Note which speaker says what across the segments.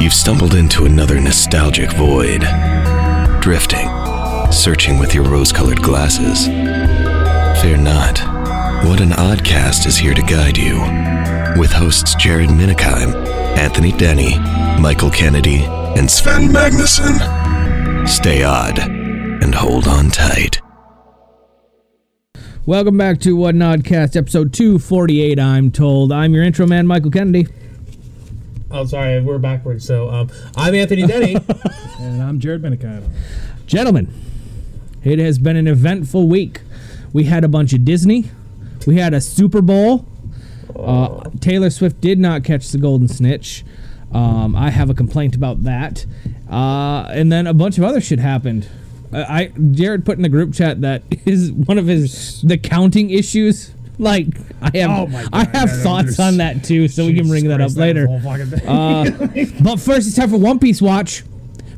Speaker 1: You've stumbled into another nostalgic void. Drifting, searching with your rose colored glasses. Fear not. What an Oddcast is here to guide you. With hosts Jared Minikheim, Anthony Denny, Michael Kennedy, and Sven Magnuson. Stay odd and hold on tight.
Speaker 2: Welcome back to What an Oddcast, episode 248, I'm told. I'm your intro man, Michael Kennedy.
Speaker 3: Oh, sorry, we're backwards. So um, I'm Anthony Denny.
Speaker 4: And I'm Jared Minikind.
Speaker 2: Gentlemen, it has been an eventful week. We had a bunch of Disney, we had a Super Bowl. Uh, Taylor Swift did not catch the Golden Snitch. Um, I have a complaint about that. Uh, and then a bunch of other shit happened. Uh, I, I Jared put in the group chat that his one of his the counting issues. Like I have,
Speaker 4: Oh my God,
Speaker 2: I have
Speaker 4: Adam,
Speaker 2: thoughts
Speaker 4: there's-
Speaker 2: on that too, so we can bring that up later. Uh, But first, it's time for One Piece watch.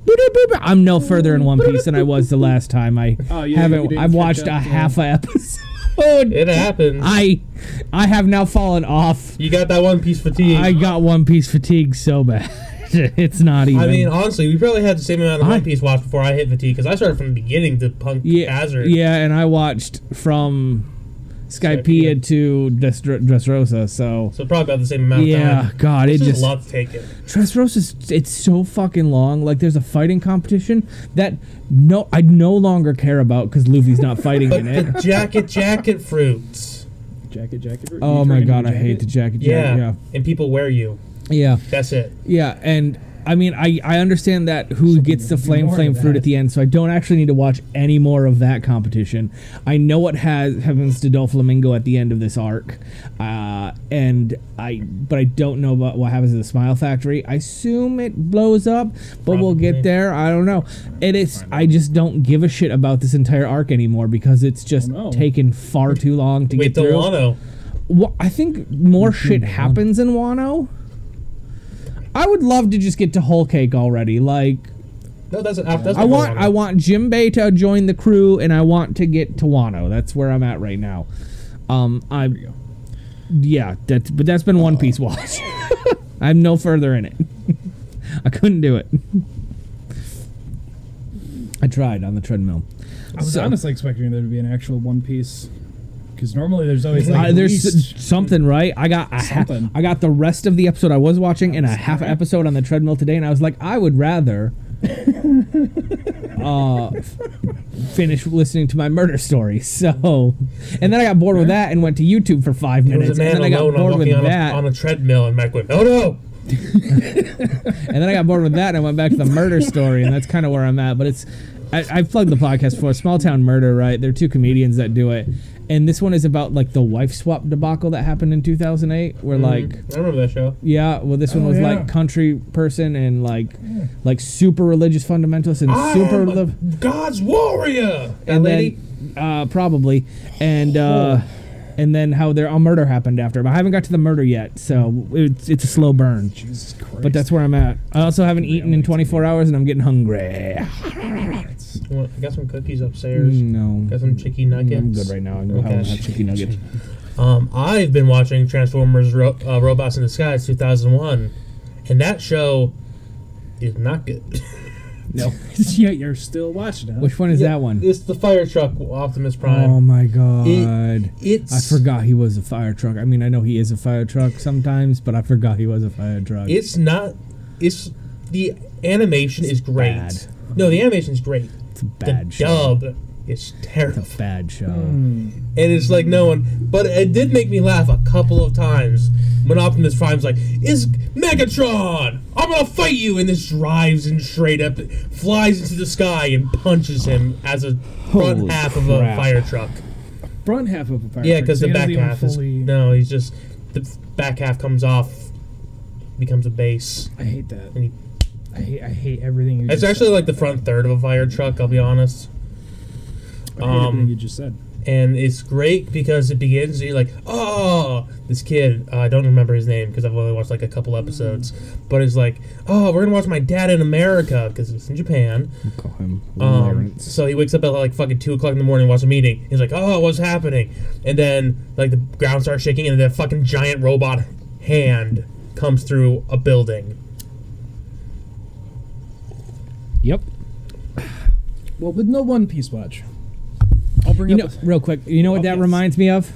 Speaker 2: Boop-doop-boop. I'm no further in One Piece than I was the last time. I
Speaker 4: Oh, you- you
Speaker 2: haven't.
Speaker 4: didn't
Speaker 2: I've
Speaker 4: catch
Speaker 2: watched
Speaker 4: up
Speaker 2: a
Speaker 4: to-
Speaker 2: half a episode.
Speaker 3: it happens.
Speaker 2: I, I have now fallen off.
Speaker 3: you got that One Piece fatigue.
Speaker 2: I
Speaker 3: I,
Speaker 2: got One Piece fatigue so bad. it's not even.
Speaker 3: mean, honestly, we probably had the same amount of
Speaker 2: I-
Speaker 3: One Piece watch before I hit fatigue because I started from the beginning to Punk
Speaker 2: yeah,
Speaker 3: Hazard.
Speaker 2: yeah, and I watched from Skypea
Speaker 3: Skypea.
Speaker 2: to Dres- Dressrosa. So
Speaker 3: So probably about the same amount. of
Speaker 2: yeah,
Speaker 3: time.
Speaker 2: God, it
Speaker 3: It's just
Speaker 2: just
Speaker 3: love taken.
Speaker 2: Dressrosa's it's so fucking long. Like there's a fighting competition that no, I no longer care about because Luffy's not fighting in it.
Speaker 3: Jacket, jacket fruits.
Speaker 4: Jacket, jacket. you
Speaker 2: Oh my
Speaker 4: drinking
Speaker 2: god,
Speaker 4: your
Speaker 2: I hate the
Speaker 4: jacket?
Speaker 2: jacket.
Speaker 3: Yeah.
Speaker 2: jacket. Yeah,
Speaker 3: and people wear you.
Speaker 2: yeah,
Speaker 3: That's it.
Speaker 2: yeah. And I mean, I I understand that who gets the
Speaker 4: do
Speaker 2: flame
Speaker 4: more of
Speaker 2: flame fruit
Speaker 4: that.
Speaker 2: at the end, so I don't actually need to watch any more of that competition. I know what has happens to Doflamingo at the end of this arc, uh, and I but I don't know about what happens to the Smile Factory. I assume it blows up, but we'll get
Speaker 3: Probably.
Speaker 2: there. I don't know. It is. I just don't give a shit about this entire arc anymore because it's just
Speaker 4: Oh, no.
Speaker 2: taken far too long to
Speaker 3: Wait
Speaker 2: get
Speaker 3: till
Speaker 2: through.
Speaker 3: Wano.
Speaker 2: Well, I think more shit happens in Wano. I would love to just get to Whole Cake already. Like
Speaker 3: No, that's that's. not
Speaker 2: I want
Speaker 3: Wano.
Speaker 2: I want Jimbei to join the crew and I want to get to Wano. That's where I'm at right now. Um I Yeah, that's but that's been One Piece watch. I'm no further in it. I couldn't do it. I tried on the treadmill.
Speaker 4: I was honestly expecting there to be an actual One Piece, because normally there's always like
Speaker 2: Uh,
Speaker 4: at
Speaker 2: there's
Speaker 4: least-
Speaker 2: s- something right. I got I, ha-
Speaker 4: Something.
Speaker 2: I got the rest of the episode I was watching and a half episode on the treadmill today, and I was like, I would rather uh, f- finish listening to my murder story. So, and then I got bored with that and went to YouTube for five
Speaker 3: There was
Speaker 2: minutes,
Speaker 3: a man
Speaker 2: and then I got
Speaker 3: alone
Speaker 2: bored with
Speaker 3: walking on a,
Speaker 2: that,
Speaker 3: on a treadmill, and Mike went, "Oh no!"
Speaker 2: and then I got bored with that, and I went back to the murder story, and that's kind of where I'm at. But it's I, I've plugged the podcast before, Small Town Murder, right? There are two comedians that do it. And this one is about like the wife swap debacle that happened in 2008, where like
Speaker 3: I remember that show.
Speaker 2: Yeah, well, this one
Speaker 4: Oh,
Speaker 2: was
Speaker 4: yeah.
Speaker 2: like country person and like like super religious fundamentalist and
Speaker 3: I
Speaker 2: super
Speaker 3: am a
Speaker 2: li-
Speaker 3: God's warrior. That
Speaker 2: and
Speaker 3: Ah, lady.
Speaker 2: then uh, probably and uh, and then how their a murder happened after. But I haven't got to the murder yet, so it's it's a slow burn.
Speaker 4: Jesus Christ.
Speaker 2: But that's where I'm at. I also haven't eaten in 24 hours, and I'm getting hungry.
Speaker 3: You want- I got some cookies upstairs.
Speaker 2: No,
Speaker 3: Got some chicken nuggets.
Speaker 2: Mm. I'm good right now. I can go home and
Speaker 3: Okay.
Speaker 2: have chicken nuggets.
Speaker 3: Um, I've been watching Transformers Ro- uh, Robots in Disguise 2001, and that show is not good.
Speaker 2: No,
Speaker 4: yeah, you're still watching it.
Speaker 2: which one is that one?
Speaker 3: It's the fire truck Optimus Prime.
Speaker 2: Oh my god.
Speaker 3: it's
Speaker 2: I forgot he was a fire truck. I mean, I know he is a fire truck sometimes, but I forgot he was a fire truck.
Speaker 3: It's not. It's the animation is great.
Speaker 2: bad.
Speaker 3: No, the animation is great.
Speaker 2: It's a
Speaker 3: The
Speaker 2: bad show.
Speaker 3: dub is terrible.
Speaker 2: Bad show.
Speaker 3: and it's like no one. But it did make me laugh a couple of times when Optimus Prime's like, "Is Megatron? I'm gonna fight you!" And this drives and straight up, flies into the sky and punches him as a front
Speaker 2: Holy
Speaker 3: half of a
Speaker 2: crap.
Speaker 3: fire truck.
Speaker 4: front half of a fire.
Speaker 3: Yeah,
Speaker 4: truck,
Speaker 3: because
Speaker 4: so
Speaker 3: the
Speaker 4: he
Speaker 3: back
Speaker 4: doesn't even
Speaker 3: half is
Speaker 4: fully-
Speaker 3: no. He's just the back half comes off, becomes a base.
Speaker 4: I hate that.
Speaker 3: And he,
Speaker 4: I hate. I hate everything. You
Speaker 3: it's
Speaker 4: just
Speaker 3: actually
Speaker 4: said.
Speaker 3: like the front third of a fire truck. I'll be honest.
Speaker 4: I hate everything
Speaker 3: um,
Speaker 4: you just said.
Speaker 3: and it's great because it begins and you're like oh this kid uh, i don't remember his name because i've only watched like a couple episodes but it's like oh we're gonna watch my dad in america because it's in japan
Speaker 2: Call him
Speaker 3: um, so he wakes up at like fucking 2 o'clock in the morning watch a meeting he's like oh what's happening and then like the ground starts shaking and then a fucking giant robot hand comes through a building
Speaker 2: Yep.
Speaker 4: Well, with no One Piece watch, I'll bring
Speaker 2: You
Speaker 4: up.
Speaker 2: know, real quick, you know what that
Speaker 4: Obvious.
Speaker 2: reminds me of?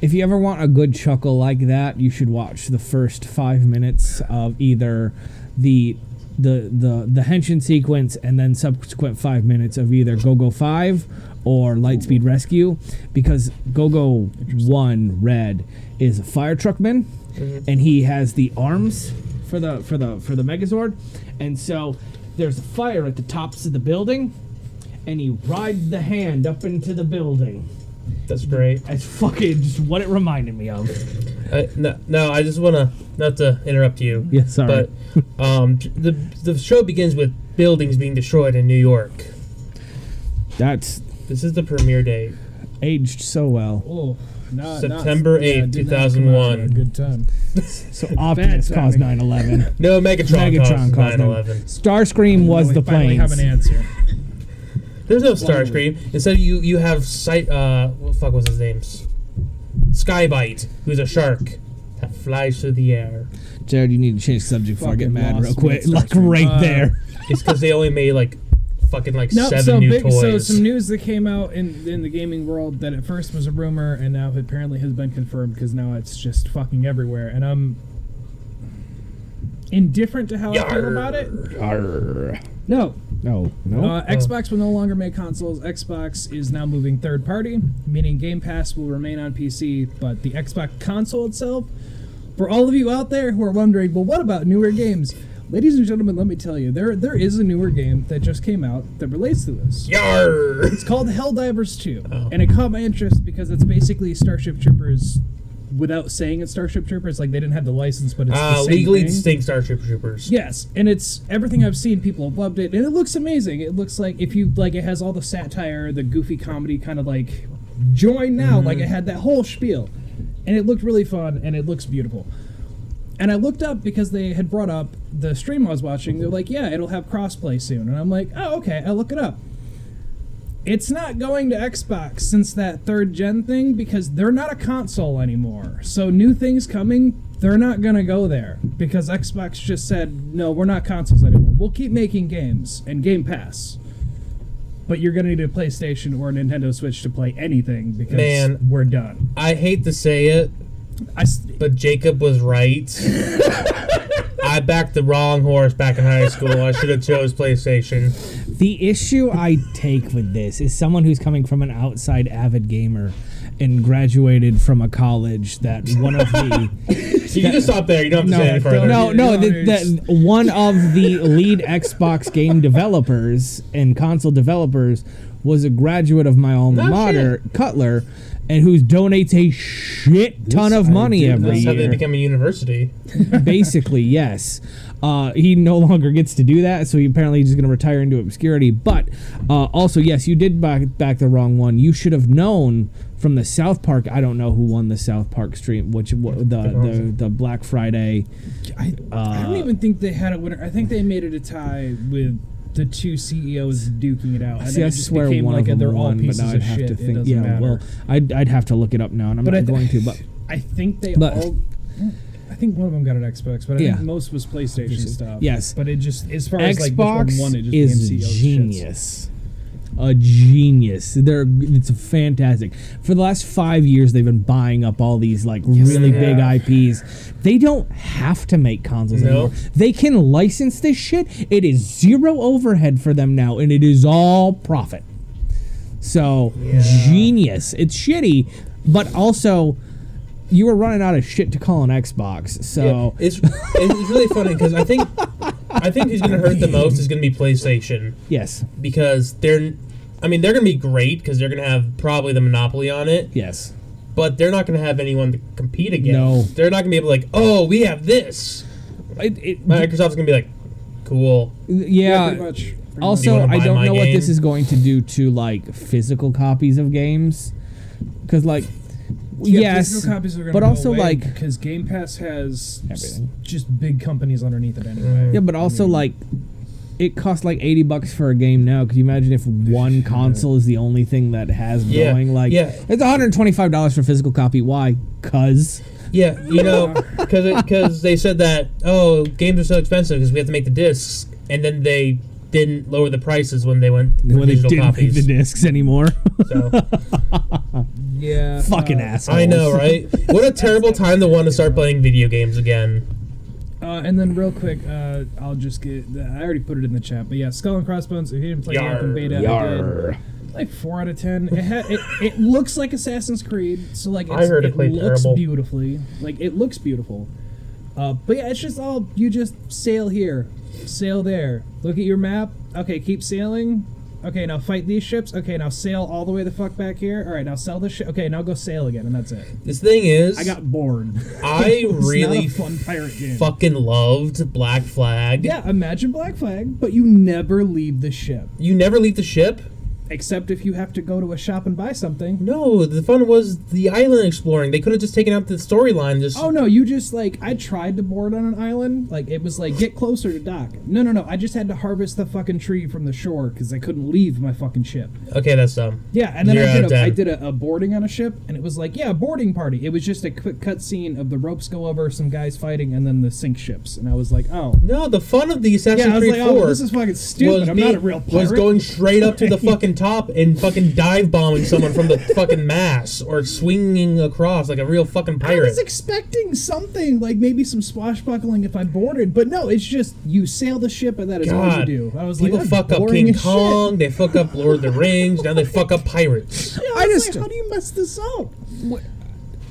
Speaker 2: If you ever want a good chuckle like that, you should watch the first five minutes of either the the the the henshin sequence and then subsequent five minutes of either Go Go Five or Lightspeed Rescue, because Go Go One Red is a fire truckman, and he has the arms for the for the for the Megazord, and so there's a fire at the tops of the building, and he rides the hand up into the building.
Speaker 3: That's great.
Speaker 2: That's fucking just what it reminded me of.
Speaker 3: I, no, no, I just want to not to interrupt you.
Speaker 2: Yeah, sorry.
Speaker 3: But um, j- the the show begins with buildings being destroyed in New York.
Speaker 2: That's
Speaker 3: This is the premiere date.
Speaker 2: aged so well.
Speaker 4: Oh, not,
Speaker 3: September 8th, 2001.
Speaker 4: Good time.
Speaker 2: So Optimus caused 9/11.
Speaker 3: No, Megatron,
Speaker 2: Megatron
Speaker 3: caused
Speaker 2: caused
Speaker 3: 9/11.
Speaker 2: 9/11. Starscream was
Speaker 4: we
Speaker 2: the
Speaker 4: finally
Speaker 2: plane.
Speaker 4: have an answer.
Speaker 3: There's no Starscream. Instead, you you have sight. Uh, what the fuck was his name? S- Skybite, who's a shark that flies through the air.
Speaker 2: Jared, you need to change the subject before I get
Speaker 4: Fucking
Speaker 2: mad real
Speaker 4: lost
Speaker 2: quick.
Speaker 4: me at
Speaker 2: Like
Speaker 4: Starscream.
Speaker 2: right
Speaker 4: Uh,
Speaker 2: there.
Speaker 3: It's because they only made like fucking like
Speaker 4: No,
Speaker 3: seven
Speaker 4: so
Speaker 3: new
Speaker 4: big,
Speaker 3: toys.
Speaker 4: so some news that came out in in the gaming world that at first was a rumor and now apparently has been confirmed because now it's just fucking everywhere and I'm indifferent to how I feel
Speaker 3: Yarr.
Speaker 4: about it. No,
Speaker 2: No, no.
Speaker 4: uh, Xbox will no longer make consoles. Xbox is now moving third party, meaning Game Pass will remain on PC, but the Xbox console itself. For all of you out there who are wondering, well, what about newer games? Ladies and gentlemen, let me tell you, there there is a newer game that just came out that relates to this.
Speaker 3: Yarr!
Speaker 4: It's called Helldivers 2, and it caught my interest because it's basically Starship Troopers without saying it's Starship Troopers. Like they didn't have the license, but Ah, it's
Speaker 3: Uh,
Speaker 4: the same
Speaker 3: legally
Speaker 4: thing.
Speaker 3: distinct Starship Troopers.
Speaker 4: Yes, and it's everything I've seen. People have loved it, and it looks amazing. It looks like if you like, it has all the satire, the goofy comedy, kind of like join now. Like it had that whole spiel, and it looked really fun, and it looks beautiful. And I looked up because they had brought up the stream I was watching. They're like, "Yeah, it'll have crossplay soon," and I'm like, "Oh, okay." I look it up. It's not going to Xbox since that third gen thing because they're not a console anymore. So new things coming, they're not gonna go there because Xbox just said, "No, we're not consoles anymore. We'll keep making games and Game Pass." But you're gonna need a PlayStation or a Nintendo Switch to play anything because
Speaker 3: Man.
Speaker 4: we're done.
Speaker 3: I hate to say it,
Speaker 4: I s-
Speaker 3: but Jacob was right. I backed the wrong horse back in high school. I should have chose PlayStation.
Speaker 2: The issue I take with this is someone who's coming from an outside avid gamer and graduated from a college that one of the
Speaker 3: So you can just stop there. You don't have to
Speaker 2: no,
Speaker 3: say any further.
Speaker 2: no, no,
Speaker 4: Yeah,
Speaker 2: the,
Speaker 4: it's-
Speaker 2: the, one of the lead Xbox game developers and console developers was a graduate of my alma
Speaker 3: No
Speaker 2: mater, Cutler, and who donates a shit ton
Speaker 4: This
Speaker 2: of
Speaker 4: I
Speaker 2: money
Speaker 4: did
Speaker 2: every
Speaker 3: That's how they
Speaker 2: year.
Speaker 3: became a university.
Speaker 2: Basically, yes. Uh, he no longer gets to do that, so he apparently he's going to retire into obscurity. But uh, also, yes, you did back, back the wrong one. You should have known from the South Park. I don't know who won the South Park stream, which wa- the the, the Black Friday.
Speaker 4: I, I don't even think they had a winner. I think they made it a tie with the two CEOs duking it out. I
Speaker 2: See,
Speaker 4: think
Speaker 2: I
Speaker 4: it just
Speaker 2: swear
Speaker 4: became
Speaker 2: one
Speaker 4: like a,
Speaker 2: of them
Speaker 4: they're all
Speaker 2: won, but
Speaker 4: pieces
Speaker 2: now I'd
Speaker 4: of
Speaker 2: have
Speaker 4: shit.
Speaker 2: to
Speaker 4: it
Speaker 2: think.
Speaker 4: doesn't
Speaker 2: Yeah,
Speaker 4: matter.
Speaker 2: well, I'd, I'd have to look it up now, and I'm
Speaker 4: But I
Speaker 2: not
Speaker 4: th-
Speaker 2: going to. But
Speaker 4: I think they
Speaker 2: But-
Speaker 4: all. I think one of them got an Xbox, but I
Speaker 2: Yeah.
Speaker 4: think most was PlayStation stuff.
Speaker 2: Yes.
Speaker 4: but it just as far as like which one
Speaker 2: Xbox
Speaker 4: won, it just E
Speaker 2: is
Speaker 4: became CEOs
Speaker 2: genius. A genius. They're it's fantastic. For the last five years, they've been buying up all these like really
Speaker 3: they have.
Speaker 2: big IPs. They don't have to make consoles
Speaker 3: No.
Speaker 2: anymore. They can license this shit. It is zero overhead for them now, and it is all profit. So genius. It's shitty, but also you were running out of shit to call an Xbox. So
Speaker 3: It's it's really funny because I think I think who's gonna hurt the most is gonna be PlayStation
Speaker 2: yes,
Speaker 3: because they're I mean they're gonna be great because they're gonna have probably the monopoly on it,
Speaker 2: yes.
Speaker 3: but they're not gonna have anyone to compete against.
Speaker 2: No.
Speaker 3: they're not gonna be able to like oh we have this.
Speaker 2: It, it,
Speaker 3: Microsoft's gonna be like cool.
Speaker 4: Yeah,
Speaker 2: yeah,
Speaker 4: pretty much. pretty much.
Speaker 2: Also,
Speaker 3: wanna
Speaker 2: I
Speaker 3: buy
Speaker 2: don't
Speaker 3: my
Speaker 2: know what
Speaker 3: game?
Speaker 2: this is going to do to like physical copies of games, because like, yes,
Speaker 4: physical copies are gonna
Speaker 2: but
Speaker 4: go
Speaker 2: also
Speaker 4: away
Speaker 2: like,
Speaker 4: because Game Pass has s-
Speaker 2: Everything.
Speaker 4: just big companies underneath it anyway.
Speaker 2: yeah, but also
Speaker 3: Mm.
Speaker 2: like, it costs like eighty bucks for a game now. Could you imagine if one console is the only thing that has
Speaker 3: Yeah,
Speaker 2: going? Like,
Speaker 3: yeah.
Speaker 2: it's one hundred twenty-five dollars for physical copy. Why? Cause
Speaker 3: Yeah, you know, because because they said that oh games are so expensive because we have to make the discs, and then they didn't lower the prices when they went for
Speaker 2: when they
Speaker 3: digital
Speaker 2: didn't make
Speaker 3: copies.
Speaker 2: the discs anymore.
Speaker 3: so
Speaker 4: Yeah.
Speaker 2: Fucking
Speaker 4: uh,
Speaker 2: assholes.
Speaker 3: I know, right? What a terrible time to want to start playing video games again.
Speaker 4: Uh, and then real quick, uh, I'll just get. I already put it in the chat, but yeah, Skull and Crossbones. If you didn't play the
Speaker 3: Yarr.
Speaker 4: open beta, I
Speaker 2: Yarr.
Speaker 4: did. Like four out of ten. It, ha- it, it looks like Assassin's Creed, so like it's,
Speaker 3: I heard it
Speaker 4: it,
Speaker 3: played
Speaker 4: looks
Speaker 3: terrible.
Speaker 4: beautifully. Like it looks beautiful. Uh, but yeah, it's just all you just sail here, sail there. Look at your map. Okay, keep sailing. Okay, now fight these ships. Okay, now sail all the way the fuck back here. All right, now sell this ship. Okay, now go sail again, and that's it.
Speaker 3: This thing is,
Speaker 4: I got bored.
Speaker 3: I
Speaker 4: It's
Speaker 3: really
Speaker 4: not a fun pirate game.
Speaker 3: fucking loved Black Flag.
Speaker 4: Yeah, imagine Black Flag, but you never leave the ship.
Speaker 3: You never leave the ship.
Speaker 4: Except if you have to go to a shop and buy something.
Speaker 3: No, the fun was the island exploring. They could have just taken out the storyline. Just
Speaker 4: Oh no, you just like I tried to board on an island. Like it was like get closer to dock. No, no, no. I just had to harvest the fucking tree from the shore because I couldn't leave my fucking ship.
Speaker 3: okay, that's dumb.
Speaker 4: Yeah, and then
Speaker 3: Zero
Speaker 4: I
Speaker 3: out of
Speaker 4: did a, I
Speaker 3: ten.
Speaker 4: did a, a boarding on a ship, and it was like yeah, boarding party. It was just a quick cutscene of the ropes go over, some guys fighting, and then the sink ships. And I was like, oh.
Speaker 3: No, the fun of the Assassin's
Speaker 4: Yeah, I was
Speaker 3: Creed
Speaker 4: like,
Speaker 3: 4
Speaker 4: oh, this is fucking stupid.
Speaker 3: was
Speaker 4: I'm
Speaker 3: being-
Speaker 4: not a real pirate.
Speaker 3: was going straight up to the fucking top and fucking dive bombing someone from the fucking mass or swinging across like a real fucking
Speaker 4: I
Speaker 3: pirate.
Speaker 4: was expecting something like maybe some swashbuckling if I boarded, but no, it's just you sail the ship and that is all you
Speaker 3: God,
Speaker 4: do. I was
Speaker 3: people
Speaker 4: like, that's
Speaker 3: fuck up
Speaker 4: boring
Speaker 3: King
Speaker 4: as
Speaker 3: Kong. They fuck up Lord of the Rings. Now they fuck up pirates.
Speaker 4: Shit. Yeah, I,
Speaker 2: I
Speaker 4: was
Speaker 2: just-
Speaker 4: like, how do you mess this up?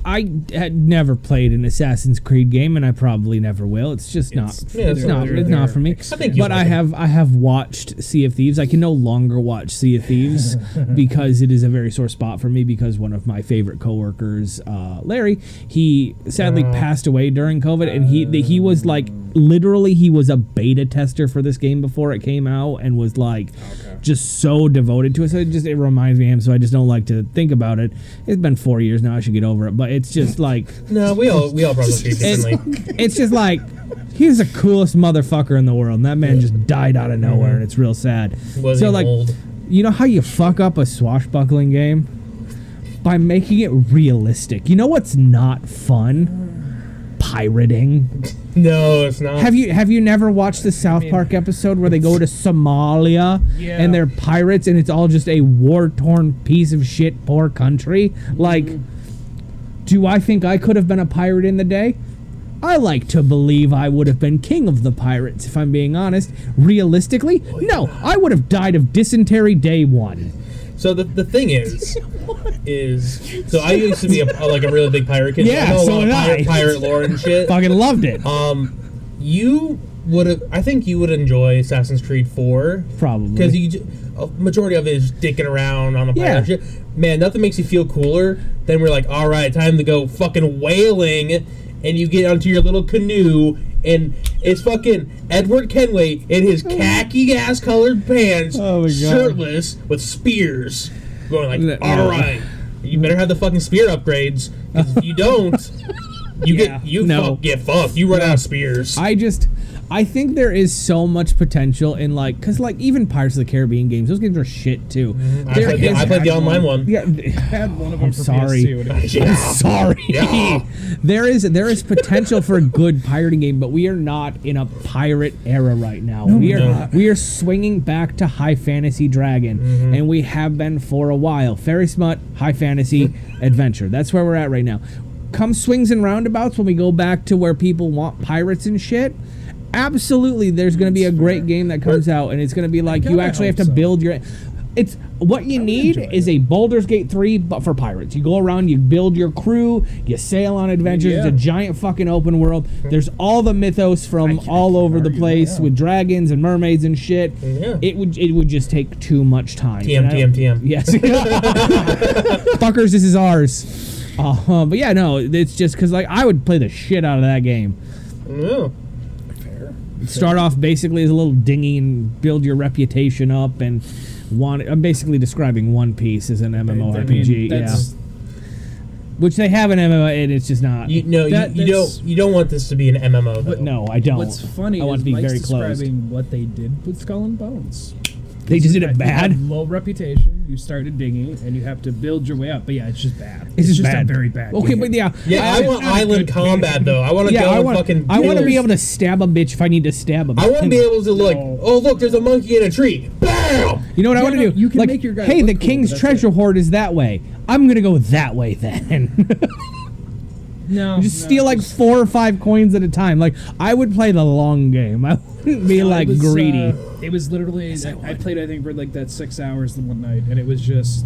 Speaker 2: I had never played an Assassin's Creed game, and I probably never will. It's just not. It's,
Speaker 3: yeah, it's
Speaker 2: not.
Speaker 3: over
Speaker 2: It's
Speaker 3: there.
Speaker 2: not for me.
Speaker 3: think you
Speaker 2: but
Speaker 3: like
Speaker 2: I
Speaker 3: it.
Speaker 2: have. I have watched Sea of Thieves. I can no longer watch Sea of Thieves because it is a very sore spot for me. Because one of my favorite coworkers, uh, Larry, he sadly passed away during COVID, and he the, he was like literally he was a beta tester for this game before it came out, and was like just so devoted to it. So it just it reminds me of him. So I just don't like to think about it. It's been four years now. I should get over it. But it's just like
Speaker 3: No, we all we all probably treat differently.
Speaker 2: it- it's just like he's the coolest motherfucker in the world, and that man just died out of nowhere, and it's real sad.
Speaker 3: Mm-hmm. Was
Speaker 2: so
Speaker 3: he
Speaker 2: like,
Speaker 3: old?
Speaker 2: you know how you fuck up a swashbuckling game by making it realistic. You know what's not fun?
Speaker 3: Mm.
Speaker 2: Pirating.
Speaker 3: No, it's not.
Speaker 2: Have you have you never watched the South Park episode where they go to Somalia
Speaker 4: Yeah.
Speaker 2: and they're pirates and it's all just a war torn piece of shit poor country? Like, do I think I could have been a pirate in the day? I like to believe I would have been king of the pirates, if I'm being honest. Realistically, no, I would have died of dysentery day one.
Speaker 3: so the, the thing is, is so I used to be a, like a really big pirate kid.
Speaker 2: Yeah,
Speaker 3: I know a
Speaker 2: so
Speaker 3: lot of
Speaker 2: did
Speaker 3: pirate,
Speaker 2: I.
Speaker 3: pirate lore and shit.
Speaker 2: Fucking loved it.
Speaker 3: Um, you would have. I think you would enjoy Assassin's Creed Four because
Speaker 2: Probably.
Speaker 3: you ju- a majority of it is dicking around on a
Speaker 2: Yeah.
Speaker 3: pirate ship. Man, nothing makes you feel cooler than we're like, all right, time to go fucking whaling, and you get onto your little canoe. And it's fucking Edward Kenway in his khaki ass colored pants,
Speaker 2: Oh my God.
Speaker 3: shirtless with spears, going like,
Speaker 2: Yeah.
Speaker 3: all right, you better have the fucking spear upgrades. 'cause if you don't, you
Speaker 2: Yeah.
Speaker 3: get you
Speaker 2: No.
Speaker 3: fuck, get fucked. You run out of spears.
Speaker 2: I just I think there is so much potential in like cuz like even Pirates of the Caribbean games, those games are shit too.
Speaker 3: Mm-hmm. I
Speaker 2: There
Speaker 3: played the,
Speaker 2: is-
Speaker 3: I played the online one.
Speaker 2: Yeah,
Speaker 4: I had one of them for
Speaker 2: sorry.
Speaker 4: PS2 and it was-
Speaker 2: I'm
Speaker 3: Yeah.
Speaker 2: sorry.
Speaker 3: Yeah.
Speaker 2: There is there is potential for a good pirating game, but we are not in a pirate era right now. we are
Speaker 3: we're not.
Speaker 2: we are swinging back to high fantasy dragon, and we have been for a while. Fairy smut, high fantasy adventure. That's where we're at right now. Come swings and roundabouts when we go back to where people want pirates and shit. Absolutely, there's going to be a great game that comes out, and it's going to be like you
Speaker 4: God, I
Speaker 2: actually have
Speaker 4: hope
Speaker 2: to
Speaker 4: so.
Speaker 2: build your. It's what you need
Speaker 4: enjoy
Speaker 2: is a Baldur's Gate 3, but for pirates. You go around, you build your crew, you sail on adventures. It's a
Speaker 4: Yeah.
Speaker 2: giant fucking open world. There's all the mythos from all over the place with dragons and mermaids and shit.
Speaker 3: Yeah.
Speaker 2: It would it would just take too much time.
Speaker 3: TM,
Speaker 2: and I
Speaker 3: TM,
Speaker 2: don't-
Speaker 3: TM.
Speaker 2: Yes. Fuckers, this is ours. Uh, but yeah, no, it's just because like I would play the shit out of that game.
Speaker 3: Yeah.
Speaker 2: Start off basically as a little dingy and build your reputation up and want. I'm basically describing One Piece as an
Speaker 4: I
Speaker 2: MMORPG.
Speaker 4: mean,
Speaker 2: yeah
Speaker 4: that's-
Speaker 2: which they have an MMO, and it's just not.
Speaker 3: You no, you-
Speaker 4: That-
Speaker 3: you,
Speaker 4: that's-
Speaker 3: don't you don't want this to be an MMO though.
Speaker 2: no, I don't.
Speaker 4: What's funny
Speaker 2: I want
Speaker 4: is
Speaker 2: to be
Speaker 4: Mike's
Speaker 2: very close.
Speaker 4: describing what they did with Skull and Bones.
Speaker 2: They just did it
Speaker 4: You have
Speaker 2: bad.
Speaker 4: Low reputation. You started digging, and you have to build your way up. But yeah, it's just bad. It's,
Speaker 2: just
Speaker 4: just
Speaker 2: bad.
Speaker 4: a very bad.
Speaker 2: Okay,
Speaker 4: game.
Speaker 2: but yeah,
Speaker 3: Yeah, I,
Speaker 4: it's
Speaker 3: want
Speaker 4: not a
Speaker 3: island
Speaker 4: good
Speaker 3: combat though. I want to
Speaker 2: yeah.
Speaker 3: go
Speaker 2: I
Speaker 3: and
Speaker 2: want.
Speaker 3: fucking.
Speaker 2: I want to
Speaker 3: kill-
Speaker 2: be able to stab a bitch if I need to stab a bitch.
Speaker 3: I want to be able to like.
Speaker 4: No.
Speaker 3: Oh look, there's a monkey in a tree. Bam!
Speaker 2: You know what I
Speaker 4: Yeah,
Speaker 2: want to
Speaker 4: no,
Speaker 2: do?
Speaker 4: you can
Speaker 2: like,
Speaker 4: make your guy
Speaker 2: hey,
Speaker 4: look
Speaker 2: the
Speaker 4: cool,
Speaker 2: king's
Speaker 4: but that's
Speaker 2: treasure
Speaker 4: it.
Speaker 2: hoard is that way. I'm gonna go that way then.
Speaker 4: No,
Speaker 2: just
Speaker 4: no,
Speaker 2: steal like
Speaker 4: just-
Speaker 2: four or five coins at a time. Like I would play the long game. I wouldn't be
Speaker 4: no, it
Speaker 2: like
Speaker 4: was,
Speaker 2: greedy.
Speaker 4: uh, it was literally. I, I played. I think for like that six hours the one night, and it was just.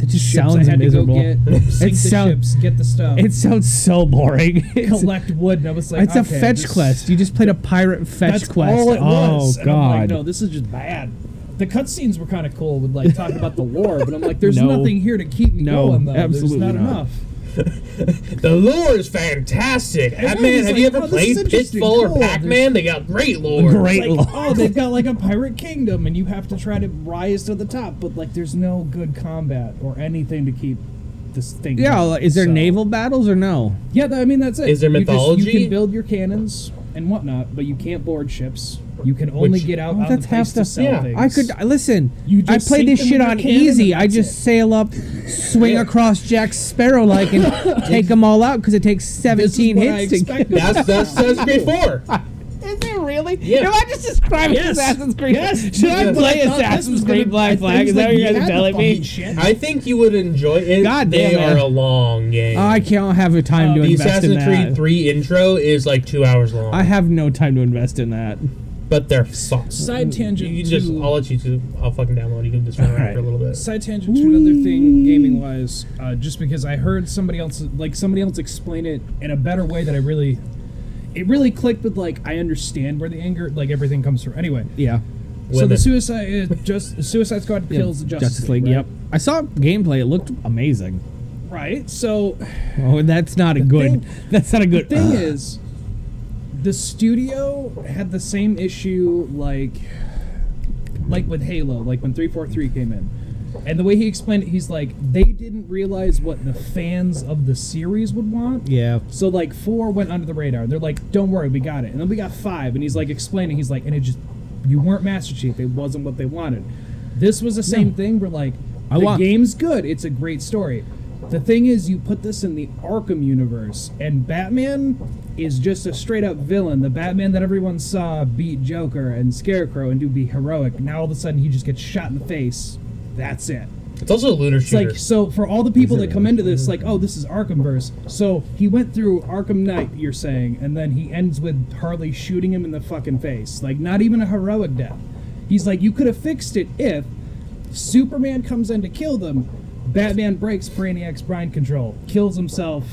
Speaker 2: It just
Speaker 4: Ships
Speaker 2: sounds
Speaker 4: I had
Speaker 2: miserable.
Speaker 4: to go get, sink the
Speaker 2: sound-
Speaker 4: ships, get the stuff,
Speaker 2: It sounds so boring. It's,
Speaker 4: collect wood, and I was like,
Speaker 2: it's a
Speaker 4: okay,
Speaker 2: fetch
Speaker 4: this-
Speaker 2: quest. You just played a pirate fetch
Speaker 4: That's
Speaker 2: quest.
Speaker 4: all it
Speaker 2: oh
Speaker 4: was. And I'm
Speaker 2: god.
Speaker 4: like, no, this is just bad. The cutscenes were kind of cool with like talking about the war, but I'm like, there's
Speaker 2: No.
Speaker 4: nothing here to keep me
Speaker 2: No,
Speaker 4: going. Though.
Speaker 2: absolutely
Speaker 4: there's not,
Speaker 2: not.
Speaker 4: enough.
Speaker 3: The lore is fantastic. Ah,
Speaker 4: was,
Speaker 3: man, have
Speaker 4: like,
Speaker 3: you ever
Speaker 4: oh, this is
Speaker 3: played
Speaker 4: interesting.
Speaker 3: Pitfall or
Speaker 4: Cool.
Speaker 3: Pac-Man? They got great lore.
Speaker 2: Great
Speaker 4: Like,
Speaker 2: lord.
Speaker 4: oh, they've got like a pirate kingdom, and you have to try to rise to the top, but like, there's no good combat or anything to keep this thing.
Speaker 2: yeah,
Speaker 4: going,
Speaker 2: like, is there
Speaker 4: so-
Speaker 2: naval battles or no?
Speaker 4: Yeah, th- I mean that's it.
Speaker 3: Is there
Speaker 4: You just-
Speaker 3: mythology?
Speaker 4: You, can build your cannons and whatnot, but you can't board ships. You can only
Speaker 3: Which-
Speaker 4: get out
Speaker 2: Oh,
Speaker 4: on
Speaker 2: that's
Speaker 4: the place
Speaker 2: half the-
Speaker 4: to sell
Speaker 3: yeah,
Speaker 4: things.
Speaker 2: I could listen.
Speaker 4: You
Speaker 2: I
Speaker 4: just
Speaker 2: play
Speaker 4: sink
Speaker 2: this
Speaker 4: them
Speaker 2: shit
Speaker 4: with your
Speaker 2: on
Speaker 4: cannon and
Speaker 2: easy. I
Speaker 4: that's
Speaker 2: just
Speaker 4: it.
Speaker 2: sail up, swing across Jack Sparrow like, and take them all out because it takes
Speaker 4: This is
Speaker 2: seventeen
Speaker 4: what I
Speaker 2: hits to
Speaker 4: expected.
Speaker 3: That's that's Assassin's Creed Four.
Speaker 2: Is it really?
Speaker 3: Yeah.
Speaker 2: Am I just describing
Speaker 4: Yes.
Speaker 2: Assassin's Creed?
Speaker 4: Yes.
Speaker 2: Should I
Speaker 4: Yes.
Speaker 2: play
Speaker 4: I thought this
Speaker 2: Assassin's
Speaker 4: was gonna-
Speaker 2: Creed Black
Speaker 4: I
Speaker 2: Flag?
Speaker 4: was
Speaker 2: Is that
Speaker 4: like,
Speaker 2: what
Speaker 4: you
Speaker 2: you guys
Speaker 4: had
Speaker 2: are
Speaker 4: the
Speaker 2: telling
Speaker 4: fucking
Speaker 2: me?
Speaker 4: shit.
Speaker 3: I think you would enjoy it.
Speaker 2: God
Speaker 3: they
Speaker 2: damn it.
Speaker 3: are a long game.
Speaker 2: I can't have a
Speaker 4: Uh,
Speaker 2: time to
Speaker 3: the
Speaker 2: invest in
Speaker 3: Assassin's
Speaker 2: that.
Speaker 3: Creed 3 intro is like two hours long,
Speaker 2: I have no time to invest in that.
Speaker 3: but they're fucked.
Speaker 4: Side
Speaker 3: You
Speaker 4: tangent
Speaker 3: can
Speaker 4: to
Speaker 3: just, I'll let you two, I'll fucking download. You can just run around
Speaker 2: Alright.
Speaker 3: for a little bit.
Speaker 4: side tangent to another thing gaming wise, uh, just because I heard somebody else like somebody else explain it in a better way that I really it really clicked with like I understand where the anger like everything comes from. Anyway,
Speaker 2: Yeah.
Speaker 4: so
Speaker 3: Women.
Speaker 4: the suicide uh, just Suicide Squad kills the Justice, League.
Speaker 2: Yep. I saw gameplay. It looked amazing.
Speaker 4: right? Right. So
Speaker 2: Oh, that's not a good.
Speaker 4: thing-
Speaker 2: that's not a good.
Speaker 4: thing is, the studio had the same issue like, like with Halo, like when 343 came in. And the way he explained it, he's like, they didn't realize what the fans of the series would want.
Speaker 2: yeah.
Speaker 4: So like four went under the radar. They're like, don't worry, we got it. And then we got five, and he's like explaining, he's like, and it just, you weren't Master Chief. It wasn't what they wanted. This was the same thing. We're like,
Speaker 2: I
Speaker 4: the
Speaker 2: want-
Speaker 4: game's good. It's a great story. The thing is, you put this in the Arkham universe, and Batman is just a straight up villain. The Batman that everyone saw beat Joker and Scarecrow and do be heroic. Now all of a sudden he just gets shot in the face. That's it.
Speaker 3: It's also a looter
Speaker 4: It's
Speaker 3: shooter.
Speaker 4: like so for all the people that come into this, like, oh, this is Arkhamverse. So he went through Arkham Knight, you're saying, and then he ends with Harley shooting him in the fucking face. Like, not even a heroic death. He's like, you could have fixed it if Superman comes in to kill them, Batman breaks Brainiac's mind control, kills himself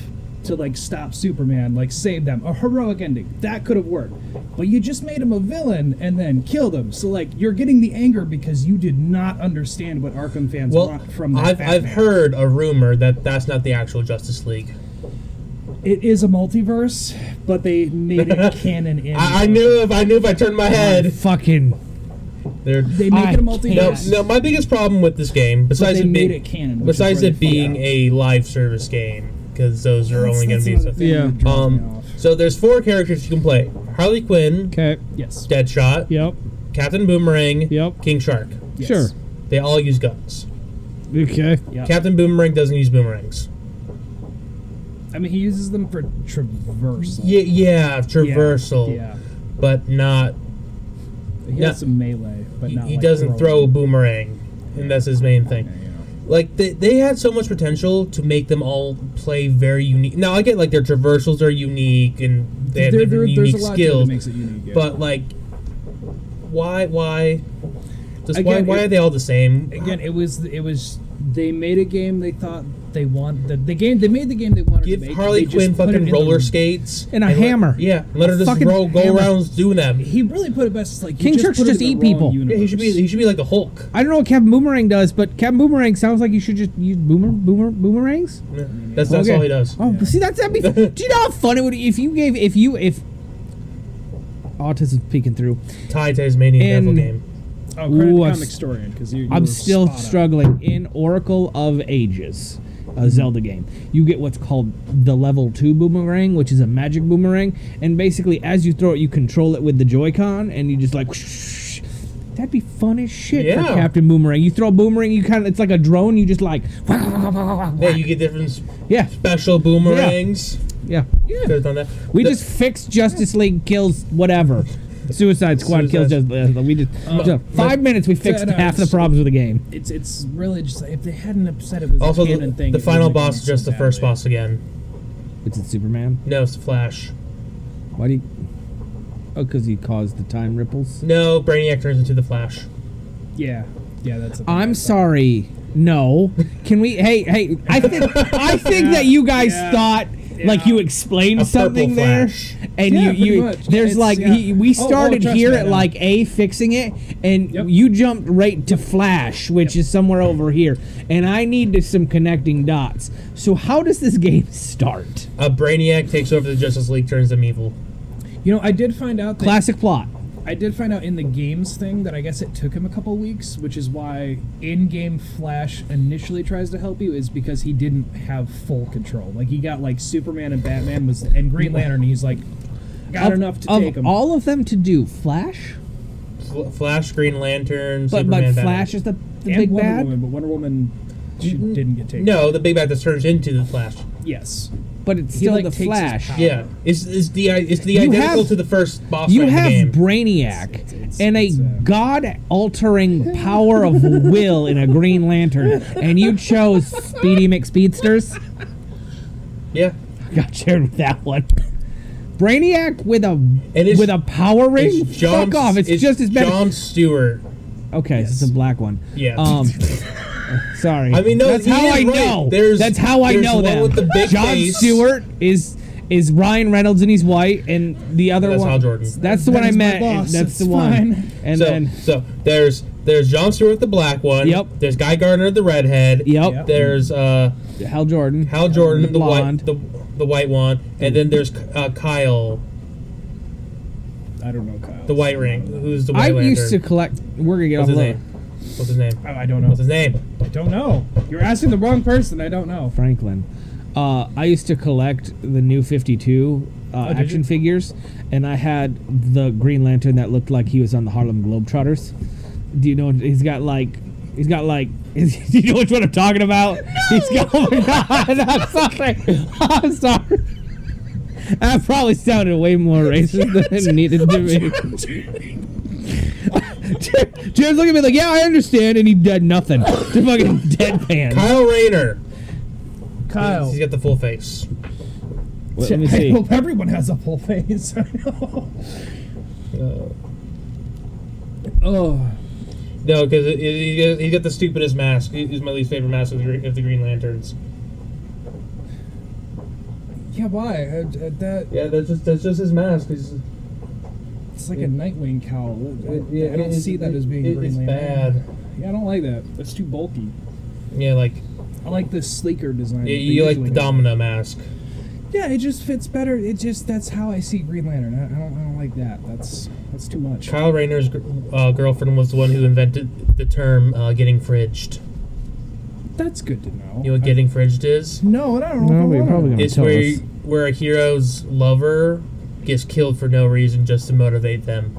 Speaker 4: to like stop Superman, like save them. A heroic ending. That could have worked. But you just made him a villain and then killed him. So like you're getting the anger because you did not understand what Arkham fans
Speaker 3: well,
Speaker 4: want from that
Speaker 3: I've, I've
Speaker 4: Batman.
Speaker 3: heard a rumor that that's not the actual Justice League.
Speaker 4: It is a multiverse, but they made it canon in.
Speaker 3: I, I knew if I knew if I turned my head.
Speaker 2: Fucking.
Speaker 3: They're,
Speaker 4: They make it a
Speaker 2: I
Speaker 3: no,
Speaker 4: multiverse.
Speaker 3: no, my biggest problem with this game, besides
Speaker 4: they
Speaker 3: it
Speaker 4: made
Speaker 3: being
Speaker 4: it canon, which is
Speaker 3: besides
Speaker 4: where
Speaker 3: it
Speaker 4: they fuck
Speaker 3: being
Speaker 4: up.
Speaker 3: a live service game, because those are only going
Speaker 4: That's
Speaker 3: to be
Speaker 4: another
Speaker 3: something.
Speaker 4: thing
Speaker 2: Yeah.
Speaker 4: that drives me
Speaker 3: Um,
Speaker 4: off.
Speaker 3: so there's four characters you can play: Harley Quinn,
Speaker 2: Okay.
Speaker 4: Yes.
Speaker 3: Deadshot,
Speaker 2: Yep.
Speaker 3: Captain Boomerang,
Speaker 2: Yep.
Speaker 3: King Shark.
Speaker 4: Yes.
Speaker 2: Sure.
Speaker 3: They all use guns.
Speaker 2: Okay.
Speaker 4: Yeah.
Speaker 3: Captain Boomerang doesn't use boomerangs.
Speaker 4: I mean, he uses them for traversal.
Speaker 3: Yeah, yeah,
Speaker 4: Yeah.
Speaker 3: traversal,
Speaker 4: Yeah.
Speaker 3: but not.
Speaker 4: He
Speaker 3: Yeah.
Speaker 4: has some melee, but
Speaker 3: He,
Speaker 4: not.
Speaker 3: he
Speaker 4: like
Speaker 3: doesn't throw a
Speaker 4: throwing.
Speaker 3: boomerang, and that's his main thing. Like they, they had so much potential to make them all play very unique. Now I get like their traversals are unique and they have
Speaker 4: There- there-
Speaker 3: different
Speaker 4: there's
Speaker 3: unique
Speaker 4: a lot to it
Speaker 3: skills,
Speaker 4: that makes it unique. yeah.
Speaker 3: but like, why, why, just
Speaker 4: Again,
Speaker 3: why, why
Speaker 4: it-
Speaker 3: are they all the same?
Speaker 4: again, it was it was they made a game they thought they want the, the game they made the game they wanted
Speaker 3: Give
Speaker 4: to make.
Speaker 3: Harley
Speaker 4: they just
Speaker 3: Quinn
Speaker 4: put it in
Speaker 3: fucking
Speaker 4: the-
Speaker 3: roller skates
Speaker 2: And a
Speaker 3: let-
Speaker 2: hammer.
Speaker 3: yeah, let
Speaker 2: A
Speaker 3: her just
Speaker 2: fucking
Speaker 3: roll go
Speaker 2: hammer.
Speaker 3: around doing them.
Speaker 4: He really put it best. It's like you
Speaker 2: King
Speaker 4: just
Speaker 2: Shark
Speaker 4: put it
Speaker 2: just
Speaker 4: in the
Speaker 2: eat
Speaker 4: wrong
Speaker 2: people. Yeah,
Speaker 3: Yeah, he should be
Speaker 4: universe.
Speaker 3: he should be like a Hulk.
Speaker 2: I don't know what Captain Boomerang does, but Captain Boomerang sounds like you should just use boomer boomer boomerangs.
Speaker 3: That's that's
Speaker 2: Okay.
Speaker 3: all he does.
Speaker 2: Oh, see, that's that'd be. do you know how fun it would if you gave if you if autism's peeking through.
Speaker 3: Ty Tasmanian Devil
Speaker 2: And-
Speaker 3: game.
Speaker 4: Oh, credit
Speaker 2: Ooh,
Speaker 4: Ooh,
Speaker 2: I'm
Speaker 4: comic
Speaker 2: s-
Speaker 4: historian, because you. you
Speaker 2: I'm
Speaker 4: were
Speaker 2: still
Speaker 4: spot on.
Speaker 2: struggling in Oracle of Ages, a Zelda game. You get what's called the level two boomerang, which is a magic boomerang, and basically as you throw it, you control it with the Joy-Con, and you just like. That'd be fun as shit for
Speaker 3: Yeah.
Speaker 2: Captain Boomerang. You throw a boomerang, you kind of it's like a drone. You just like
Speaker 3: Yeah, you get different s-
Speaker 2: yeah,
Speaker 3: special boomerangs.
Speaker 2: yeah.
Speaker 3: Could have done that.
Speaker 2: We
Speaker 3: The-
Speaker 2: just fixed Justice League kills whatever. Suicide Squad
Speaker 3: Suicide
Speaker 2: kills Justice League. We just so five minutes. We fixed
Speaker 4: Dead
Speaker 2: half the
Speaker 4: Eyes.
Speaker 2: problems with the game.
Speaker 4: It's it's really just if they hadn't upset it with
Speaker 3: also
Speaker 4: the
Speaker 3: the,
Speaker 4: cannon thing.
Speaker 3: the
Speaker 4: it
Speaker 3: final
Speaker 4: wouldn't have
Speaker 3: boss is
Speaker 4: gone
Speaker 3: just
Speaker 4: so
Speaker 3: the first
Speaker 4: badly.
Speaker 3: boss again.
Speaker 2: It's it Superman.
Speaker 3: No, it's the Flash.
Speaker 2: Why do you? Oh, because he caused the time ripples.
Speaker 3: No, Brainiac turns into the Flash.
Speaker 4: Yeah, yeah, that's. the thing I
Speaker 2: I'm
Speaker 4: thought.
Speaker 2: sorry. No. Can we? Hey, hey. I think I think that you guys
Speaker 4: Yeah.
Speaker 2: thought like
Speaker 4: Yeah.
Speaker 2: you explained
Speaker 3: A
Speaker 2: something
Speaker 3: purple
Speaker 2: there,
Speaker 3: Flash.
Speaker 2: and
Speaker 4: Yeah,
Speaker 2: you you
Speaker 4: pretty much.
Speaker 2: there's
Speaker 4: It's-
Speaker 2: like
Speaker 4: yeah.
Speaker 2: he, we
Speaker 4: Oh, oh,
Speaker 2: started
Speaker 4: trust
Speaker 2: here
Speaker 4: me, I
Speaker 2: at
Speaker 4: know.
Speaker 2: like a fixing it, and
Speaker 4: Yep.
Speaker 2: you jumped right to Flash, which is somewhere over here, and I need to- some connecting dots. So how does this game start?
Speaker 3: A Brainiac takes over the Justice League, turns them evil.
Speaker 4: You know, I did find out. That
Speaker 2: Classic plot.
Speaker 4: I did find out in the games thing that I guess it took him a couple weeks, which is why in-game Flash initially tries to help you is because he didn't have full control. Like he got like Superman and Batman was and Green Lantern. and He's like got
Speaker 2: Of-
Speaker 4: enough to
Speaker 2: of
Speaker 4: take him.
Speaker 2: all of them to do Flash,
Speaker 3: Fl- Flash, Green Lantern,
Speaker 2: but
Speaker 3: Superman,
Speaker 2: but
Speaker 3: Batman.
Speaker 2: Flash is the, the
Speaker 4: and
Speaker 2: big
Speaker 4: Wonder
Speaker 2: bad.
Speaker 4: Woman, but Wonder Woman she didn't get taken.
Speaker 3: No, the Big Bad that turns into the Flash.
Speaker 4: Yes.
Speaker 2: But it's
Speaker 4: He,
Speaker 2: still
Speaker 4: like,
Speaker 2: the
Speaker 4: takes his
Speaker 2: Flash.
Speaker 4: power.
Speaker 3: Yeah, it's, it's the it's the
Speaker 2: You
Speaker 3: identical
Speaker 2: have-
Speaker 3: to the first boss
Speaker 2: You
Speaker 3: fight
Speaker 2: have
Speaker 3: in the game.
Speaker 2: Brainiac
Speaker 4: It's- it's-
Speaker 2: and a
Speaker 4: it's, uh,
Speaker 2: god-altering power of will in a Green Lantern, and you chose Speedy McSpeedsters.
Speaker 3: yeah,
Speaker 2: Got shared with that one. Brainiac with a
Speaker 3: it's-
Speaker 2: with a power ring.
Speaker 3: it's John,
Speaker 2: Fuck off! It's, just as bad.
Speaker 3: John Stewart.
Speaker 2: okay, so it's a black one.
Speaker 3: Yeah.
Speaker 2: Um. sorry.
Speaker 3: I mean, no,
Speaker 2: that's
Speaker 3: he
Speaker 2: how
Speaker 3: is
Speaker 2: I
Speaker 3: right.
Speaker 2: know.
Speaker 3: There's-
Speaker 2: that's how I
Speaker 3: there's
Speaker 2: know
Speaker 3: one
Speaker 2: them.
Speaker 3: with the big
Speaker 2: John
Speaker 3: face.
Speaker 2: Stewart is is Ryan Reynolds and he's white, and the other
Speaker 3: That's
Speaker 2: one.
Speaker 3: Hal Jordan.
Speaker 2: That's the
Speaker 4: That
Speaker 2: one I
Speaker 4: is my
Speaker 2: met. and
Speaker 4: boss.
Speaker 2: that's the
Speaker 4: It's
Speaker 2: one.
Speaker 4: fine.
Speaker 2: And
Speaker 3: so
Speaker 2: then
Speaker 3: so there's there's John Stewart the black one.
Speaker 2: Yep.
Speaker 3: There's Guy Gardner the redhead.
Speaker 2: Yep.
Speaker 4: Yep.
Speaker 3: There's uh
Speaker 2: Hal Jordan.
Speaker 3: Hal Jordan the,
Speaker 2: blonde.
Speaker 3: white the, the white one, and then there's uh, Kyle
Speaker 4: I don't know Kyle.
Speaker 3: the white ring, who's the
Speaker 2: I
Speaker 3: white lantern.
Speaker 2: used to collect. We're gonna get
Speaker 3: What's
Speaker 2: off
Speaker 3: his
Speaker 2: the
Speaker 3: name? What's his name?
Speaker 4: I, I don't know.
Speaker 3: What's his name?
Speaker 4: I don't know. You're asking the wrong person. I don't know.
Speaker 2: Franklin. Uh, I used to collect the new 52 uh,
Speaker 4: Oh, did
Speaker 2: action
Speaker 4: you?
Speaker 2: figures, and I had the Green Lantern that looked like he was on the Harlem Globetrotters. Do you know? He's got like. He's got like. do you know which one I'm talking about? He's got. Oh my god! I'm sorry. I'm sorry. That probably sounded way more racist than it needed to be. Jim- Jim's looking at me like, yeah, I understand, and he did nothing. Just fucking deadpan.
Speaker 3: Kyle Rayner.
Speaker 4: Kyle.
Speaker 3: He's got the full face.
Speaker 2: Wait, let me
Speaker 4: I
Speaker 2: see.
Speaker 4: hope everyone has a full face. I know.
Speaker 3: Uh,
Speaker 4: Oh.
Speaker 3: No, because he got the stupidest mask. He- He's my least favorite mask of the, Gre- of the Green Lanterns.
Speaker 4: Yeah, why? Uh, uh, that
Speaker 3: Yeah, that's just that's just his mask.
Speaker 4: it's like a Nightwing cowl. I- I,
Speaker 3: Mm-hmm. yeah,
Speaker 4: I don't
Speaker 3: it's-
Speaker 4: see that as being
Speaker 3: it-
Speaker 4: Green
Speaker 3: it's
Speaker 4: Lantern.
Speaker 3: bad.
Speaker 4: Yeah, I don't like that. That's too bulky.
Speaker 3: yeah, like
Speaker 4: I like the sleeker design. that
Speaker 3: you,
Speaker 4: they
Speaker 3: you like the
Speaker 4: usually
Speaker 3: Domino mask.
Speaker 4: have. Yeah, it just fits better. It just that's how I see Green Lantern. I, I don't I don't like that. That's that's too much.
Speaker 3: Kyle Rayner's gr- uh, girlfriend was the one who invented the term uh, "getting fridged."
Speaker 4: That's good to know.
Speaker 3: You know what
Speaker 4: I-
Speaker 3: getting fridged is?
Speaker 4: no, and I don't
Speaker 2: No,
Speaker 4: know.
Speaker 2: we
Speaker 4: if I
Speaker 2: probably
Speaker 4: want
Speaker 2: gonna
Speaker 4: it.
Speaker 3: It's
Speaker 2: tell
Speaker 3: where
Speaker 2: us.
Speaker 3: where a hero's lover gets killed for no reason just to motivate them.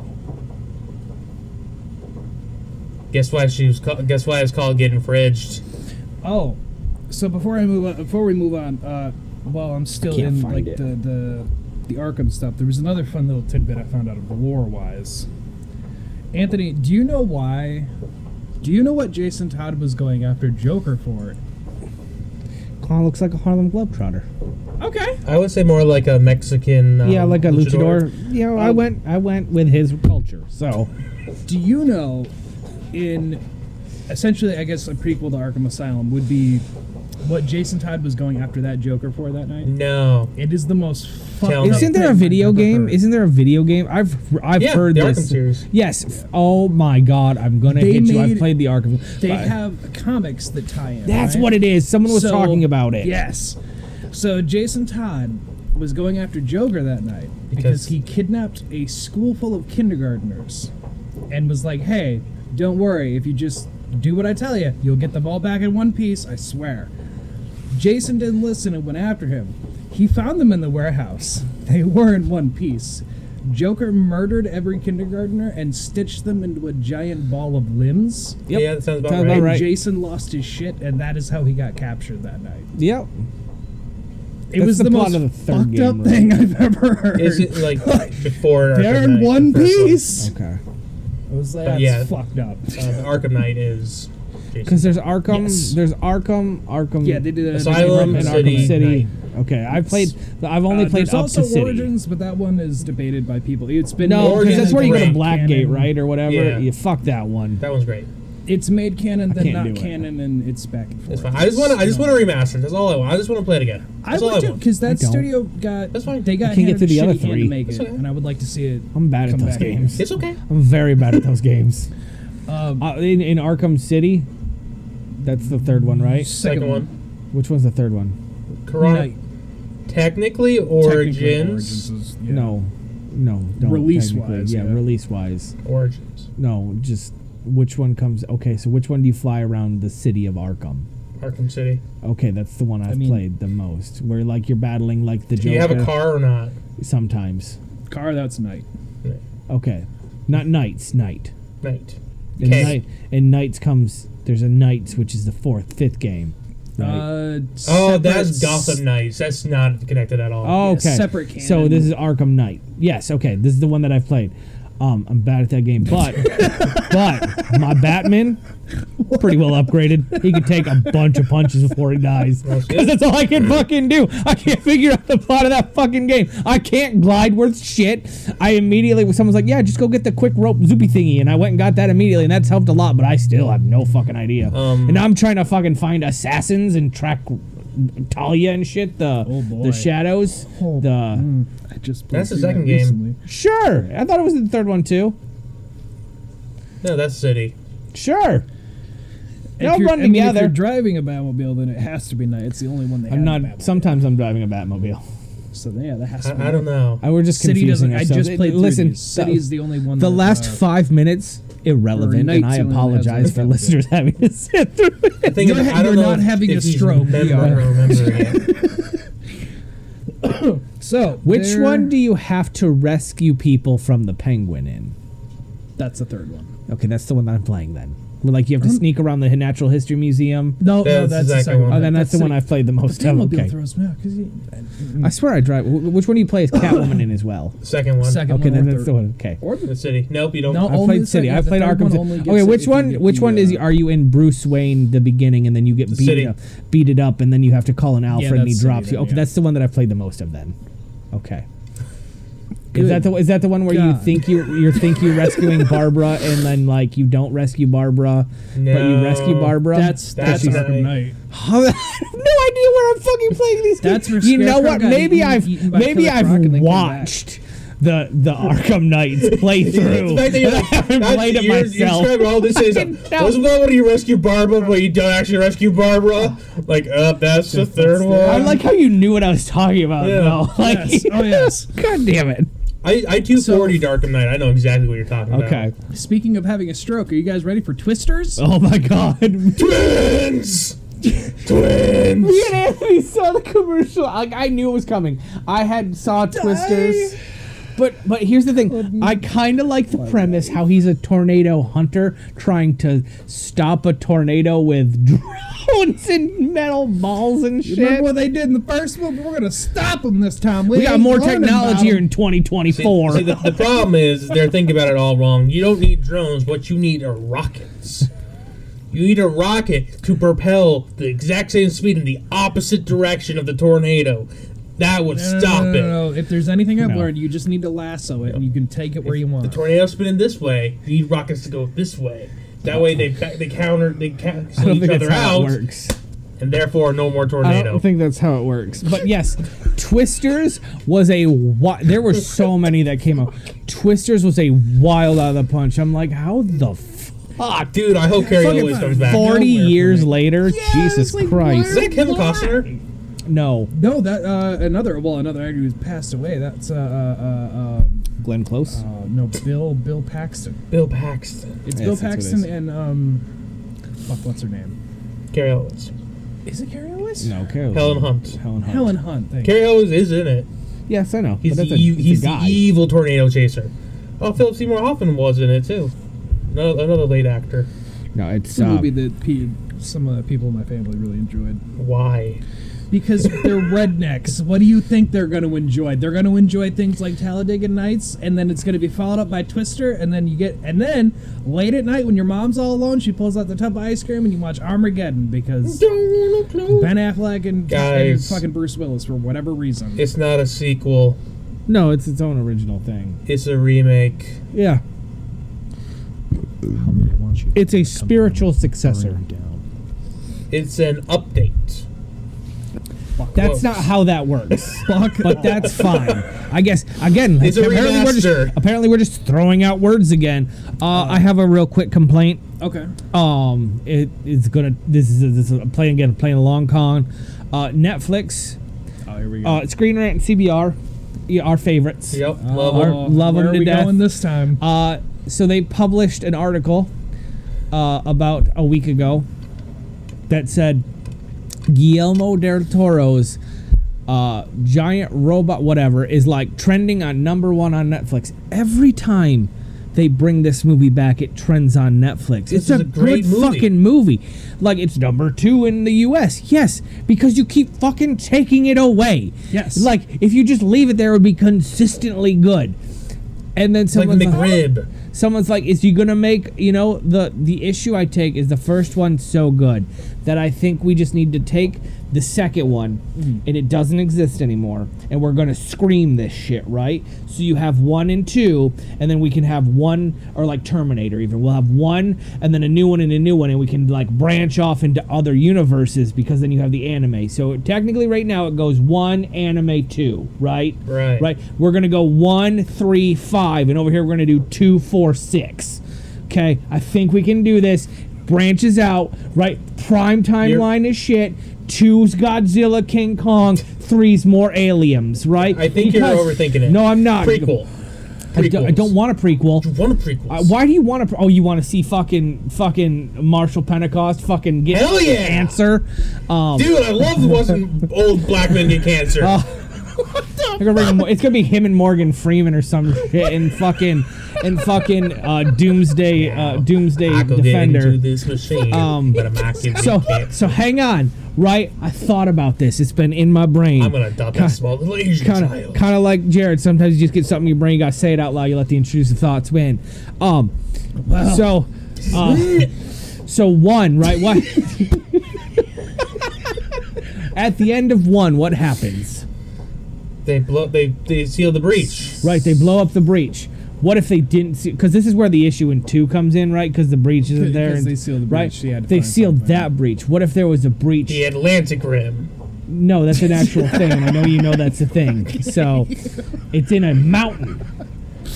Speaker 3: Guess why she was? Call- guess why it's called getting fridged?
Speaker 4: Oh, so before I move on, before we move on, uh, while I'm still
Speaker 2: Can't
Speaker 4: in
Speaker 2: find
Speaker 4: like
Speaker 2: it.
Speaker 4: the, the the Arkham stuff, there was another fun little tidbit I found out of lore wise. Anthony, do you know why? Do you know what Jason Todd was going after Joker for?
Speaker 2: Clown looks like a Harlem Globetrotter.
Speaker 4: Okay.
Speaker 3: I would say more like a Mexican. Um,
Speaker 2: yeah, like a luchador. You know, I
Speaker 3: Oh.
Speaker 4: Um,
Speaker 2: went, I went with his culture. So
Speaker 4: Do you know in essentially I guess a prequel to Arkham Asylum would be what Jason Todd was going after that Joker for that night?
Speaker 3: No.
Speaker 4: It is the most
Speaker 3: Tell
Speaker 4: fucked
Speaker 3: me.
Speaker 4: up
Speaker 2: isn't there a
Speaker 4: thing I've
Speaker 2: video
Speaker 4: ever
Speaker 2: game?
Speaker 4: heard.
Speaker 2: Isn't there a video game? I've, I've
Speaker 3: Yeah,
Speaker 2: heard
Speaker 3: the
Speaker 2: this.
Speaker 3: Arkham series.
Speaker 2: Yes. F- Oh my God, I'm gonna
Speaker 4: They
Speaker 2: hit you. I've
Speaker 4: made-
Speaker 2: played the Arkham.
Speaker 4: They
Speaker 2: But-
Speaker 4: have comics that tie in.
Speaker 2: that's
Speaker 4: right?
Speaker 2: what it is. Someone was
Speaker 4: So-
Speaker 2: talking about it.
Speaker 4: Yes. So Jason Todd was going after Joker that night because
Speaker 3: Because-
Speaker 4: he kidnapped a school full of kindergartners and was like, "Hey, don't worry. If you just do what I tell you, you'll get them all back in one piece. I swear." Jason didn't listen and went after him. He found them in the warehouse. They were in one piece. Joker murdered every kindergartner and stitched them into a giant ball of limbs.
Speaker 2: Yep.
Speaker 3: Yeah, that sounds about
Speaker 2: Sounds
Speaker 3: right.
Speaker 2: about
Speaker 4: And
Speaker 2: right.
Speaker 4: Jason lost his shit, and that is how he got captured that night.
Speaker 2: Yep.
Speaker 4: It
Speaker 2: That's
Speaker 4: was
Speaker 2: the
Speaker 4: the,
Speaker 2: plot
Speaker 4: most
Speaker 2: of the third
Speaker 4: fucked
Speaker 2: game,
Speaker 4: up
Speaker 2: right?
Speaker 4: thing I've ever heard.
Speaker 3: Is it like before Arkham
Speaker 4: They're in
Speaker 3: Knight,
Speaker 4: one
Speaker 3: the first
Speaker 4: piece.
Speaker 2: Okay.
Speaker 4: I was like, that's
Speaker 3: yeah.
Speaker 4: fucked
Speaker 3: Uh,
Speaker 4: up.
Speaker 3: the Arkham Knight is
Speaker 2: Because
Speaker 3: Jason.
Speaker 2: there's Arkham.
Speaker 4: Yes.
Speaker 2: There's Arkham. Arkham.
Speaker 4: Yeah, they did a
Speaker 3: Asylum
Speaker 2: and
Speaker 4: and
Speaker 2: Arkham
Speaker 3: City
Speaker 2: City.
Speaker 3: Knight.
Speaker 2: Okay, I've played. I've only
Speaker 4: Uh,
Speaker 2: played
Speaker 4: there's
Speaker 2: up
Speaker 4: also
Speaker 2: to City.
Speaker 4: Origins, but that one is debated by people. It's been
Speaker 2: No, because
Speaker 3: Origins
Speaker 2: that's
Speaker 3: is
Speaker 2: where you go to
Speaker 3: great.
Speaker 2: Blackgate,
Speaker 4: canon.
Speaker 2: right, or whatever.
Speaker 3: Yeah.
Speaker 2: You fuck that one.
Speaker 3: That one's great.
Speaker 4: It's made canon, then
Speaker 2: can't do
Speaker 4: not
Speaker 2: it.
Speaker 4: canon, and it's back and
Speaker 3: That's
Speaker 4: forth.
Speaker 3: fine. I just want to. I just want to remaster. That's all I want. I just want to play it again.
Speaker 4: I
Speaker 3: That's all
Speaker 4: would
Speaker 3: I
Speaker 4: too,
Speaker 3: want.
Speaker 4: because that
Speaker 2: I don't.
Speaker 4: studio got
Speaker 3: That's fine.
Speaker 4: they got
Speaker 2: I can't get
Speaker 4: handed
Speaker 2: through the
Speaker 4: a
Speaker 2: other
Speaker 4: shitty hand
Speaker 2: three.
Speaker 4: to make
Speaker 3: That's
Speaker 4: it,
Speaker 3: okay.
Speaker 4: and I would like to see it.
Speaker 2: I'm bad at
Speaker 4: Come
Speaker 2: those
Speaker 4: back.
Speaker 2: games.
Speaker 3: It's okay.
Speaker 2: I'm very bad at those games.
Speaker 4: Um,
Speaker 2: Uh, in, in Arkham City, that's the third one, right?
Speaker 3: Second one.
Speaker 2: Which one's the third one?
Speaker 3: Corona.
Speaker 4: Night.
Speaker 3: Technically,
Speaker 4: Technically,
Speaker 3: Origins.
Speaker 4: is- yeah.
Speaker 2: No, no, don't.
Speaker 4: Release-wise,
Speaker 2: technically. yeah,
Speaker 4: yeah.
Speaker 2: release wise.
Speaker 3: Origins.
Speaker 2: No, just which one comes? Okay, so which one do you fly around the city of Arkham?
Speaker 3: Arkham City.
Speaker 2: Okay, that's the one I've
Speaker 4: mean-
Speaker 2: played the most. Where like you're battling like the
Speaker 3: Do
Speaker 2: Joker.
Speaker 3: you have a car or not?
Speaker 2: Sometimes.
Speaker 4: car. That's night.
Speaker 2: Okay, not nights. Night.
Speaker 3: Night.
Speaker 2: And
Speaker 3: Okay.
Speaker 2: night and nights comes. There's a nights which is the fourth, fifth game. Right.
Speaker 4: Uh,
Speaker 3: Oh,
Speaker 4: separate
Speaker 3: that's
Speaker 4: s-
Speaker 3: Gotham Knights. That's not connected at all.
Speaker 2: oh, okay.
Speaker 4: separate canon.
Speaker 2: So this is Arkham Knight. Yes. Okay. This is the one that I've played. Um, I'm bad at that game, but but my Batman pretty well upgraded. He could take a bunch of punches before he dies. Because that's all I can fucking do. I can't figure out the plot of that fucking game. I can't glide worth shit. I immediately when someone's like, yeah, just go get the quick rope zoopy thingy, and I went and got that immediately, and that's helped a lot. But I still have no fucking idea.
Speaker 3: Um,
Speaker 2: and now I'm trying to fucking find assassins and track. Talia and shit, the
Speaker 4: Oh, boy.
Speaker 2: the shadows,
Speaker 4: Oh,
Speaker 2: the
Speaker 4: mm, I just played
Speaker 3: That's the
Speaker 4: through that
Speaker 3: second game.
Speaker 4: recently.
Speaker 2: Sure. I thought it was the third one too.
Speaker 3: No, that's City.
Speaker 2: Sure.
Speaker 4: If
Speaker 2: They'll
Speaker 4: you're-
Speaker 2: run
Speaker 4: I mean, If
Speaker 2: together.
Speaker 4: you're driving a Batmobile, then it has to be night. It's the only one they
Speaker 2: I'm
Speaker 4: have. a
Speaker 2: not.
Speaker 4: Batmobile.
Speaker 2: Sometimes I'm driving a Batmobile.
Speaker 4: So yeah, that has to be.
Speaker 3: I, I don't know.
Speaker 2: I, we're just
Speaker 4: City
Speaker 2: confusing
Speaker 4: doesn't. I
Speaker 2: ourselves.
Speaker 4: just played. through
Speaker 2: Listen,
Speaker 4: these. City is the only one.
Speaker 2: the
Speaker 4: that,
Speaker 2: last
Speaker 4: uh,
Speaker 2: five minutes irrelevant, and
Speaker 4: nights
Speaker 2: I
Speaker 4: only has
Speaker 2: apologize
Speaker 4: one
Speaker 2: for
Speaker 4: Batmobile.
Speaker 2: listeners having to sit through
Speaker 3: The
Speaker 2: it.
Speaker 3: thing
Speaker 4: You're
Speaker 3: is,
Speaker 4: ha-
Speaker 3: I don't
Speaker 4: you're
Speaker 3: know
Speaker 4: not
Speaker 3: if-
Speaker 4: having
Speaker 3: if
Speaker 4: a
Speaker 3: he's
Speaker 4: stroke,
Speaker 3: remember-
Speaker 4: we are.
Speaker 3: remembering it.
Speaker 4: So
Speaker 2: Which
Speaker 4: there-
Speaker 2: one do you have to rescue people from the penguin in?
Speaker 4: That's the third one.
Speaker 2: Okay, that's the one that I'm playing then. Where like you have to sneak around the Natural History Museum.
Speaker 4: No,
Speaker 3: That's
Speaker 4: no,
Speaker 3: the
Speaker 4: that's the
Speaker 3: second
Speaker 4: second
Speaker 3: one.
Speaker 4: one.
Speaker 2: Oh, then that's, the one
Speaker 4: City.
Speaker 2: I've played the most of.
Speaker 4: Batmobile
Speaker 2: Okay,
Speaker 4: throws me out 'cause he-
Speaker 2: I swear I drive. wh- Which one do you play as Catwoman in as well? Oh,
Speaker 3: Second one.
Speaker 4: Second
Speaker 2: Okay,
Speaker 4: one or
Speaker 2: then that's
Speaker 4: third.
Speaker 2: the one. Okay.
Speaker 4: Or
Speaker 3: The
Speaker 4: the
Speaker 3: City. Nope, you don't.
Speaker 4: No,
Speaker 2: I
Speaker 4: Only the
Speaker 2: played City.
Speaker 4: second-
Speaker 2: I
Speaker 4: the
Speaker 2: played
Speaker 4: third
Speaker 2: Arkham
Speaker 4: one
Speaker 2: City.
Speaker 4: only gets
Speaker 2: Okay,
Speaker 4: it
Speaker 2: which
Speaker 4: if you
Speaker 2: one?
Speaker 4: get
Speaker 2: Which
Speaker 4: the,
Speaker 2: one is?
Speaker 4: uh,
Speaker 2: Are you in Bruce Wayne the beginning, and then you get beat
Speaker 3: City.
Speaker 2: up, beat it up, and then you have to call an Alfred, and he
Speaker 4: that's City
Speaker 2: drops you.
Speaker 4: then,
Speaker 2: Okay,
Speaker 4: yeah.
Speaker 2: that's the one that I've played the most of. Then, okay. Is
Speaker 4: Good
Speaker 2: that the is that the one where you
Speaker 4: God.
Speaker 2: think you you think you rescuing Barbara and then like you don't rescue Barbara but you rescue
Speaker 3: No.
Speaker 2: Barbara?
Speaker 4: that's
Speaker 3: That's
Speaker 4: that's
Speaker 3: Arkham
Speaker 4: Arkham Knight.
Speaker 2: I have no idea where I'm fucking playing these
Speaker 4: That's
Speaker 2: games.
Speaker 4: where
Speaker 2: You know
Speaker 4: Scarecrow
Speaker 2: what?
Speaker 4: got
Speaker 2: Maybe
Speaker 4: eaten-
Speaker 2: I've
Speaker 4: eaten by
Speaker 2: maybe
Speaker 4: Killer
Speaker 2: I've
Speaker 4: Croc and then came back.
Speaker 2: watched the the Arkham Knights playthrough.
Speaker 3: The fact that you're like,
Speaker 2: I haven't
Speaker 3: that's-
Speaker 2: played it
Speaker 3: you're-
Speaker 2: myself.
Speaker 3: You describe all this is, what's
Speaker 2: know.
Speaker 3: going on when you rescue Barbara, but you don't actually rescue Barbara? Like, uh, that's the third one.
Speaker 2: I like how you knew what I was talking about.
Speaker 3: Yeah.
Speaker 2: though. Like,
Speaker 4: Yes. Oh, yes.
Speaker 2: God damn it.
Speaker 3: I, I 240 Darkham Knight. I know exactly what you're talking about.
Speaker 2: Okay.
Speaker 4: Speaking of having a stroke, are you guys ready for Twisters?
Speaker 2: Oh my God. Me
Speaker 3: Twins! Twins!
Speaker 2: and Anthony saw the commercial. Like I knew it was coming. I had saw Twisters. But but here's the thing. I kind of like the premise how he's a tornado hunter trying to stop a tornado with drones and metal balls and shit.
Speaker 4: Remember what they did in the first one? We're gonna stop them this time.
Speaker 2: we got
Speaker 4: ain't
Speaker 2: more
Speaker 4: learning about
Speaker 2: technology
Speaker 4: 'em.
Speaker 2: here in 2024.
Speaker 3: See, the, the problem is they're thinking about it all wrong. You don't need drones. What you need are rockets. You need a rocket to propel the exact same speed in the opposite direction of the tornado. That would
Speaker 4: No, no,
Speaker 3: stop
Speaker 4: no,
Speaker 3: it.
Speaker 4: no, no. If there's anything I've
Speaker 2: No.
Speaker 4: learned, you just need to lasso it and you can take it where you want.
Speaker 3: The tornado's spinning this way. You need rockets to go this way. That way they back, they counter they
Speaker 2: I
Speaker 3: cancel
Speaker 2: don't
Speaker 3: each
Speaker 2: think
Speaker 3: other
Speaker 2: that's how it
Speaker 3: out,
Speaker 2: works.
Speaker 3: and therefore no more
Speaker 2: I
Speaker 3: tornado.
Speaker 2: don't think that's how it works. But yes, Twisters was a wi- there were so many that came up. Twisters was a wild out of the punch. I'm like, how the fuck?
Speaker 3: Ah, Dude, I hope Carrie
Speaker 2: Fucking
Speaker 3: Lewis comes back.
Speaker 2: Forty
Speaker 4: Nowhere for
Speaker 2: years
Speaker 4: me.
Speaker 2: later, Jesus
Speaker 4: it's like,
Speaker 2: Christ!
Speaker 3: Is that Kevin Costner?
Speaker 2: No,
Speaker 4: no, that uh, another well, another actor who's passed away. That's uh, uh,
Speaker 2: Glenn Close.
Speaker 4: uh, um, uh, no Bill Bill Paxton.
Speaker 3: Bill Paxton.
Speaker 4: It's
Speaker 2: Yes,
Speaker 4: Bill
Speaker 2: that's what it
Speaker 4: Paxton
Speaker 2: is.
Speaker 4: and um, fuck, what's her name?
Speaker 3: Carrie Lewis.
Speaker 4: Is it Carrie Lewis?
Speaker 2: no, Carol.
Speaker 3: Helen Hunt.
Speaker 2: Helen Hunt.
Speaker 4: Helen Hunt. Thank you.
Speaker 3: Carrie Lewis is in it.
Speaker 2: Yes, I know.
Speaker 3: He's,
Speaker 2: but
Speaker 3: the,
Speaker 2: that's a,
Speaker 3: e-
Speaker 2: that's a
Speaker 3: he's the
Speaker 2: guy.
Speaker 3: evil tornado chaser. Oh, Philip Seymour Hoffman was in it too. Another, another late actor.
Speaker 2: no, it's
Speaker 4: It's a
Speaker 2: uh,
Speaker 4: movie that pe- some of the people in my family really enjoyed
Speaker 3: Why?
Speaker 4: because they're rednecks. What do you think they're going to enjoy? They're going to enjoy things like Talladega Nights, and then it's going to be followed up by Twister, and then you get and then late at night when your mom's all alone, she pulls out the tub of ice cream and you watch Armageddon because Ben Affleck and, and
Speaker 3: Guys.
Speaker 4: fucking Bruce Willis for whatever reason.
Speaker 3: It's not a sequel.
Speaker 2: no, it's its own original thing.
Speaker 3: It's a remake.
Speaker 2: Yeah, it's a spiritual successor.
Speaker 3: It's an update.
Speaker 2: That's
Speaker 3: Close.
Speaker 2: not how that works.
Speaker 4: Fuck
Speaker 2: but that's fine. I guess again.
Speaker 3: It's a
Speaker 2: apparently we're,
Speaker 3: remaster.
Speaker 2: just, apparently we're just throwing out words again. Uh, I have a real quick complaint.
Speaker 4: okay.
Speaker 2: Um, it, it's gonna. This is a, this is a playing again playing a long con. Uh, Netflix,
Speaker 4: Oh, here we go.
Speaker 2: uh, Screen Rant, and CBR, yeah, our favorites.
Speaker 3: Yep,
Speaker 4: Oh,
Speaker 3: love 'em.
Speaker 2: love 'em
Speaker 4: where
Speaker 2: to
Speaker 4: are we
Speaker 2: death.
Speaker 4: going this time?
Speaker 2: Uh, so they published an article uh, about a week ago that said Guillermo del Toro's uh, giant robot whatever is like trending on number one on Netflix. Every time they bring this movie back, it trends on Netflix. it's
Speaker 3: is
Speaker 2: a,
Speaker 3: a great
Speaker 2: good
Speaker 3: movie.
Speaker 2: fucking movie. Like it's number two in the U.S. Yes, because you keep fucking taking it away.
Speaker 4: Yes.
Speaker 2: like if you just leave it there, it would be consistently good. And then
Speaker 3: Like
Speaker 2: someone's
Speaker 3: McRib.
Speaker 2: someone's like is you gonna make you know the the issue i take is the first one so good that i think we just need to take the second one and it doesn't exist anymore and we're gonna scream this shit right so you have one and two and then we can have one or like terminator even we'll have one and then a new one and a new one and we can like branch off into other universes because then you have the anime so technically right now it goes one anime two right
Speaker 3: Right.
Speaker 2: right we're gonna go one, three, five, and over here we're gonna do two, four, six. Okay, I think we can do this. Branches out, right? Prime timeline is shit. Two's Godzilla, King Kong. Three's more aliens, right?
Speaker 3: I think you're overthinking it.
Speaker 2: No, I'm not.
Speaker 3: Prequel.
Speaker 2: I don't, I don't want a prequel.
Speaker 3: One prequel.
Speaker 2: Uh, Why do you want to? Oh, you want to see fucking fucking Marshall Pentecost fucking get
Speaker 3: Hell yeah!
Speaker 2: cancer? Um,
Speaker 3: Dude, I love watching old black men get cancer.
Speaker 2: Ah, They're gonna bring Mo- it's gonna be him and Morgan Freeman or some shit and fucking and fucking uh, Doomsday uh, Doomsday
Speaker 3: I go get
Speaker 2: Defender.
Speaker 3: into this machine,
Speaker 2: Um,
Speaker 3: but I'm not getting
Speaker 2: So
Speaker 3: cancer.
Speaker 2: so hang on, right? I thought about this. It's been in my brain.
Speaker 3: I'm gonna adopt that small little Asian
Speaker 2: Kind of,
Speaker 3: child.
Speaker 2: kind of like Jared. Sometimes you just get something in your brain. You gotta say it out loud. You let the intrusive thoughts win. Um, so, uh, so one, right? What? At the end of one, what happens?
Speaker 3: they blow. They they seal the breach.
Speaker 2: Right, they blow up the breach. What if they didn't see? Because this is where the issue in two comes in, right? Because the breach isn't there.
Speaker 4: Because
Speaker 2: and-
Speaker 4: they sealed the
Speaker 2: right?
Speaker 4: breach, you had to
Speaker 2: They
Speaker 4: find
Speaker 2: sealed
Speaker 4: something.
Speaker 2: that breach. What if there was a breach?
Speaker 3: The Atlantic Rim.
Speaker 2: No, that's an actual thing. and I know you know that's a thing. So it's in a mountain,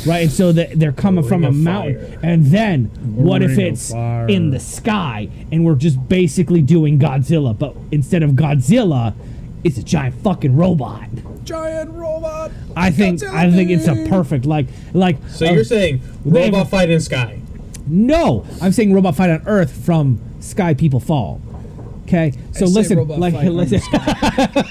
Speaker 2: right? And so that they're coming
Speaker 3: Ring
Speaker 2: from a
Speaker 3: of
Speaker 2: mountain.
Speaker 3: fire.
Speaker 2: And then what if
Speaker 4: Ring of
Speaker 2: it's
Speaker 4: fire.
Speaker 2: in the sky and we're just basically doing Godzilla, but instead of Godzilla, it's a giant fucking robot.
Speaker 4: Giant robot.
Speaker 2: I think I think it's a
Speaker 4: Godzilla.
Speaker 2: perfect like like
Speaker 3: So
Speaker 2: um,
Speaker 3: you're saying
Speaker 2: they have-
Speaker 3: robot fight in sky?
Speaker 2: No, I'm saying robot fight on Earth from Sky People Fall. Okay, so
Speaker 4: I say
Speaker 2: listen,
Speaker 4: robot
Speaker 2: like
Speaker 4: fight on
Speaker 2: listen.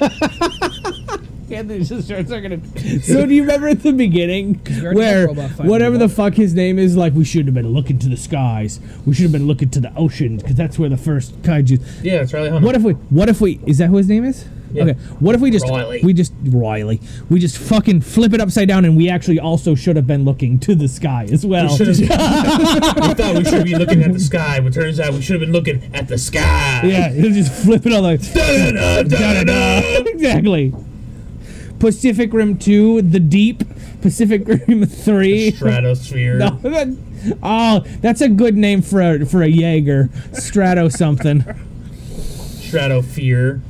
Speaker 2: Yeah, they just start circling it. so do you remember at the beginning
Speaker 4: already
Speaker 2: where
Speaker 4: have robot fight on
Speaker 2: whatever the
Speaker 4: the
Speaker 2: fuck his name is like we should have been looking to the skies we should have been looking to the oceans because that's where the first kaiju
Speaker 3: Yeah, Charlie Hunnam.
Speaker 2: what if we? What if we? Is that who his name is?
Speaker 3: Yeah.
Speaker 2: Okay. What if we just
Speaker 3: Riley.
Speaker 2: we just Riley we just fucking flip it upside down and we actually also should have been looking to the sky as well.
Speaker 3: Should've- we thought we should be looking at the sky, but turns out we should have been looking at the sky.
Speaker 2: Yeah, you just flip it all like
Speaker 3: Da-da-da, da-da-da.
Speaker 2: exactly. Pacific Rim Two, The Deep, Pacific Rim Three.
Speaker 3: Stratosphere.
Speaker 2: No, that- oh, that's a good name for a for a Jaeger Strato something.
Speaker 3: Strato fear.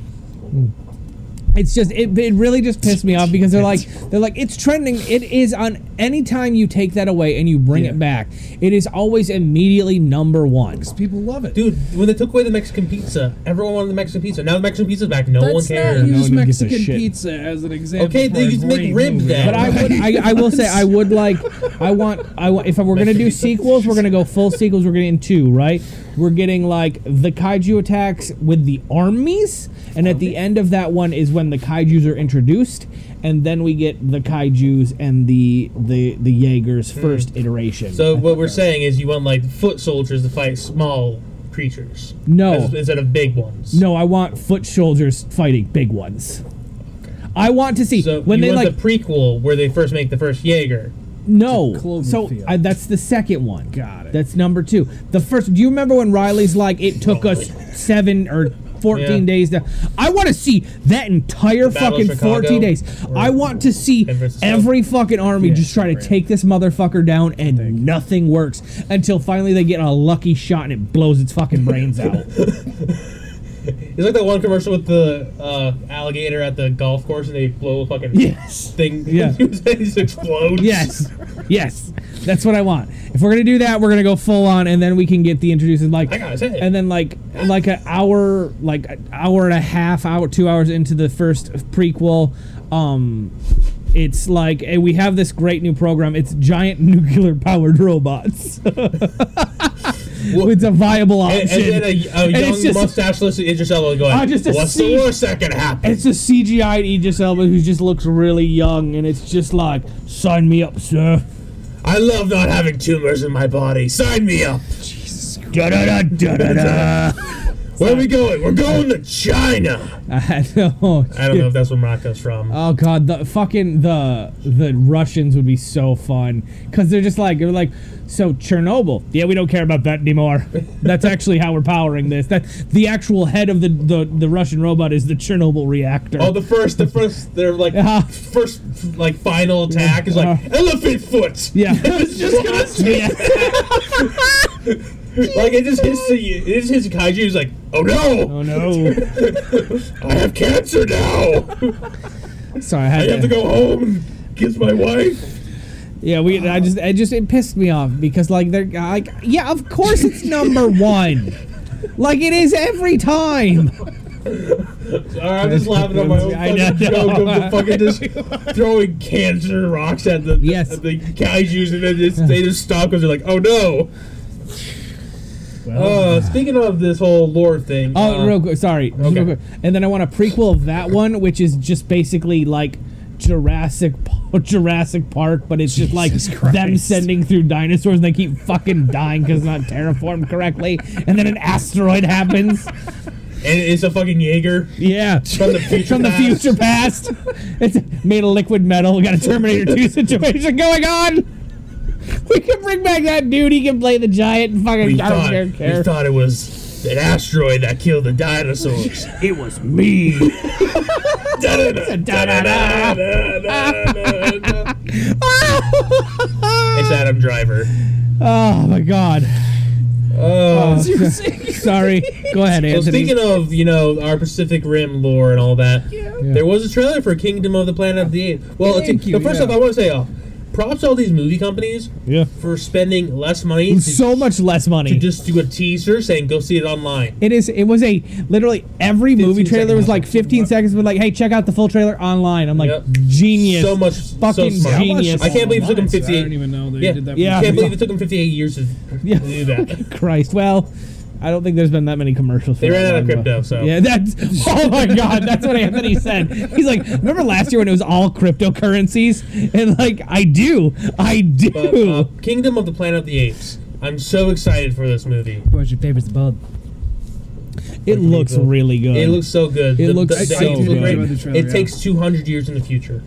Speaker 2: It's just it, it really just pissed me off because they're like they're like it's trending. It is on any time you take that away and you bring
Speaker 4: Yeah.
Speaker 2: it back, it is always immediately number one.
Speaker 4: People love it.
Speaker 3: Dude, when they took away the Mexican pizza, everyone wanted the Mexican pizza. Now the Mexican pizza's back. No one
Speaker 4: Let's
Speaker 3: cares.
Speaker 4: not use
Speaker 2: one gives a
Speaker 4: Mexican
Speaker 2: shit.
Speaker 4: pizza as an example.
Speaker 3: Okay,
Speaker 4: for
Speaker 3: they
Speaker 4: a
Speaker 3: used to make
Speaker 4: great
Speaker 3: rib
Speaker 4: movie.
Speaker 3: then.
Speaker 2: But I would, I, I will say, I would like, I want, I want, if we're gonna do sequels, we're gonna go full sequels. We're getting two, right? We're getting like the kaiju attacks with the armies, and at the end of that one is when when the kaiju's are introduced, and then we get the kaiju's and the the the Jaeger's first iteration.
Speaker 3: Hmm. So what we're saying is you want like foot soldiers to fight small creatures.
Speaker 2: No.
Speaker 3: as- instead of big ones.
Speaker 2: no, I want foot soldiers fighting big ones. I want to see
Speaker 3: So
Speaker 2: when
Speaker 3: you
Speaker 2: they
Speaker 3: want
Speaker 2: like
Speaker 3: the prequel where they first make the first Jaeger.
Speaker 2: no.
Speaker 4: Cloverfield.
Speaker 2: So I, that's the second one.
Speaker 4: Got it.
Speaker 2: That's number two. The first. Do you remember when Riley's like, it took us seven or fourteen
Speaker 3: Yeah.
Speaker 2: days to? I want to see that entire
Speaker 3: Battle of
Speaker 2: fucking fourteen
Speaker 3: Chicago?
Speaker 2: days.
Speaker 3: Or-
Speaker 2: I want to see
Speaker 3: Ten versus seven?
Speaker 2: every fucking army
Speaker 4: Yeah,
Speaker 2: just try to
Speaker 4: right.
Speaker 2: take this motherfucker down, and nothing works until finally they get a lucky shot and it blows its fucking brains out.
Speaker 3: It's like that one commercial with the uh, alligator at the golf course and they blow a fucking
Speaker 2: yes.
Speaker 3: thing.
Speaker 2: Yeah.
Speaker 3: it just explodes.
Speaker 2: Yes. Yes. That's what I want. If we're gonna do that, we're gonna go full on, and then we can get the introducing like,
Speaker 3: I gotta say.
Speaker 2: and then like like an hour, like an hour and a half, hour, two hours into the first prequel, um, it's like hey, we have this great new program. It's giant nuclear powered robots. it's a viable option.
Speaker 3: And, and then a, a
Speaker 2: And it's
Speaker 3: young
Speaker 2: just-
Speaker 3: mustacheless Idris Elba going,
Speaker 2: I just
Speaker 3: "What's
Speaker 2: see-
Speaker 3: the worst that can happen?"
Speaker 2: It's a CGI Aegis Elba who just looks really young, and it's just like, sign me up, sir.
Speaker 3: I love not having tumors in my body. Sign me up.
Speaker 2: Da da da da da da.
Speaker 3: Where are we going? We're going to China.
Speaker 2: I know.
Speaker 3: I don't know if that's where Morocco's from.
Speaker 2: Oh god, the fucking the the Russians would be so fun because they're just like they're like so Chernobyl. Yeah, we don't care about that anymore. That's actually how we're powering this. That the actual head of the the, the Russian robot is the Chernobyl reactor.
Speaker 3: Oh, the first, the first, they're like
Speaker 2: Yeah.
Speaker 3: first, like final attack is like
Speaker 2: Uh-huh.
Speaker 3: elephant foot.
Speaker 2: Yeah.
Speaker 3: it's just gonna take,
Speaker 2: yeah.
Speaker 3: like it just hits the, it just hits the kaiju. He's like, oh no,
Speaker 2: Oh no.
Speaker 3: I have cancer now.
Speaker 2: Sorry, I
Speaker 3: I
Speaker 2: had
Speaker 3: have to go home and kiss my wife.
Speaker 2: Yeah, we. I just, I just, it pissed me off because, like, they're like, yeah, of course it's number one, like it is every time.
Speaker 3: All right, I'm just laughing at my own
Speaker 2: I
Speaker 3: fucking
Speaker 2: know.
Speaker 3: joke of the fucking just throwing cancer rocks at the
Speaker 2: Yes.
Speaker 3: at the kaiju's and then just, they just stop because they're like, oh no. Uh, speaking of this whole lore thing,
Speaker 2: Oh,
Speaker 3: uh,
Speaker 2: real quick. Sorry. just
Speaker 3: okay.
Speaker 2: Real quick. And then I want a prequel of that one, which is just basically like Jurassic Pa- Jurassic Park, but it's just like
Speaker 5: Jesus
Speaker 2: them
Speaker 5: Christ.
Speaker 2: sending through dinosaurs and they keep fucking dying because it's not terraformed correctly. And then an asteroid happens.
Speaker 3: and it's a fucking Jaeger
Speaker 2: Yeah.
Speaker 3: from the future.
Speaker 2: From the
Speaker 3: past.
Speaker 2: future past. It's made of liquid metal. We got a Terminator 2 situation going on. We can bring back that dude. He can play the giant and fucking.
Speaker 3: We
Speaker 2: I don't
Speaker 3: thought,
Speaker 2: care.
Speaker 3: we
Speaker 2: care.
Speaker 3: thought it was an asteroid that killed the dinosaurs.
Speaker 2: It was me.
Speaker 3: it's Adam Driver.
Speaker 2: Oh my god.
Speaker 3: Uh,
Speaker 2: Sorry. Go ahead,
Speaker 3: so
Speaker 2: Anthony.
Speaker 3: speaking of, you know, our Pacific Rim lore and all that, there was a trailer for Kingdom of the Planet of the Apes. Well, it's,
Speaker 4: Thank you,
Speaker 3: but first
Speaker 4: yeah.
Speaker 3: off, I want to say, uh, props to all these movie companies
Speaker 2: yeah.
Speaker 3: for spending less money to
Speaker 2: So much less money.
Speaker 3: just do a teaser saying go see it online.
Speaker 2: it is. It was a literally every movie
Speaker 3: 15
Speaker 2: trailer was like
Speaker 3: seconds.
Speaker 2: 15 seconds, but like, hey, check out the full trailer online. I'm like,
Speaker 3: Yep.
Speaker 2: genius.
Speaker 3: So much, so
Speaker 2: Fucking
Speaker 3: smart.
Speaker 2: genius.
Speaker 3: I can't believe it took him
Speaker 4: Nice. I
Speaker 3: 58.
Speaker 4: don't even know they
Speaker 3: Yeah.
Speaker 4: did that.
Speaker 2: Yeah.
Speaker 3: I
Speaker 4: for-
Speaker 3: can't believe it took them 58 years to
Speaker 2: Yeah.
Speaker 3: do that.
Speaker 2: Christ. Well, I don't think there's been that many commercials. For
Speaker 3: They ran
Speaker 2: that
Speaker 3: out of
Speaker 2: long, but-
Speaker 3: crypto, so.
Speaker 2: yeah, that's. Oh my God, that's what Anthony said. He's like, remember last year when it was all cryptocurrencies? And like, I do, I do.
Speaker 3: But, uh, Kingdom of the Planet of the Apes. I'm so excited for this movie.
Speaker 5: What's your favorite bud?
Speaker 2: it looks
Speaker 3: people.
Speaker 2: really good.
Speaker 3: It looks so good.
Speaker 2: It looks
Speaker 4: so
Speaker 3: apes look
Speaker 4: good.
Speaker 3: great.
Speaker 4: Enjoyed the trailer,
Speaker 3: it
Speaker 4: yeah.
Speaker 3: takes 200 years in the future.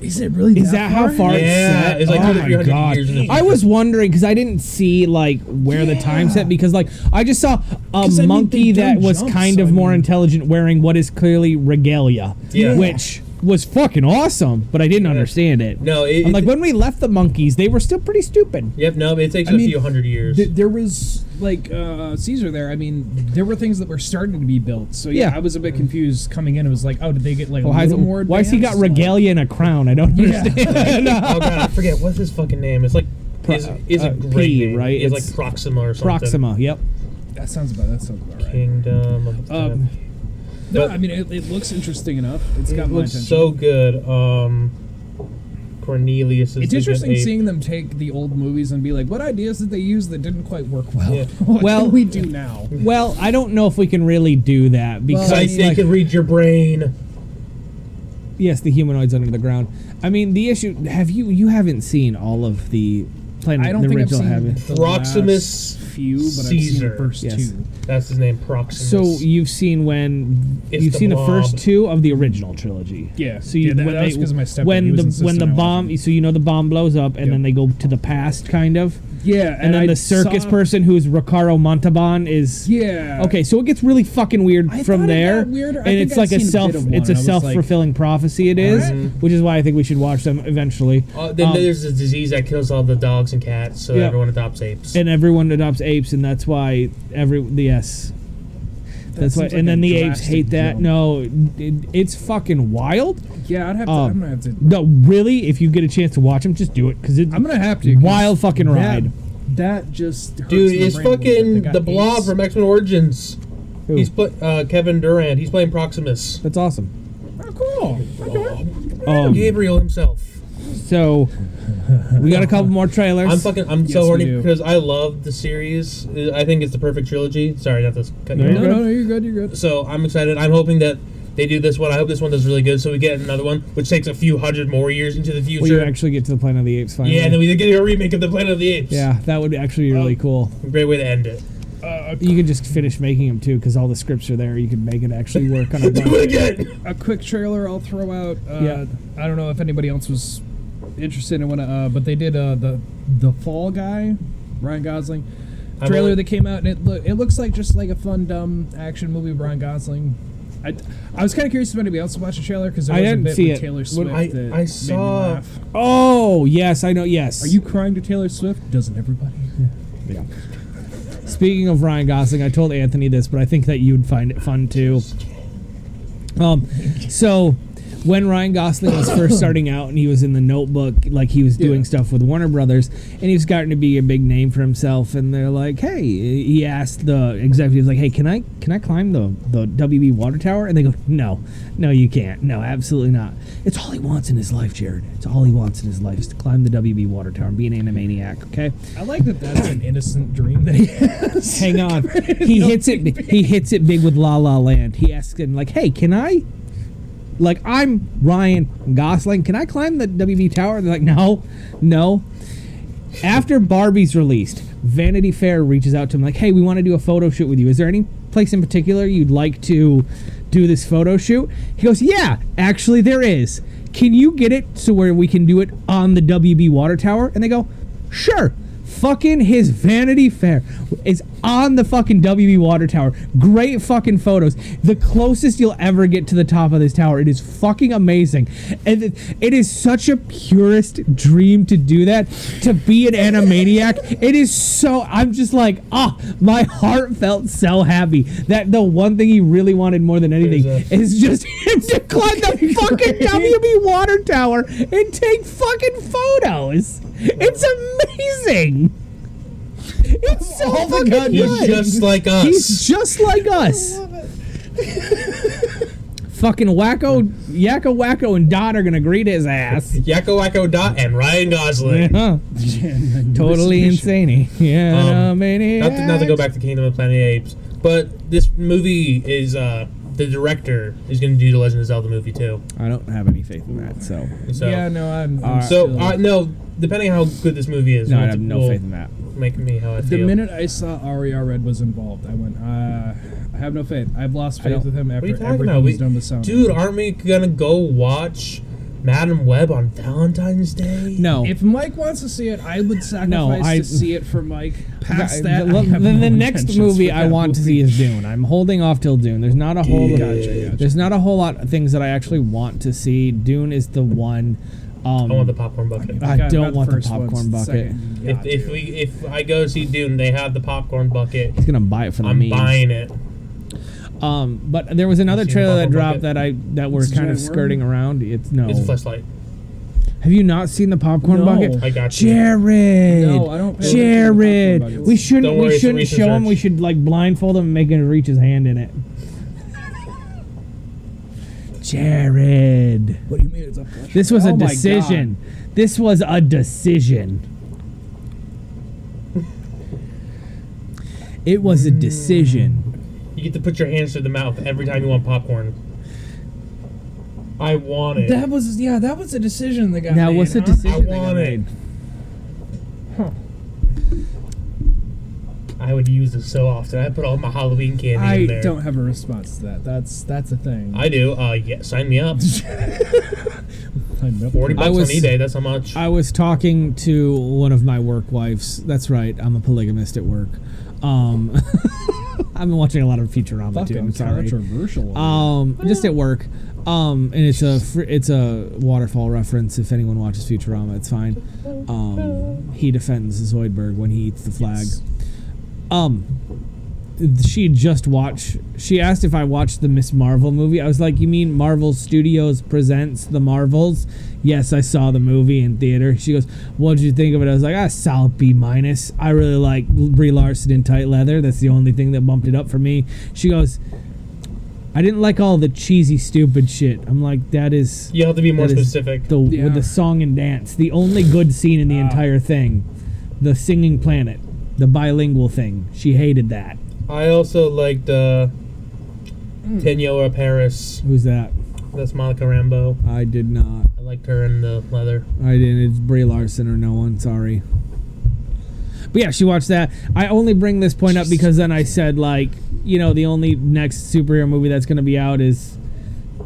Speaker 5: Is it really?
Speaker 2: Is that how far it's
Speaker 3: Yeah,
Speaker 2: set?
Speaker 3: it's like
Speaker 2: oh
Speaker 3: 200,
Speaker 2: my
Speaker 3: 300
Speaker 2: god!
Speaker 3: years in the
Speaker 2: I was wondering because I didn't see like where the time set because like I just saw a
Speaker 4: 'Cause, I mean,
Speaker 2: monkey
Speaker 4: they
Speaker 2: that
Speaker 4: don't
Speaker 2: was
Speaker 4: jump,
Speaker 2: kind
Speaker 4: so
Speaker 2: of
Speaker 4: I
Speaker 2: more
Speaker 4: mean-
Speaker 2: intelligent wearing what is clearly regalia,
Speaker 3: Yeah.
Speaker 2: which was fucking awesome, but I didn't understand it.
Speaker 3: No, it,
Speaker 2: I'm like
Speaker 3: it-
Speaker 2: when we left the monkeys, they were still pretty stupid.
Speaker 3: Yep, no, it takes a
Speaker 4: mean,
Speaker 3: few hundred years.
Speaker 4: Th- there was like uh, Caesar there. I mean, there were things that were starting to be built. So yeah,
Speaker 2: Yeah.
Speaker 4: I was a bit confused coming in. It was like, oh, did they get like a
Speaker 2: Why, is
Speaker 4: little more?
Speaker 2: why has he got
Speaker 4: advanced? Like,
Speaker 2: regalia and a crown? I don't
Speaker 4: Yeah.
Speaker 2: understand.
Speaker 3: oh god, I forget what's his fucking name. It's like is is a
Speaker 2: uh,
Speaker 3: great
Speaker 2: P,
Speaker 3: name.
Speaker 2: right?
Speaker 3: It's,
Speaker 2: It's
Speaker 3: like Proxima or something.
Speaker 2: Proxima, yep.
Speaker 4: That sounds about. That sounds about right.
Speaker 3: Kingdom. Of the
Speaker 4: Um, No,
Speaker 3: But-
Speaker 4: I mean it, it looks interesting enough. It's got
Speaker 3: it
Speaker 4: my
Speaker 3: looks
Speaker 4: attention.
Speaker 3: so good. Um, Cornelius is. the
Speaker 4: it's
Speaker 3: good
Speaker 4: interesting
Speaker 3: ape.
Speaker 4: seeing them take the old movies and be like, what ideas did they use that didn't quite work well?
Speaker 3: Yeah.
Speaker 4: what
Speaker 2: Well-
Speaker 4: can we do now?
Speaker 2: Well, I don't know if we can really do that because
Speaker 3: Like, they
Speaker 2: uh, like,
Speaker 3: can read your brain.
Speaker 2: Yes, the humanoids under the ground. I mean, the issue. Have you? You haven't seen all of the Planet
Speaker 4: I don't
Speaker 2: the
Speaker 4: think I've
Speaker 2: original,
Speaker 4: seen
Speaker 2: have you?
Speaker 4: the
Speaker 3: Proximus
Speaker 4: last few, but
Speaker 3: Caesar.
Speaker 4: I've seen the first
Speaker 2: Yes.
Speaker 4: two.
Speaker 3: That's his name, Proximus.
Speaker 2: So you've seen when
Speaker 3: It's
Speaker 2: you've
Speaker 3: the
Speaker 2: seen
Speaker 3: blob.
Speaker 2: the first two of the original trilogy.
Speaker 4: Yeah.
Speaker 2: So you
Speaker 4: Yeah, that-
Speaker 2: when
Speaker 4: that was
Speaker 2: they-
Speaker 4: 'cause of my stepdad. He
Speaker 2: when
Speaker 4: was
Speaker 2: the when
Speaker 4: insistent
Speaker 2: the
Speaker 4: I watch
Speaker 2: bomb so you know the bomb blows up and then they go to the past kind of
Speaker 4: Yeah,
Speaker 2: and, then
Speaker 4: I
Speaker 2: the circus
Speaker 4: saw-
Speaker 2: person who's Ricardo Montalban is
Speaker 4: Yeah.
Speaker 2: Okay, so it gets really fucking weird
Speaker 4: I
Speaker 2: from
Speaker 4: thought it
Speaker 2: there,
Speaker 4: got weirder. I
Speaker 2: and
Speaker 4: think
Speaker 2: it's
Speaker 4: I'd
Speaker 2: like a
Speaker 4: seen a bit
Speaker 2: self,
Speaker 4: of one,
Speaker 2: it's
Speaker 4: and
Speaker 2: a
Speaker 4: I was
Speaker 2: self fulfilling prophecy. It is, which is why I think we should watch them eventually.
Speaker 3: Uh, then
Speaker 2: Um,
Speaker 3: there's a disease that kills all the dogs and cats, so
Speaker 2: Yeah.
Speaker 3: everyone adopts apes.
Speaker 2: and everyone adopts apes, and that's why every the yes, that's why,
Speaker 4: seems like
Speaker 2: and then
Speaker 4: a
Speaker 2: the apes
Speaker 4: drastic
Speaker 2: hate that.
Speaker 4: jump.
Speaker 2: No, it, it's fucking wild.
Speaker 4: Yeah, I'd have to.
Speaker 2: Um,
Speaker 4: I'm gonna have to.
Speaker 2: No, really, if you get a chance to watch them, just do it because it's
Speaker 4: I'm gonna have to. 'cause
Speaker 2: wild fucking
Speaker 4: that-
Speaker 2: ride.
Speaker 4: That just hurts
Speaker 3: Dude,
Speaker 4: my
Speaker 3: it's
Speaker 4: brain a little bit. They
Speaker 3: fucking
Speaker 4: got
Speaker 3: the Blob
Speaker 4: apes.
Speaker 3: from X Men Origins.
Speaker 2: Who?
Speaker 3: He's put uh, Kevin Durant. He's playing Proximus.
Speaker 2: That's awesome.
Speaker 4: Oh, cool.
Speaker 2: Um,
Speaker 3: Gabriel himself.
Speaker 2: so we got a couple more trailers.
Speaker 3: I'm fucking. I'm
Speaker 4: Yes,
Speaker 3: so
Speaker 4: we
Speaker 3: horny
Speaker 4: do.
Speaker 3: because I love the series. I think it's the perfect trilogy. Sorry, not this. Cut you
Speaker 2: No,
Speaker 3: off.
Speaker 4: No, no, no, you're good. You're good.
Speaker 3: So I'm excited. I'm hoping that they do this one. I hope this one does really good, so we get another one, which takes a few hundred more years into the
Speaker 2: Will you
Speaker 3: future.
Speaker 2: actually get to the Planet of the Apes finally?
Speaker 3: yeah, and then we get a remake of the Planet of the Apes.
Speaker 2: yeah, that would actually be really cool.
Speaker 3: great way to end it.
Speaker 2: You could just finish making them too, because all the scripts are there. You could make it actually work on a
Speaker 3: Do it
Speaker 2: bunch.
Speaker 3: again.
Speaker 4: A quick trailer I'll throw out. Uh,
Speaker 2: Yeah.
Speaker 4: I don't know if anybody else was interested in what, uh, but they did uh, the the Fall Guy, Ryan Gosling.
Speaker 3: I'm
Speaker 4: trailer
Speaker 3: all-
Speaker 4: that came out and it look it looks like just like a fun dumb action movie with Ryan Gosling. I, I was kind of curious if anybody else watched the trailer because there
Speaker 2: I
Speaker 4: was a
Speaker 2: didn't
Speaker 4: bit
Speaker 2: see
Speaker 4: with
Speaker 2: it.
Speaker 4: Taylor
Speaker 2: What-
Speaker 4: Swift
Speaker 3: I-
Speaker 4: that
Speaker 3: I saw-
Speaker 4: made me laugh.
Speaker 2: Oh yes, I know. Yes.
Speaker 4: Are you crying to Taylor Swift? Doesn't everybody?
Speaker 2: Yeah. Speaking of Ryan Gosling, I told Anthony this, but I think that you'd find it fun too. Um, so when Ryan Gosling was first starting out and he was in the Notebook, like he was doing
Speaker 4: Yeah.
Speaker 2: stuff with Warner Brothers, and he was starting to be a big name for himself, and they're like, "Hey," he asked the executives, "Like, hey, can I can I climb the the WB water tower?" And they go, "No, no, you can't. No, absolutely not. It's all he wants in his life, Jared. It's all he wants in his life is to climb the WB water tower and be an animaniac." Okay.
Speaker 4: I like that. That's an innocent dream that he has.
Speaker 2: Hang on. He hits it. He hits it big with La La Land. He asks him like, "Hey, can I? Like, I'm Ryan Gosling. Can I climb the WB Tower?" They're like, "No, no." After Barbie's released, Vanity Fair reaches out to him like, "Hey, we want to do a photo shoot with you. Is there any place in particular you'd like to do this photo shoot?" He goes, "Yeah, actually there is. Can you get it so where we can do it on the WB Water Tower?" And they go, "Sure." Fucking his Vanity Fair is on the fucking WB Water Tower. Great fucking photos. The closest you'll ever get to the top of this tower. It is fucking amazing. And it- it is such a purist dream to do that, to be an animaniac. It is so, I'm just like, ah, my heart felt so happy that the one thing he really wanted more than anything
Speaker 3: There's a-
Speaker 2: is just him to climb the fucking WB Water Tower and take fucking photos. It's amazing. It's so fucking
Speaker 3: Oh He's
Speaker 2: good.
Speaker 3: just like us.
Speaker 2: He's just like us. fucking wacko, yakko, wacko, and Dot are gonna greet his ass.
Speaker 3: Yakko Wacko Dot and Ryan Gosling.
Speaker 2: Yeah. totally insane. Yeah,
Speaker 3: Um,
Speaker 2: maniac.
Speaker 3: Not to, not to go back to Kingdom of Planet of the Apes, but this movie is uh, the director is going to do the Legend of Zelda movie too.
Speaker 2: I don't have any faith in that. So
Speaker 3: So,
Speaker 4: Yeah, no, I'm. I'm
Speaker 2: Uh,
Speaker 3: so
Speaker 4: still-
Speaker 3: uh, no, depending on how good this movie is,
Speaker 2: no, I
Speaker 3: will
Speaker 2: have no faith in that.
Speaker 3: Make me how I
Speaker 4: the
Speaker 3: feel.
Speaker 4: minute I saw Aria Red was involved, I went, uh, I have no faith. I've lost faith
Speaker 2: don't-
Speaker 4: with him
Speaker 3: What are you
Speaker 4: after
Speaker 3: talking
Speaker 4: everything
Speaker 3: about?
Speaker 4: he's
Speaker 3: We-
Speaker 4: done with sound.
Speaker 3: Dude, aren't we gonna go watch Madam Web on Valentine's Day?
Speaker 2: No.
Speaker 4: If Mike wants to see it, I would sacrifice
Speaker 2: I-
Speaker 4: to see it for Mike.
Speaker 2: I-
Speaker 4: Past that,
Speaker 2: the,
Speaker 4: I have
Speaker 2: the- the
Speaker 4: no
Speaker 2: next
Speaker 4: intentions
Speaker 2: movie
Speaker 4: for
Speaker 2: I
Speaker 4: that
Speaker 2: want to see
Speaker 4: movie.
Speaker 2: is Dune. I'm holding off till Dune. There's not a whole
Speaker 4: Gotcha, gotcha.
Speaker 2: there's not a whole lot of things that I actually want to see. Dune is the one. Um,
Speaker 3: I want Oh, the popcorn bucket.
Speaker 2: I
Speaker 4: Forgot
Speaker 2: don't
Speaker 4: about the
Speaker 2: want the
Speaker 4: first one,
Speaker 2: popcorn bucket.
Speaker 4: second. Yeah,
Speaker 3: if, if
Speaker 4: dude.
Speaker 3: we if I go see Dune, they have the popcorn bucket.
Speaker 2: He's gonna buy it for the
Speaker 3: I'm
Speaker 2: memes.
Speaker 3: buying it.
Speaker 2: Um, but there was another
Speaker 3: Have you seen
Speaker 2: trailer that
Speaker 3: Bubble
Speaker 2: dropped
Speaker 3: Bucket?
Speaker 2: that I that we're
Speaker 4: It's a
Speaker 2: kind of
Speaker 4: giant worm?
Speaker 2: skirting around. It's no.
Speaker 4: oh.
Speaker 3: It's a flashlight.
Speaker 2: Have you not seen the popcorn
Speaker 4: No.
Speaker 2: bucket?
Speaker 3: I got you.
Speaker 2: Jared.
Speaker 4: No, I don't pay attention to popcorn
Speaker 2: Jared.
Speaker 4: buckets.
Speaker 2: We shouldn't.
Speaker 3: Don't worry,
Speaker 2: we
Speaker 3: it's a
Speaker 2: shouldn't show him.
Speaker 3: research.
Speaker 2: We should like blindfold him and make him reach his hand in it. Jared.
Speaker 4: What do you mean it's a flash?
Speaker 2: This was
Speaker 4: Oh
Speaker 2: a
Speaker 4: my
Speaker 2: decision. This was a decision. it was a decision.
Speaker 3: You get to put your hands through the mouth every time you want popcorn. I want it.
Speaker 4: That was yeah, that was a decision that got
Speaker 2: That
Speaker 4: made.
Speaker 2: was a
Speaker 4: Hmm. huh?
Speaker 2: decision that
Speaker 3: I
Speaker 2: got
Speaker 3: want it.
Speaker 2: made.
Speaker 3: I would use it so often. I put all my Halloween candy
Speaker 4: I
Speaker 3: in there.
Speaker 4: don't have a response to that. That's that's a thing.
Speaker 3: I do. Uh, yeah, sign me up.
Speaker 4: I'm not-
Speaker 3: Forty bucks
Speaker 2: was-
Speaker 3: on eBay. That's how much.
Speaker 2: I was talking to one of my work wives. That's right, I'm a polygamist at work. Um, I've been watching a lot of Futurama
Speaker 4: Fuck,
Speaker 2: too. I'm
Speaker 4: I'm
Speaker 2: sorry.
Speaker 4: controversial.
Speaker 2: Um, just at work. Um, and it's a fr- it's a waterfall reference. If anyone watches Futurama, it's fine. Um, he defends Zoidberg when he eats the flag. Um, she just watched. She asked if I watched the Miss Marvel movie. I was like, "You mean Marvel Studios presents the Marvels?" Yes, I saw the movie in theater. She goes, "What did you think of it?" I was like, "Ah, solid B minus. I really like Brie Larson in tight leather. That's the only thing that bumped it up for me." She goes, "I didn't like all the cheesy, stupid shit." I'm like, "That is."
Speaker 3: You have to be more
Speaker 2: That is
Speaker 3: specific. Ah.
Speaker 2: the
Speaker 4: Yeah.
Speaker 2: with the song and dance, the only good scene in the entire thing, the singing planet, the bilingual thing. She hated that.
Speaker 3: I also liked uh,
Speaker 2: Mm.
Speaker 3: Tenora Paris.
Speaker 2: Who's that?
Speaker 3: That's Monica Rambo.
Speaker 2: I did not.
Speaker 3: I liked her in the leather.
Speaker 2: I didn't. It's Brie Larson or no one. Sorry. But yeah, she watched that. I only bring this point up because then I said like, you know, the only next superhero movie that's gonna be out is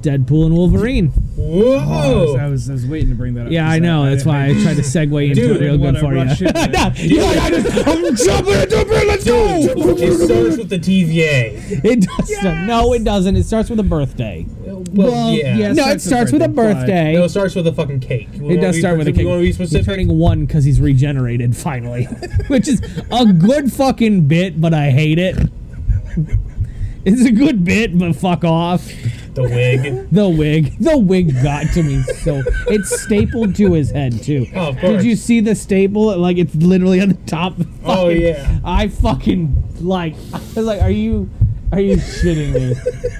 Speaker 2: Deadpool and Wolverine.
Speaker 3: Whoa!
Speaker 4: I was, I, was, I was waiting to bring that up.
Speaker 2: Yeah, I know. That's why I tried to segue into it
Speaker 4: Dude,
Speaker 2: real good
Speaker 4: what a
Speaker 2: for you.
Speaker 4: rush it
Speaker 2: No, you know, I just- I'm jumping into it. Let's go.
Speaker 3: it starts with the TVA.
Speaker 2: It doesn't. No, it doesn't. It starts with a birthday.
Speaker 3: Well,
Speaker 4: Well,
Speaker 3: yeah.
Speaker 4: yes. It
Speaker 2: no, it starts with a birthday.
Speaker 3: No, it starts with a fucking cake. We
Speaker 2: it
Speaker 3: wanna
Speaker 2: does
Speaker 3: be
Speaker 2: start with a
Speaker 3: specific-
Speaker 2: kid.
Speaker 3: We want to be
Speaker 2: He's
Speaker 3: specific.
Speaker 2: turning one because he's regenerated finally, which is a good fucking bit, but I hate it. It's a good bit, but fuck off.
Speaker 3: the wig.
Speaker 2: The wig, the wig got to me so it's stapled to his head too.
Speaker 3: Oh, of
Speaker 2: Did
Speaker 3: course.
Speaker 2: you see the staple? Like it's literally on the top.
Speaker 3: Oh,
Speaker 2: Fucking-
Speaker 3: yeah.
Speaker 2: I fucking like. I was like, are you, are you shitting me?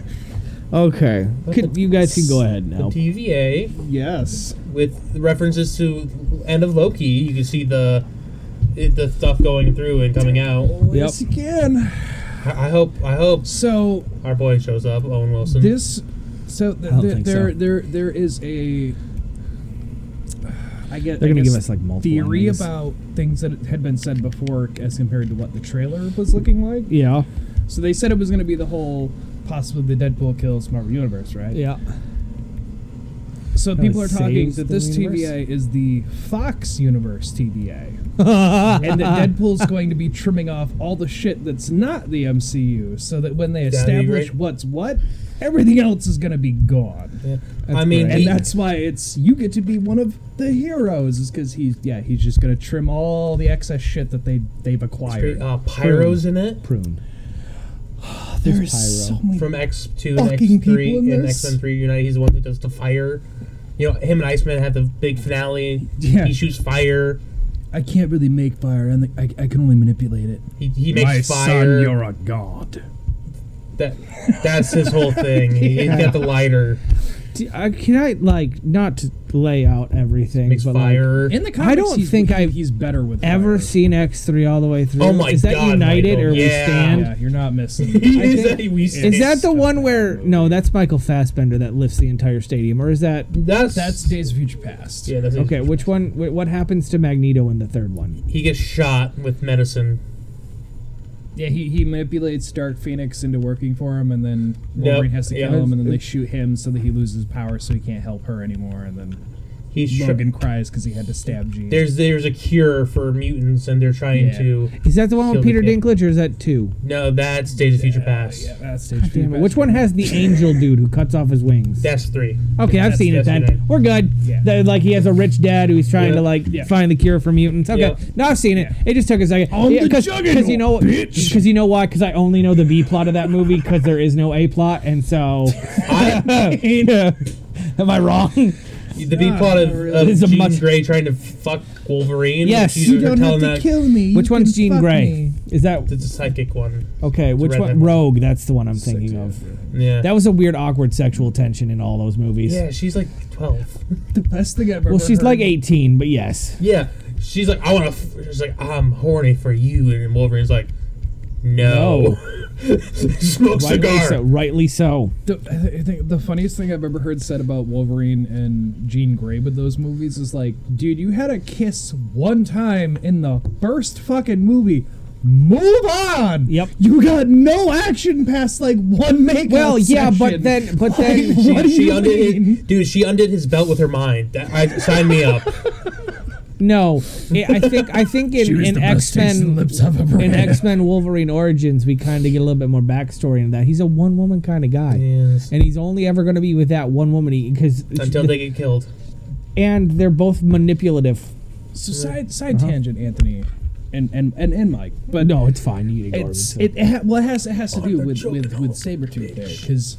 Speaker 2: Okay, Could, you guys can go ahead now.
Speaker 3: TVA
Speaker 4: Yes.
Speaker 3: eh? with references to end of Loki. You can see the it, the stuff going through and coming out.
Speaker 4: Once again.
Speaker 3: I, I hope I hope
Speaker 4: So
Speaker 3: our boy shows up. Owen Wilson.
Speaker 4: this so th-
Speaker 2: don't
Speaker 4: th-
Speaker 2: think
Speaker 4: there
Speaker 2: so.
Speaker 4: there there is a I get
Speaker 2: They're
Speaker 4: I
Speaker 2: gonna give
Speaker 4: guess
Speaker 2: us, like, multiple
Speaker 4: theory
Speaker 2: endings.
Speaker 4: about things that had been said before as compared to what the trailer was looking like.
Speaker 2: Yeah.
Speaker 4: So they said it was going to be the whole possibly the Deadpool kills Marvel Universe, right?
Speaker 2: Yeah.
Speaker 4: So people are
Speaker 2: it
Speaker 4: talking
Speaker 2: saves
Speaker 4: that
Speaker 2: the
Speaker 4: this
Speaker 2: universe?
Speaker 4: TVA is the Fox Universe TVA, and that Deadpool's going to be trimming off all the shit that's not the MCU, so that when they
Speaker 3: That'd be
Speaker 4: establish
Speaker 3: great.
Speaker 4: what's what, everything else is going to be gone.
Speaker 3: Yeah. I mean, uh,
Speaker 4: and
Speaker 3: the-
Speaker 4: that's why it's you get to be one of the heroes is because he's yeah he's just gonna trim all the excess shit that they they've acquired.
Speaker 3: uh, Pyro's in it
Speaker 2: Prune.
Speaker 4: There
Speaker 2: Pyro.
Speaker 4: is so many
Speaker 3: from X two and X
Speaker 4: Fucking people
Speaker 3: three
Speaker 4: in
Speaker 3: and
Speaker 4: this.
Speaker 3: X Men three United. He's the one who does the fire. You know, him and Iceman had the big finale.
Speaker 4: Yeah.
Speaker 3: He shoots fire.
Speaker 4: I can't really make fire, and the, I, I can only manipulate it.
Speaker 3: He, he makes fire.
Speaker 4: a god.
Speaker 3: that that's his whole thing. He- He's got the lighter,
Speaker 2: D- I- uh, can I like not to lay out everything?
Speaker 3: makes
Speaker 2: but, like,
Speaker 3: fire.
Speaker 4: In the comics,
Speaker 2: I don't
Speaker 4: he's-
Speaker 2: think
Speaker 4: he-
Speaker 2: I've
Speaker 4: he's better with
Speaker 2: Ever
Speaker 4: fire.
Speaker 2: seen X three all the way through?
Speaker 3: Oh my
Speaker 2: Is that
Speaker 3: God,
Speaker 2: United
Speaker 3: Michael.
Speaker 2: or We
Speaker 3: Yeah.
Speaker 2: Stand?
Speaker 4: Yeah, you're not missing.
Speaker 3: He
Speaker 2: I
Speaker 3: is
Speaker 2: think-
Speaker 3: a- we
Speaker 2: Is
Speaker 3: stand.
Speaker 2: that the
Speaker 4: It's
Speaker 2: one
Speaker 4: a
Speaker 2: where
Speaker 4: bad
Speaker 2: no? That's Michael Fassbender that lifts the entire stadium, or is that
Speaker 3: that's
Speaker 4: That's Days of Future Past.
Speaker 3: yeah? That's
Speaker 2: okay? Which one? wh- What happens to Magneto in the third one?
Speaker 3: He gets shot with medicine.
Speaker 4: Yeah, he, he manipulates Dark Phoenix into working for him, and then
Speaker 3: Yep,
Speaker 4: Wolverine has to
Speaker 3: yeah.
Speaker 4: kill him, and then they shoot him so that he loses power, so he can't help her anymore, and then
Speaker 3: He's sh-
Speaker 4: Logan cries because he had to stab Jean.
Speaker 3: there's there's a cure for mutants, and they're trying
Speaker 4: Yeah.
Speaker 3: to.
Speaker 2: Is that the one with
Speaker 3: Kill the
Speaker 2: Peter
Speaker 3: kid.
Speaker 2: Dinklage, or is that two?
Speaker 3: No, that's Days of Future Past.
Speaker 4: yeah, that's Days of Future
Speaker 2: Damn it.
Speaker 4: Past.
Speaker 2: Which one has the angel dude who cuts off his wings?
Speaker 3: That's three.
Speaker 2: Okay, I've
Speaker 3: That's-
Speaker 2: seen it
Speaker 3: that's
Speaker 2: then.
Speaker 3: United.
Speaker 2: We're good.
Speaker 4: Yeah.
Speaker 2: That, like he has a rich dad who's trying
Speaker 3: Yeah.
Speaker 2: to like
Speaker 4: Yeah.
Speaker 2: find the cure for mutants. Okay,
Speaker 3: Yeah.
Speaker 2: no, I've seen it. It just took a second.
Speaker 4: I'm the
Speaker 2: because you know
Speaker 4: Juggernaut, bitch.
Speaker 2: because you know why? Because I only know the B plot of that movie because there is no A plot, and so Yeah. am I wrong?
Speaker 3: The B plot of, of
Speaker 2: Ah, It's a
Speaker 3: Jean
Speaker 2: much-
Speaker 3: Grey trying to fuck Wolverine.
Speaker 2: Yes.
Speaker 3: She's
Speaker 2: You
Speaker 3: telling that
Speaker 4: me.
Speaker 2: Which one's Jean Grey? Is that
Speaker 3: It's a psychic one.
Speaker 2: okay? Which
Speaker 3: red
Speaker 2: one?
Speaker 3: one.
Speaker 2: Rogue. That's the one I'm thinking of.
Speaker 3: Yeah.
Speaker 2: That was a weird, awkward sexual tension in all those movies.
Speaker 3: yeah, she's like twelve.
Speaker 4: The best thing I've ever.
Speaker 2: Well, she's like
Speaker 4: heard.
Speaker 2: 18, but yes.
Speaker 3: Yeah, she's like, I want to. She's like, I'm horny for you, and Wolverine's like, No. Smoke
Speaker 2: Rightly
Speaker 3: cigar.
Speaker 2: so. Rightly so.
Speaker 4: The, I thi- I think the funniest thing I've ever heard said about Wolverine and Jean Grey with those movies is like, dude, you had a kiss one time in the first fucking movie. Move on.
Speaker 2: Yep.
Speaker 4: You got no action past like one makeup.
Speaker 2: Well, yeah, but
Speaker 4: section.
Speaker 2: then, but
Speaker 4: Like,
Speaker 2: then,
Speaker 4: what do
Speaker 3: She
Speaker 4: you
Speaker 3: undid
Speaker 4: mean?
Speaker 3: his, dude. She undid his belt with her mind. That, I sign me up.
Speaker 2: no. I I think, I think in, in X Men,
Speaker 4: I've ever
Speaker 2: in
Speaker 4: had.
Speaker 2: X Men Wolverine Origins, we kind of get a little bit more backstory in that. He's a one woman kind of guy,
Speaker 3: Yes.
Speaker 2: and he's only ever going to be with that one woman because
Speaker 3: Until they get killed.
Speaker 2: and they're both manipulative.
Speaker 4: So side side tangent, Anthony, and and and, and Mike. But
Speaker 2: No, it's fine. You can ignore
Speaker 4: it's
Speaker 2: it.
Speaker 4: it, ha- well it has it has to
Speaker 3: they're
Speaker 4: do with with
Speaker 3: joking,
Speaker 4: with
Speaker 3: oh,
Speaker 4: Sabretooth there
Speaker 3: bitch.
Speaker 4: because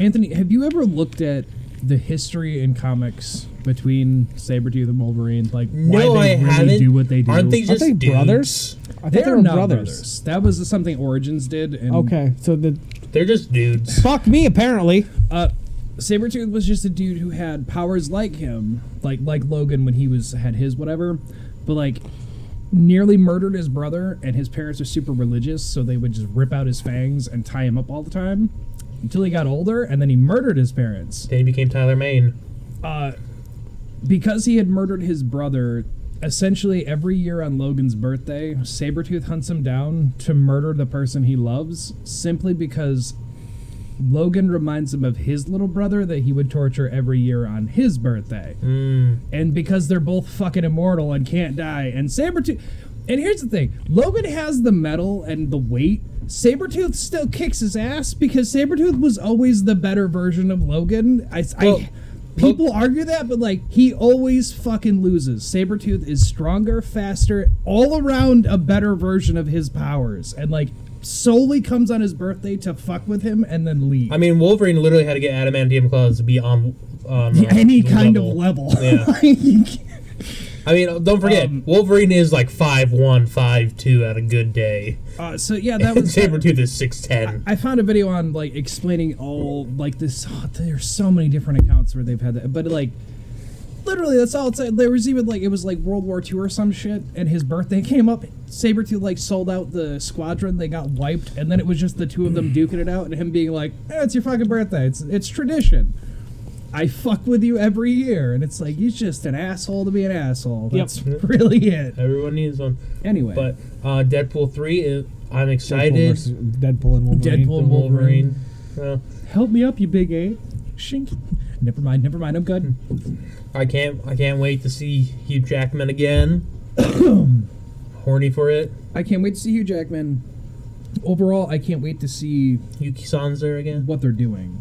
Speaker 4: Anthony, have you ever looked at the history in comics between Sabretooth and Wolverine? Like
Speaker 3: No,
Speaker 4: why they
Speaker 3: I
Speaker 4: really
Speaker 3: haven't.
Speaker 4: do what they do? Oh,
Speaker 3: Aren't they
Speaker 2: Aren't
Speaker 3: just
Speaker 2: they
Speaker 3: dudes?
Speaker 2: brothers? I thought
Speaker 4: They're
Speaker 2: they were
Speaker 4: not
Speaker 2: brothers.
Speaker 4: brothers. That was something Origins did. And,
Speaker 2: Okay, so the
Speaker 3: They're just dudes.
Speaker 2: fuck me apparently.
Speaker 4: Uh, Sabretooth was just a dude who had powers like him, like like Logan when he was had his whatever, but like nearly murdered his brother and his parents are super religious, so they would just rip out his fangs and tie him up all the time until he got older and then he murdered his parents.
Speaker 3: Then he became Tyler Maine.
Speaker 4: Uh, because he had murdered his brother, essentially every year on Logan's birthday, Sabretooth hunts him down to murder the person he loves simply because Logan reminds him of his little brother that he would torture every year on his birthday. And because they're both fucking immortal and can't die, and Sabretooth. And here's the thing Logan has the metal and the weight. Sabretooth still kicks his ass because Sabretooth was always the better version of Logan. I, I-
Speaker 3: Well,
Speaker 4: people argue that, but like he always fucking loses. Sabretooth is stronger, faster, all around a better version of his powers. And like solely comes on his birthday to fuck with him and then leave.
Speaker 3: I mean, Wolverine literally had to get adamantium claws to be on, on uh,
Speaker 4: any
Speaker 3: the
Speaker 4: kind of level.
Speaker 3: Yeah.
Speaker 4: Like,
Speaker 3: I mean, don't forget,
Speaker 4: Um,
Speaker 3: Wolverine is like five one, five two at a good day.
Speaker 4: uh, so yeah, that
Speaker 3: And
Speaker 4: was
Speaker 3: Sabretooth is six ten.
Speaker 4: I found a video on like explaining all like this. oh, there's so many different accounts where they've had that, but like literally that's all it's like. There was even like it was like World War II or some shit, and his birthday came up. Sabretooth like sold out the squadron. They got wiped, and then it was just the two of them duking it out, and him being like, eh, "It's your fucking birthday. It's it's tradition." I fuck with you every year, and it's like he's just an asshole to be an asshole. That's really it.
Speaker 3: Everyone needs one.
Speaker 4: Anyway,
Speaker 3: But uh, Deadpool three, is, I'm excited.
Speaker 2: Deadpool, versus- Deadpool and Wolverine.
Speaker 4: Deadpool and
Speaker 3: Wolverine. Uh,
Speaker 4: help me up, you big ape. Shink. Never mind. Never mind. I'm good.
Speaker 3: I can't. I can't wait to see Hugh Jackman again. Horny for it.
Speaker 4: I can't wait to see Hugh Jackman. Overall, I can't wait to see
Speaker 3: Yuki Sanzer again.
Speaker 4: what they're doing.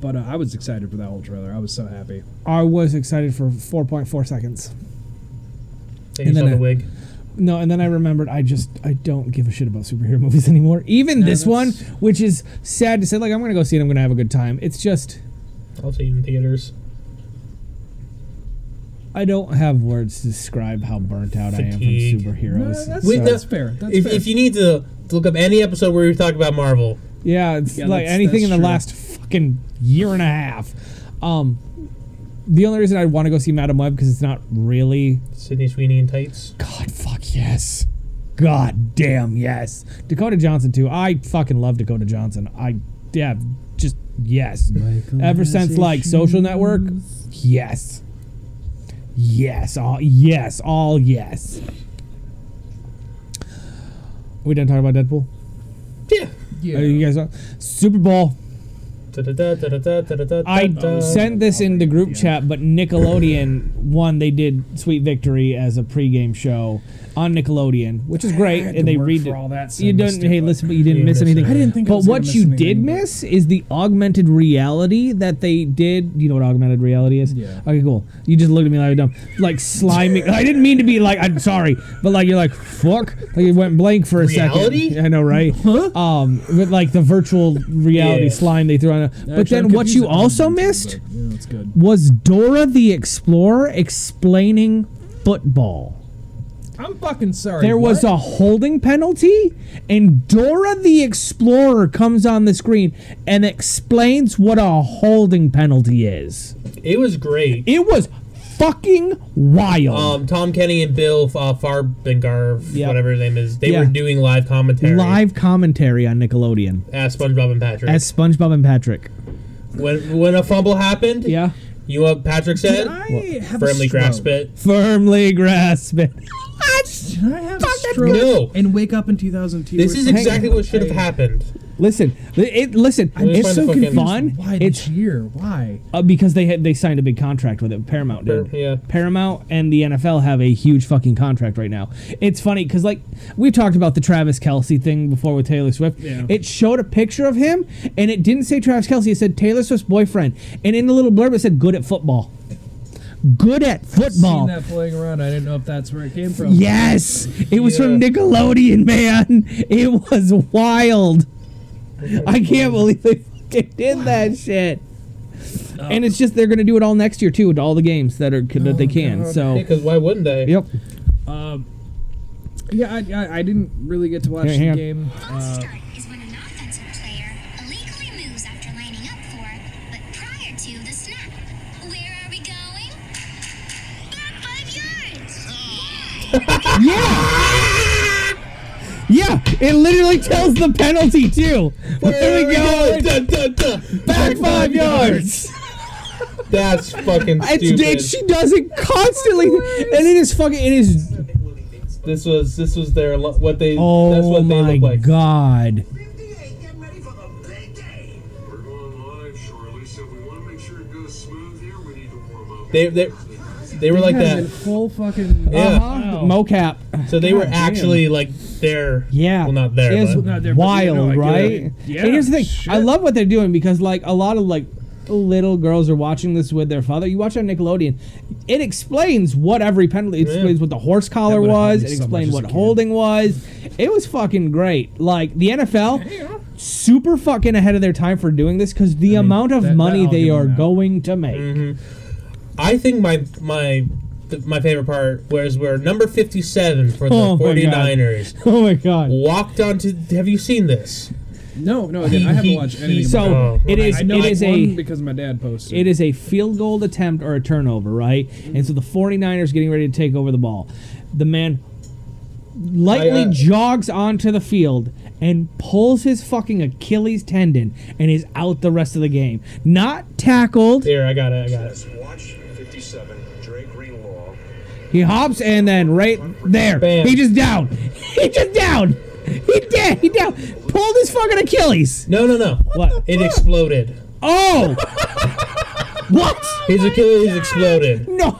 Speaker 4: But uh, I was excited for that whole trailer. I was so happy.
Speaker 2: I was excited for 4.4 seconds.
Speaker 3: Then you
Speaker 2: and
Speaker 3: saw
Speaker 2: then
Speaker 3: the
Speaker 2: I-
Speaker 3: wig.
Speaker 2: No, and then I remembered I just I don't give a shit about superhero movies anymore. Even this one,
Speaker 4: that's-
Speaker 2: which is sad to say, like I'm gonna go see it, I'm gonna have a good time. It's just
Speaker 3: I'll see you in theaters.
Speaker 2: I don't have words to describe how burnt out I am
Speaker 3: Fatigue.
Speaker 2: from
Speaker 4: No,
Speaker 2: superheroes.
Speaker 4: that's,
Speaker 3: Wait,
Speaker 4: that's
Speaker 3: no.
Speaker 4: fair. That's
Speaker 3: If,
Speaker 4: fair.
Speaker 3: if you need to, to look up any episode where we talk about Marvel,
Speaker 2: yeah, it's
Speaker 4: Yeah,
Speaker 2: like
Speaker 4: that's-
Speaker 2: anything in the
Speaker 4: that's true.
Speaker 2: last fucking year and a half. Um, the only reason I want to go see Madam Web because it's not really
Speaker 3: Sydney Sweeney in tights.
Speaker 2: God fuck yes. God damn yes. Dakota Johnson too. I fucking love Dakota Johnson. I yeah, just yes. Ever since like social network, yes. Yes, all yes, all yes. We done talking about Deadpool?
Speaker 3: Yeah.
Speaker 2: Are
Speaker 4: yeah.
Speaker 2: you guys on? Super Bowl. I
Speaker 3: I
Speaker 2: sent this in the group chat, but Nickelodeon one they did Sweet Victory as a pregame show on Nickelodeon, which is great.
Speaker 4: had
Speaker 2: And
Speaker 4: to
Speaker 2: they
Speaker 4: work
Speaker 2: read
Speaker 4: for
Speaker 2: it.
Speaker 4: all that, so I
Speaker 2: you
Speaker 4: missed
Speaker 2: didn't.
Speaker 4: it,
Speaker 2: Hey,
Speaker 4: but-
Speaker 2: listen, but you didn't
Speaker 3: You
Speaker 2: miss
Speaker 3: missed
Speaker 2: anything.
Speaker 3: it. I
Speaker 4: didn't think I
Speaker 2: But
Speaker 4: was gonna
Speaker 2: what
Speaker 4: miss
Speaker 2: you did
Speaker 4: anything, but-
Speaker 2: miss is the augmented reality that they did. You know what augmented reality is?
Speaker 4: Yeah.
Speaker 2: Okay, cool. You just looked at me like I'm dumb, like sliming. I didn't mean to be like. I'm sorry, but like you're like fuck. Like it went blank for a
Speaker 3: Reality?
Speaker 2: second. I know, right?
Speaker 4: Huh?
Speaker 2: Um, with like the virtual reality
Speaker 3: Yeah.
Speaker 2: slime they threw on. it. But
Speaker 4: Actually,
Speaker 2: then
Speaker 4: I'm
Speaker 2: what you
Speaker 4: confused.
Speaker 2: also
Speaker 4: I'm
Speaker 2: missed
Speaker 4: like, yeah, that's good.
Speaker 2: was Dora the Explorer explaining football.
Speaker 4: I'm fucking sorry.
Speaker 2: There was
Speaker 4: what?
Speaker 2: a holding penalty, and Dora the Explorer comes on the screen and explains what a holding penalty is.
Speaker 3: It was great.
Speaker 2: It was fucking wild.
Speaker 3: Um, Tom Kenny and Bill uh, Farbengar,
Speaker 2: Yeah.
Speaker 3: whatever his name is, they
Speaker 2: Yeah.
Speaker 3: were doing live commentary
Speaker 2: Live commentary on Nickelodeon
Speaker 3: as SpongeBob and Patrick.
Speaker 2: as SpongeBob and Patrick.
Speaker 3: when when a fumble happened,
Speaker 2: Yeah.
Speaker 3: you know what Patrick said?
Speaker 4: Did I have
Speaker 3: Firmly
Speaker 4: a stroke?
Speaker 3: grasp it.
Speaker 2: Firmly grasp it.
Speaker 4: Did I have a
Speaker 2: that
Speaker 4: stroke?
Speaker 3: No,
Speaker 4: And wake up in 2002.
Speaker 3: this
Speaker 4: or
Speaker 3: is
Speaker 4: something?
Speaker 3: exactly what should have happened.
Speaker 2: Listen, li- it, listen,
Speaker 3: just
Speaker 2: it's
Speaker 3: find
Speaker 2: so
Speaker 3: the fucking-
Speaker 2: fun.
Speaker 4: Why
Speaker 2: It's
Speaker 4: this year? Why?
Speaker 2: Uh, because they had they signed a big contract with it. Paramount did.
Speaker 3: Par- yeah.
Speaker 2: Paramount and the NFL have a huge fucking contract right now. It's funny because like we talked about the Travis Kelsey thing before with Taylor Swift.
Speaker 4: Yeah.
Speaker 2: It showed a picture of him and it didn't say Travis Kelsey. It said Taylor Swift's boyfriend. And in the little blurb it said good at football. Good at
Speaker 4: Seen
Speaker 2: football.
Speaker 4: that flying around. I didn't know if that's where it came from.
Speaker 2: Yes, it was from
Speaker 3: Yeah.
Speaker 2: Nickelodeon, man. It was wild. I can't believe they fucking did that shit. And it's just they're gonna do it all next year too, to all the games that are that they can.
Speaker 4: God.
Speaker 2: So,
Speaker 3: Because why wouldn't they?
Speaker 2: yep.
Speaker 4: Um, yeah, I, I, I didn't really get to watch
Speaker 2: Here, hang
Speaker 4: the
Speaker 2: on.
Speaker 4: game.
Speaker 6: false
Speaker 4: Uh,
Speaker 6: start is when an offensive player illegally moves after lining up for, but prior to the snap. Where are we going? Back five yards. Why?
Speaker 2: Yeah, it literally tells the penalty too.
Speaker 3: There
Speaker 2: There we go.
Speaker 3: Duh, duh, duh.
Speaker 2: Back five yards.
Speaker 3: That's fucking
Speaker 2: It's,
Speaker 3: stupid.
Speaker 2: it, she does it constantly, and it is fucking. It is.
Speaker 3: This was this was their lo- what they that's
Speaker 2: Oh
Speaker 3: what they
Speaker 2: my
Speaker 3: look like.
Speaker 2: god.
Speaker 7: Get ready for the big day.
Speaker 8: We're going live shortly, so if we want to make sure it goes smooth here. We need to warm up.
Speaker 3: They they they were like
Speaker 4: guys
Speaker 3: that.
Speaker 4: in full fucking.
Speaker 3: Yeah.
Speaker 2: Uh-huh. Mocap.
Speaker 3: So they were
Speaker 4: God damn.
Speaker 3: actually like there.
Speaker 2: Yeah.
Speaker 3: Well, not there.
Speaker 2: It's
Speaker 3: but-
Speaker 4: Not there, but you
Speaker 2: wild,
Speaker 4: know, I get
Speaker 2: right?
Speaker 4: it. Yeah,
Speaker 2: And here's the thing.
Speaker 4: shit.
Speaker 2: I love what they're doing because like a lot of like little girls are watching this with their father. You watch on Nickelodeon. It explains what every penalty it
Speaker 3: Yeah.
Speaker 2: explains what the horse collar
Speaker 4: would've helped
Speaker 2: was.
Speaker 4: me
Speaker 2: It
Speaker 4: so much
Speaker 2: explained
Speaker 4: as a
Speaker 2: what
Speaker 4: kid.
Speaker 2: holding was. It was fucking great. Like the NFL super fucking ahead of their time for doing this because the amount of
Speaker 4: that- that
Speaker 2: money
Speaker 4: I'll
Speaker 2: they
Speaker 4: give them
Speaker 2: are
Speaker 4: that.
Speaker 2: going to make.
Speaker 3: Mm-hmm. I think my my th- my favorite part was where number 57 for the
Speaker 2: Oh my God.
Speaker 3: 49ers
Speaker 2: Oh my god.
Speaker 3: walked onto have you seen this?
Speaker 4: No, no, I, didn't. I
Speaker 3: He-
Speaker 4: haven't
Speaker 3: he-
Speaker 4: watched
Speaker 3: he-
Speaker 4: anything.
Speaker 2: So
Speaker 4: about
Speaker 3: Oh,
Speaker 2: it
Speaker 3: well,
Speaker 2: is
Speaker 4: I know
Speaker 2: it
Speaker 4: I
Speaker 2: is
Speaker 4: won
Speaker 2: a
Speaker 4: because my dad posted.
Speaker 2: It is a field goal attempt or a turnover, right? And so the 49ers getting ready to take over the ball. The man lightly
Speaker 3: I, uh,
Speaker 2: jogs onto the field and pulls his fucking Achilles tendon and is out the rest of the game. Not tackled.
Speaker 3: Here, I got it. I got it.
Speaker 8: Let's watch 57, Dre Greenlaw.
Speaker 2: He hops and then right there.
Speaker 3: Bam.
Speaker 2: He just down. He just down. He dead. He down. Pulled his fucking Achilles.
Speaker 3: No, no, no.
Speaker 2: What?
Speaker 3: It exploded.
Speaker 2: Oh. what?
Speaker 3: His Achilles exploded.
Speaker 2: No.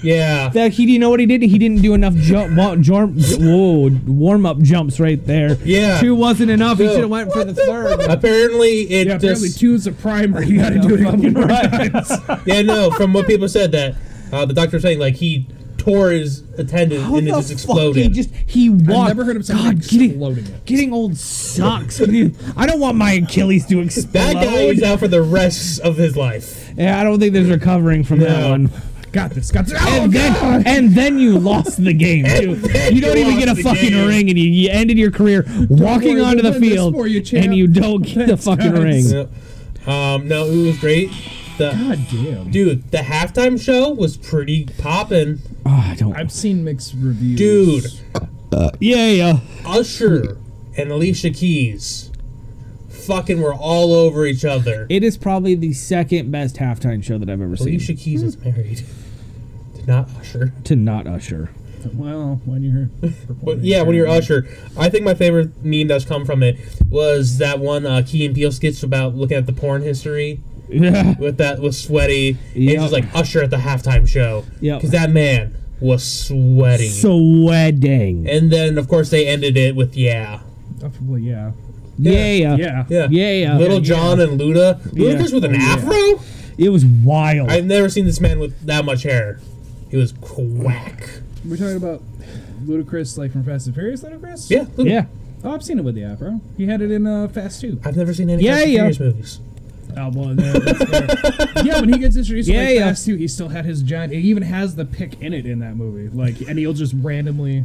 Speaker 3: Yeah.
Speaker 2: that he didn't know what he did. He didn't do enough jump, wa- jorm, whoa, warm up jumps right there.
Speaker 3: Yeah.
Speaker 2: two wasn't enough. He
Speaker 3: No.
Speaker 2: should have went for the third.
Speaker 3: Apparently it
Speaker 4: yeah, apparently
Speaker 3: just
Speaker 4: two is a primer. You got to do it. a couple more times.
Speaker 3: Yeah, no, from what people said that uh, the doctor was saying like he tore his tendon
Speaker 2: How
Speaker 3: and it
Speaker 2: the
Speaker 3: just
Speaker 2: fuck
Speaker 3: exploded.
Speaker 2: He just he walked.
Speaker 4: I've never heard of someone
Speaker 2: God,
Speaker 4: exploding
Speaker 2: getting,
Speaker 4: it.
Speaker 2: getting old sucks. Getting- I don't want my Achilles to explode.
Speaker 3: that guy is out for the rest of his life.
Speaker 2: yeah, I don't think there's recovering from that
Speaker 3: No.
Speaker 2: one.
Speaker 4: Got this. Got this. Oh,
Speaker 2: And then, and then you lost the game too.
Speaker 3: then
Speaker 2: You don't
Speaker 3: you
Speaker 2: even get a
Speaker 3: lost the
Speaker 2: fucking
Speaker 3: game.
Speaker 2: ring, and you, you ended your career walking
Speaker 4: worry,
Speaker 2: onto
Speaker 4: we'll
Speaker 2: the
Speaker 4: win this
Speaker 2: field,
Speaker 4: for you, champ.
Speaker 2: and you don't get the
Speaker 4: Thanks,
Speaker 2: fucking
Speaker 4: guys.
Speaker 2: ring.
Speaker 3: Yeah. Um, no, it was great. The,
Speaker 4: God damn.
Speaker 3: Dude, the halftime show was pretty poppin'.
Speaker 2: Oh, I don't.
Speaker 4: I've seen mixed reviews.
Speaker 3: Dude,
Speaker 2: yeah, yeah.
Speaker 3: Usher and Alicia Keys fucking were all over each other.
Speaker 2: It is probably the second best halftime show that I've ever seen.
Speaker 3: Alicia Keys is married. Did not Usher.
Speaker 2: to not Usher.
Speaker 4: Well, when you're.
Speaker 3: But yeah, when you're Usher, I think my favorite meme that's come from it was that one uh, Key and Peele skits about looking at the porn history
Speaker 2: Yeah.
Speaker 3: with that was sweaty.
Speaker 2: Yep.
Speaker 3: And just like Usher at the halftime show.
Speaker 2: Yep.
Speaker 3: Because that man was sweaty.
Speaker 2: Sweating.
Speaker 3: and then, of course, they ended it with, yeah.
Speaker 4: Well, yeah.
Speaker 2: Yeah, yeah.
Speaker 4: Yeah.
Speaker 3: Yeah.
Speaker 2: Yeah, yeah.
Speaker 3: Little
Speaker 2: Yeah,
Speaker 3: John and Luda. Ludacris with an afro?
Speaker 2: It was wild.
Speaker 3: I've never seen this man with that much hair. He was quack.
Speaker 4: We're talking about Ludacris, like from Fast and Furious Ludacris?
Speaker 3: Yeah, Luda.
Speaker 2: yeah.
Speaker 4: Oh, I've seen it with the afro. He had it in uh, Fast 2.
Speaker 3: I've never seen any
Speaker 2: Yeah,
Speaker 3: Fast and
Speaker 2: yeah.
Speaker 3: Furious movies.
Speaker 4: Oh, well, no, that's fair. yeah, when he gets introduced
Speaker 2: Yeah,
Speaker 4: to like,
Speaker 2: yeah.
Speaker 4: Fast 2, he still had his giant. He even has the pick in it in that movie. Like, and he'll just randomly.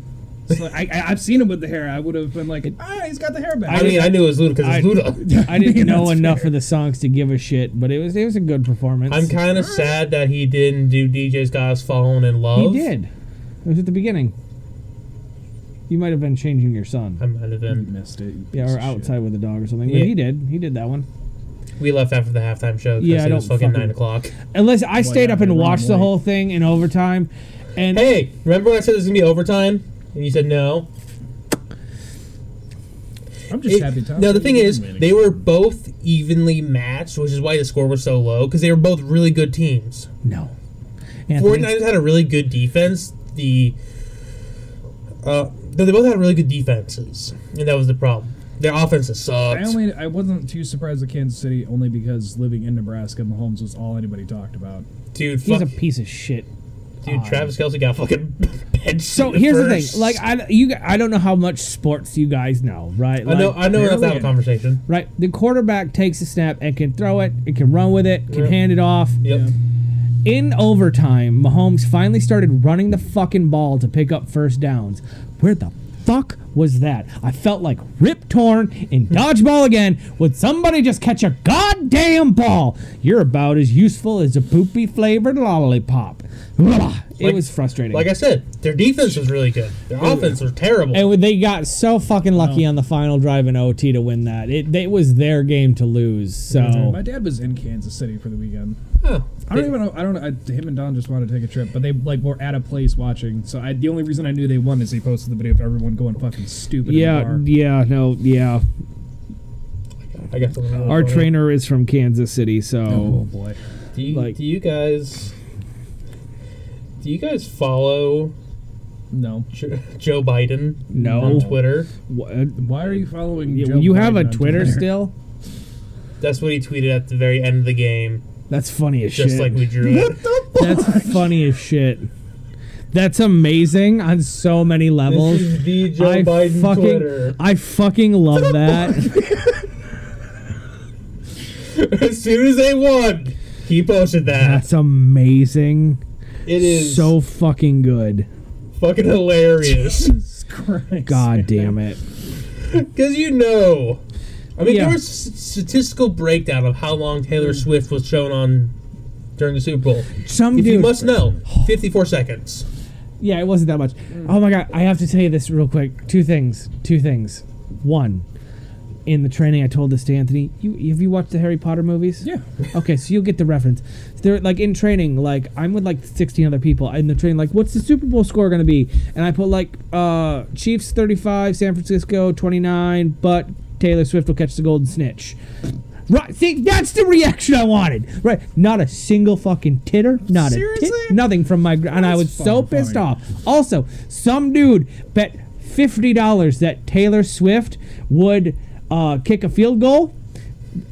Speaker 4: It's like I, I, I've seen him with the hair. I would have been like, ah, he's got the hair back.
Speaker 3: I, mean, I knew it was Luda because it's Luda.
Speaker 2: I didn't know
Speaker 4: That's
Speaker 2: enough
Speaker 4: fair.
Speaker 2: of the songs to give a shit, but it was it was a good performance.
Speaker 3: I'm kind of sad that he didn't do DJ's Guys Falling in
Speaker 2: he
Speaker 3: Love.
Speaker 2: did. It was at the beginning. You might have been changing your son,
Speaker 3: I might have
Speaker 5: You
Speaker 3: been.
Speaker 5: missed it. you
Speaker 2: yeah,
Speaker 5: piece
Speaker 2: or
Speaker 5: of shit.
Speaker 2: outside with a dog or something.
Speaker 3: Yeah.
Speaker 2: But he did. He did that one.
Speaker 3: We left after the halftime show because
Speaker 2: Yeah, I
Speaker 3: it was
Speaker 2: don't
Speaker 3: fucking
Speaker 2: fucking-
Speaker 3: 9 o'clock.
Speaker 2: Unless I stayed
Speaker 5: yeah,
Speaker 2: up and
Speaker 5: they run
Speaker 2: watched the
Speaker 5: away.
Speaker 2: whole thing in overtime, and
Speaker 3: Hey, remember when I said this was going to be overtime? And you said no?
Speaker 5: I'm just
Speaker 3: It-
Speaker 5: happy. Tom
Speaker 3: no, the
Speaker 5: Brady
Speaker 3: thing
Speaker 5: didn't
Speaker 3: is,
Speaker 5: win
Speaker 3: they
Speaker 5: again.
Speaker 3: were both evenly matched, which is why the score was so low because they were both really good teams.
Speaker 2: no, Anthony,
Speaker 3: 49ers had a really good defense. The uh, they both had really good defenses, and that was the problem. Their offenses sucked.
Speaker 5: I only I wasn't too surprised at Kansas City only because living in Nebraska, Mahomes was all anybody talked about.
Speaker 3: dude,
Speaker 2: he's
Speaker 3: fuck,
Speaker 2: a piece of shit.
Speaker 3: dude, Travis Kelsey got fucking benched.
Speaker 2: So
Speaker 3: in
Speaker 2: here's the
Speaker 3: first.
Speaker 2: thing, like I you g- I don't know how much sports you guys know, right?
Speaker 3: I know,
Speaker 2: Like,
Speaker 3: I know enough to have a
Speaker 5: barely.
Speaker 3: conversation.
Speaker 2: right? The quarterback takes a snap and can throw it, it can run with it, can
Speaker 3: Yeah.
Speaker 2: hand it off.
Speaker 3: Yep.
Speaker 2: In overtime, Mahomes finally started running the fucking ball to pick up first downs. Where the fuck was that? I felt like Rip Torn in
Speaker 3: Hmm.
Speaker 2: dodgeball again. Would somebody just catch a goddamn ball? You're about as useful as a poopy flavored lollipop. Blah. It
Speaker 3: Like-
Speaker 2: was frustrating.
Speaker 3: Like I said, their defense was really good. Their offense was terrible.
Speaker 2: Oh, And they got so fucking lucky on the final drive in OT to win that. It, it was their game to lose.
Speaker 5: My
Speaker 2: So
Speaker 5: dad was in Kansas City for the weekend.
Speaker 3: Huh.
Speaker 5: I don't even know. I don't know. I, him and Don just wanted to take a trip, but they like were at a place watching. So I, the only reason I knew they won is he posted the video of everyone going fucking stupid.
Speaker 2: yeah,
Speaker 5: in the
Speaker 2: yeah, no, yeah.
Speaker 3: I got something else
Speaker 2: Our
Speaker 3: for you.
Speaker 2: trainer is from Kansas City,
Speaker 5: bar. Oh
Speaker 2: so
Speaker 5: boy.
Speaker 3: Do you,
Speaker 2: like-
Speaker 3: do you guys? Do you guys follow
Speaker 5: No.
Speaker 3: Jo- Joe Biden
Speaker 2: No.
Speaker 3: on Twitter?
Speaker 2: wha- uh,
Speaker 5: Why are you following?
Speaker 2: you,
Speaker 5: Joe
Speaker 2: you have
Speaker 5: Biden
Speaker 2: a
Speaker 5: on
Speaker 2: Twitter still?
Speaker 3: That's what he tweeted at the very end of the game,
Speaker 2: That's funny as
Speaker 3: just
Speaker 2: shit.
Speaker 3: like we drew it.
Speaker 2: That's funny as shit. That's amazing on so many levels.
Speaker 3: the
Speaker 2: I fucking, I fucking love that.
Speaker 3: as soon as they won, he posted that.
Speaker 2: That's amazing.
Speaker 3: It is
Speaker 2: so fucking good.
Speaker 3: fucking hilarious
Speaker 5: Jesus Christ.
Speaker 2: God damn it.
Speaker 3: because you know, I mean,
Speaker 2: Yeah.
Speaker 3: there was a s- statistical breakdown of how long Taylor Swift was shown on during the Super Bowl.
Speaker 2: Some
Speaker 3: If
Speaker 2: dude.
Speaker 3: you must know, fifty-four seconds.
Speaker 2: Yeah, it wasn't that much. Oh my god, I have to tell you this real quick. Two things. Two things. One, in the training, I told this to Anthony. You have you watched the Harry Potter movies?
Speaker 5: Yeah.
Speaker 2: Okay, so you'll get the reference. They're like in training, like I'm with like 16 other people in the training. Like, what's the Super Bowl score gonna be? And I put like uh Chiefs 35, San Francisco 29, but Taylor Swift will catch the golden snitch. Right, see, that's the reaction I wanted. Right, not a single fucking titter, not a tit,
Speaker 5: Seriously?
Speaker 2: nothing from my. Gr- and I
Speaker 5: That's
Speaker 2: was so
Speaker 5: fucking
Speaker 2: pissed
Speaker 5: funny.
Speaker 2: off. Also, some dude bet fifty dollars that Taylor Swift would uh, kick a field goal.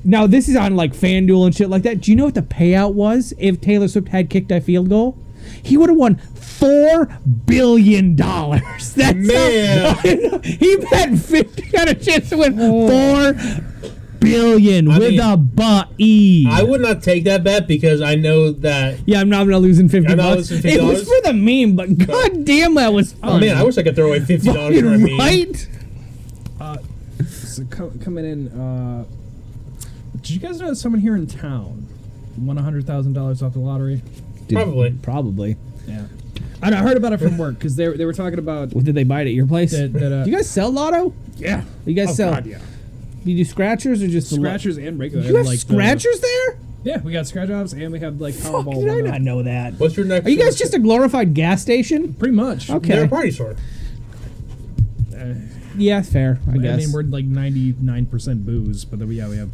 Speaker 2: Now this is on like FanDuel and shit like that. Do you know what the payout was if Taylor Swift had kicked a field goal? He would have won four billion dollars. That's
Speaker 3: Man.
Speaker 2: a- he bet fifty on a chance to win
Speaker 5: Oh.
Speaker 2: four billion
Speaker 3: I
Speaker 2: with
Speaker 3: mean,
Speaker 2: a but e.
Speaker 3: I would not take that bet because I know that.
Speaker 2: yeah, I'm not gonna lose in fifty
Speaker 3: I'm not
Speaker 2: bucks.
Speaker 3: losing
Speaker 2: It was
Speaker 3: $50.
Speaker 2: for the meme, but god damn, that was
Speaker 3: Oh
Speaker 2: fun.
Speaker 3: man, I wish I could throw away fifty dollars for a meme.
Speaker 2: right?
Speaker 5: So co- coming in. Uh, did you guys know that someone here in town won hundred thousand dollars off the lottery?
Speaker 3: Probably.
Speaker 2: Probably.
Speaker 5: Yeah. I, know, I heard about it from work because they, were- they were talking about
Speaker 2: What did they buy it at your place?
Speaker 5: that. that uh,
Speaker 2: Do you guys sell lotto?
Speaker 5: yeah.
Speaker 2: You guys
Speaker 5: Oh,
Speaker 2: sell?
Speaker 5: God, yeah.
Speaker 2: You do scratchers or just the lo-
Speaker 5: Scratchers and regular.
Speaker 2: You have
Speaker 5: like the-
Speaker 2: scratchers there?
Speaker 5: yeah, we got scratch offs and we have like
Speaker 3: Oh,
Speaker 2: Fuck,
Speaker 5: Powerball.
Speaker 2: did I
Speaker 5: one
Speaker 2: not
Speaker 5: up.
Speaker 2: know that?
Speaker 3: What's your next?
Speaker 2: Are you guys just a glorified gas station?
Speaker 5: Pretty much.
Speaker 2: Okay.
Speaker 3: They're a party store.
Speaker 2: Yeah, fair. I
Speaker 5: I
Speaker 2: guess.
Speaker 5: mean, we're like ninety nine percent booze, but then we, yeah, we have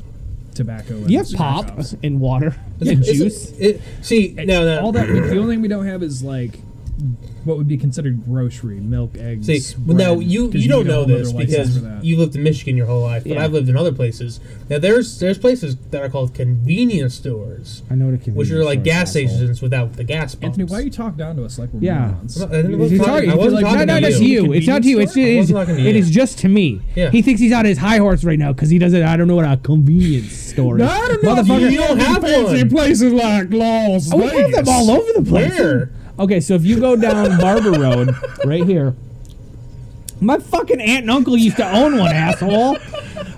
Speaker 5: tobacco. And
Speaker 2: you have
Speaker 5: scratch
Speaker 2: pop
Speaker 5: offs.
Speaker 2: and water and
Speaker 3: It's-
Speaker 2: juice.
Speaker 3: it- see, no, no.
Speaker 5: All that. The only thing we don't have is like what would be considered grocery, milk, eggs.
Speaker 3: See,
Speaker 5: bread,
Speaker 3: now you
Speaker 5: 'cause
Speaker 3: you don't
Speaker 5: need a
Speaker 3: know
Speaker 5: whole nother
Speaker 3: this
Speaker 5: license
Speaker 3: because
Speaker 5: for that.
Speaker 3: you lived in Michigan your whole life, but
Speaker 2: Yeah.
Speaker 3: I've lived in other places. Now there's there's places that are called convenience stores,
Speaker 2: I know what it can
Speaker 3: which are like gas stations without the gas pumps.
Speaker 5: Anthony, why you talk down to us like we're
Speaker 2: Yeah.
Speaker 5: morons?
Speaker 3: No, I didn't-
Speaker 2: You're talking,
Speaker 3: I
Speaker 2: you're
Speaker 3: wasn't
Speaker 2: like,
Speaker 3: talking
Speaker 2: no, no,
Speaker 3: to
Speaker 2: that's
Speaker 3: you.
Speaker 2: you. It's not to you. It's it is,
Speaker 3: I wasn't talking to
Speaker 2: it
Speaker 3: you.
Speaker 2: is just to me.
Speaker 3: Yeah.
Speaker 2: He thinks he's on his high horse right now because he doesn't. I don't know what a convenience store is.
Speaker 5: I don't know if
Speaker 2: Motherfucker,
Speaker 3: You don't have one.
Speaker 5: places like Las
Speaker 2: Oh, we have them all over the place.
Speaker 3: Where?
Speaker 2: Okay, so if you go down Barber Road, right here, My fucking aunt and uncle used to own one, asshole.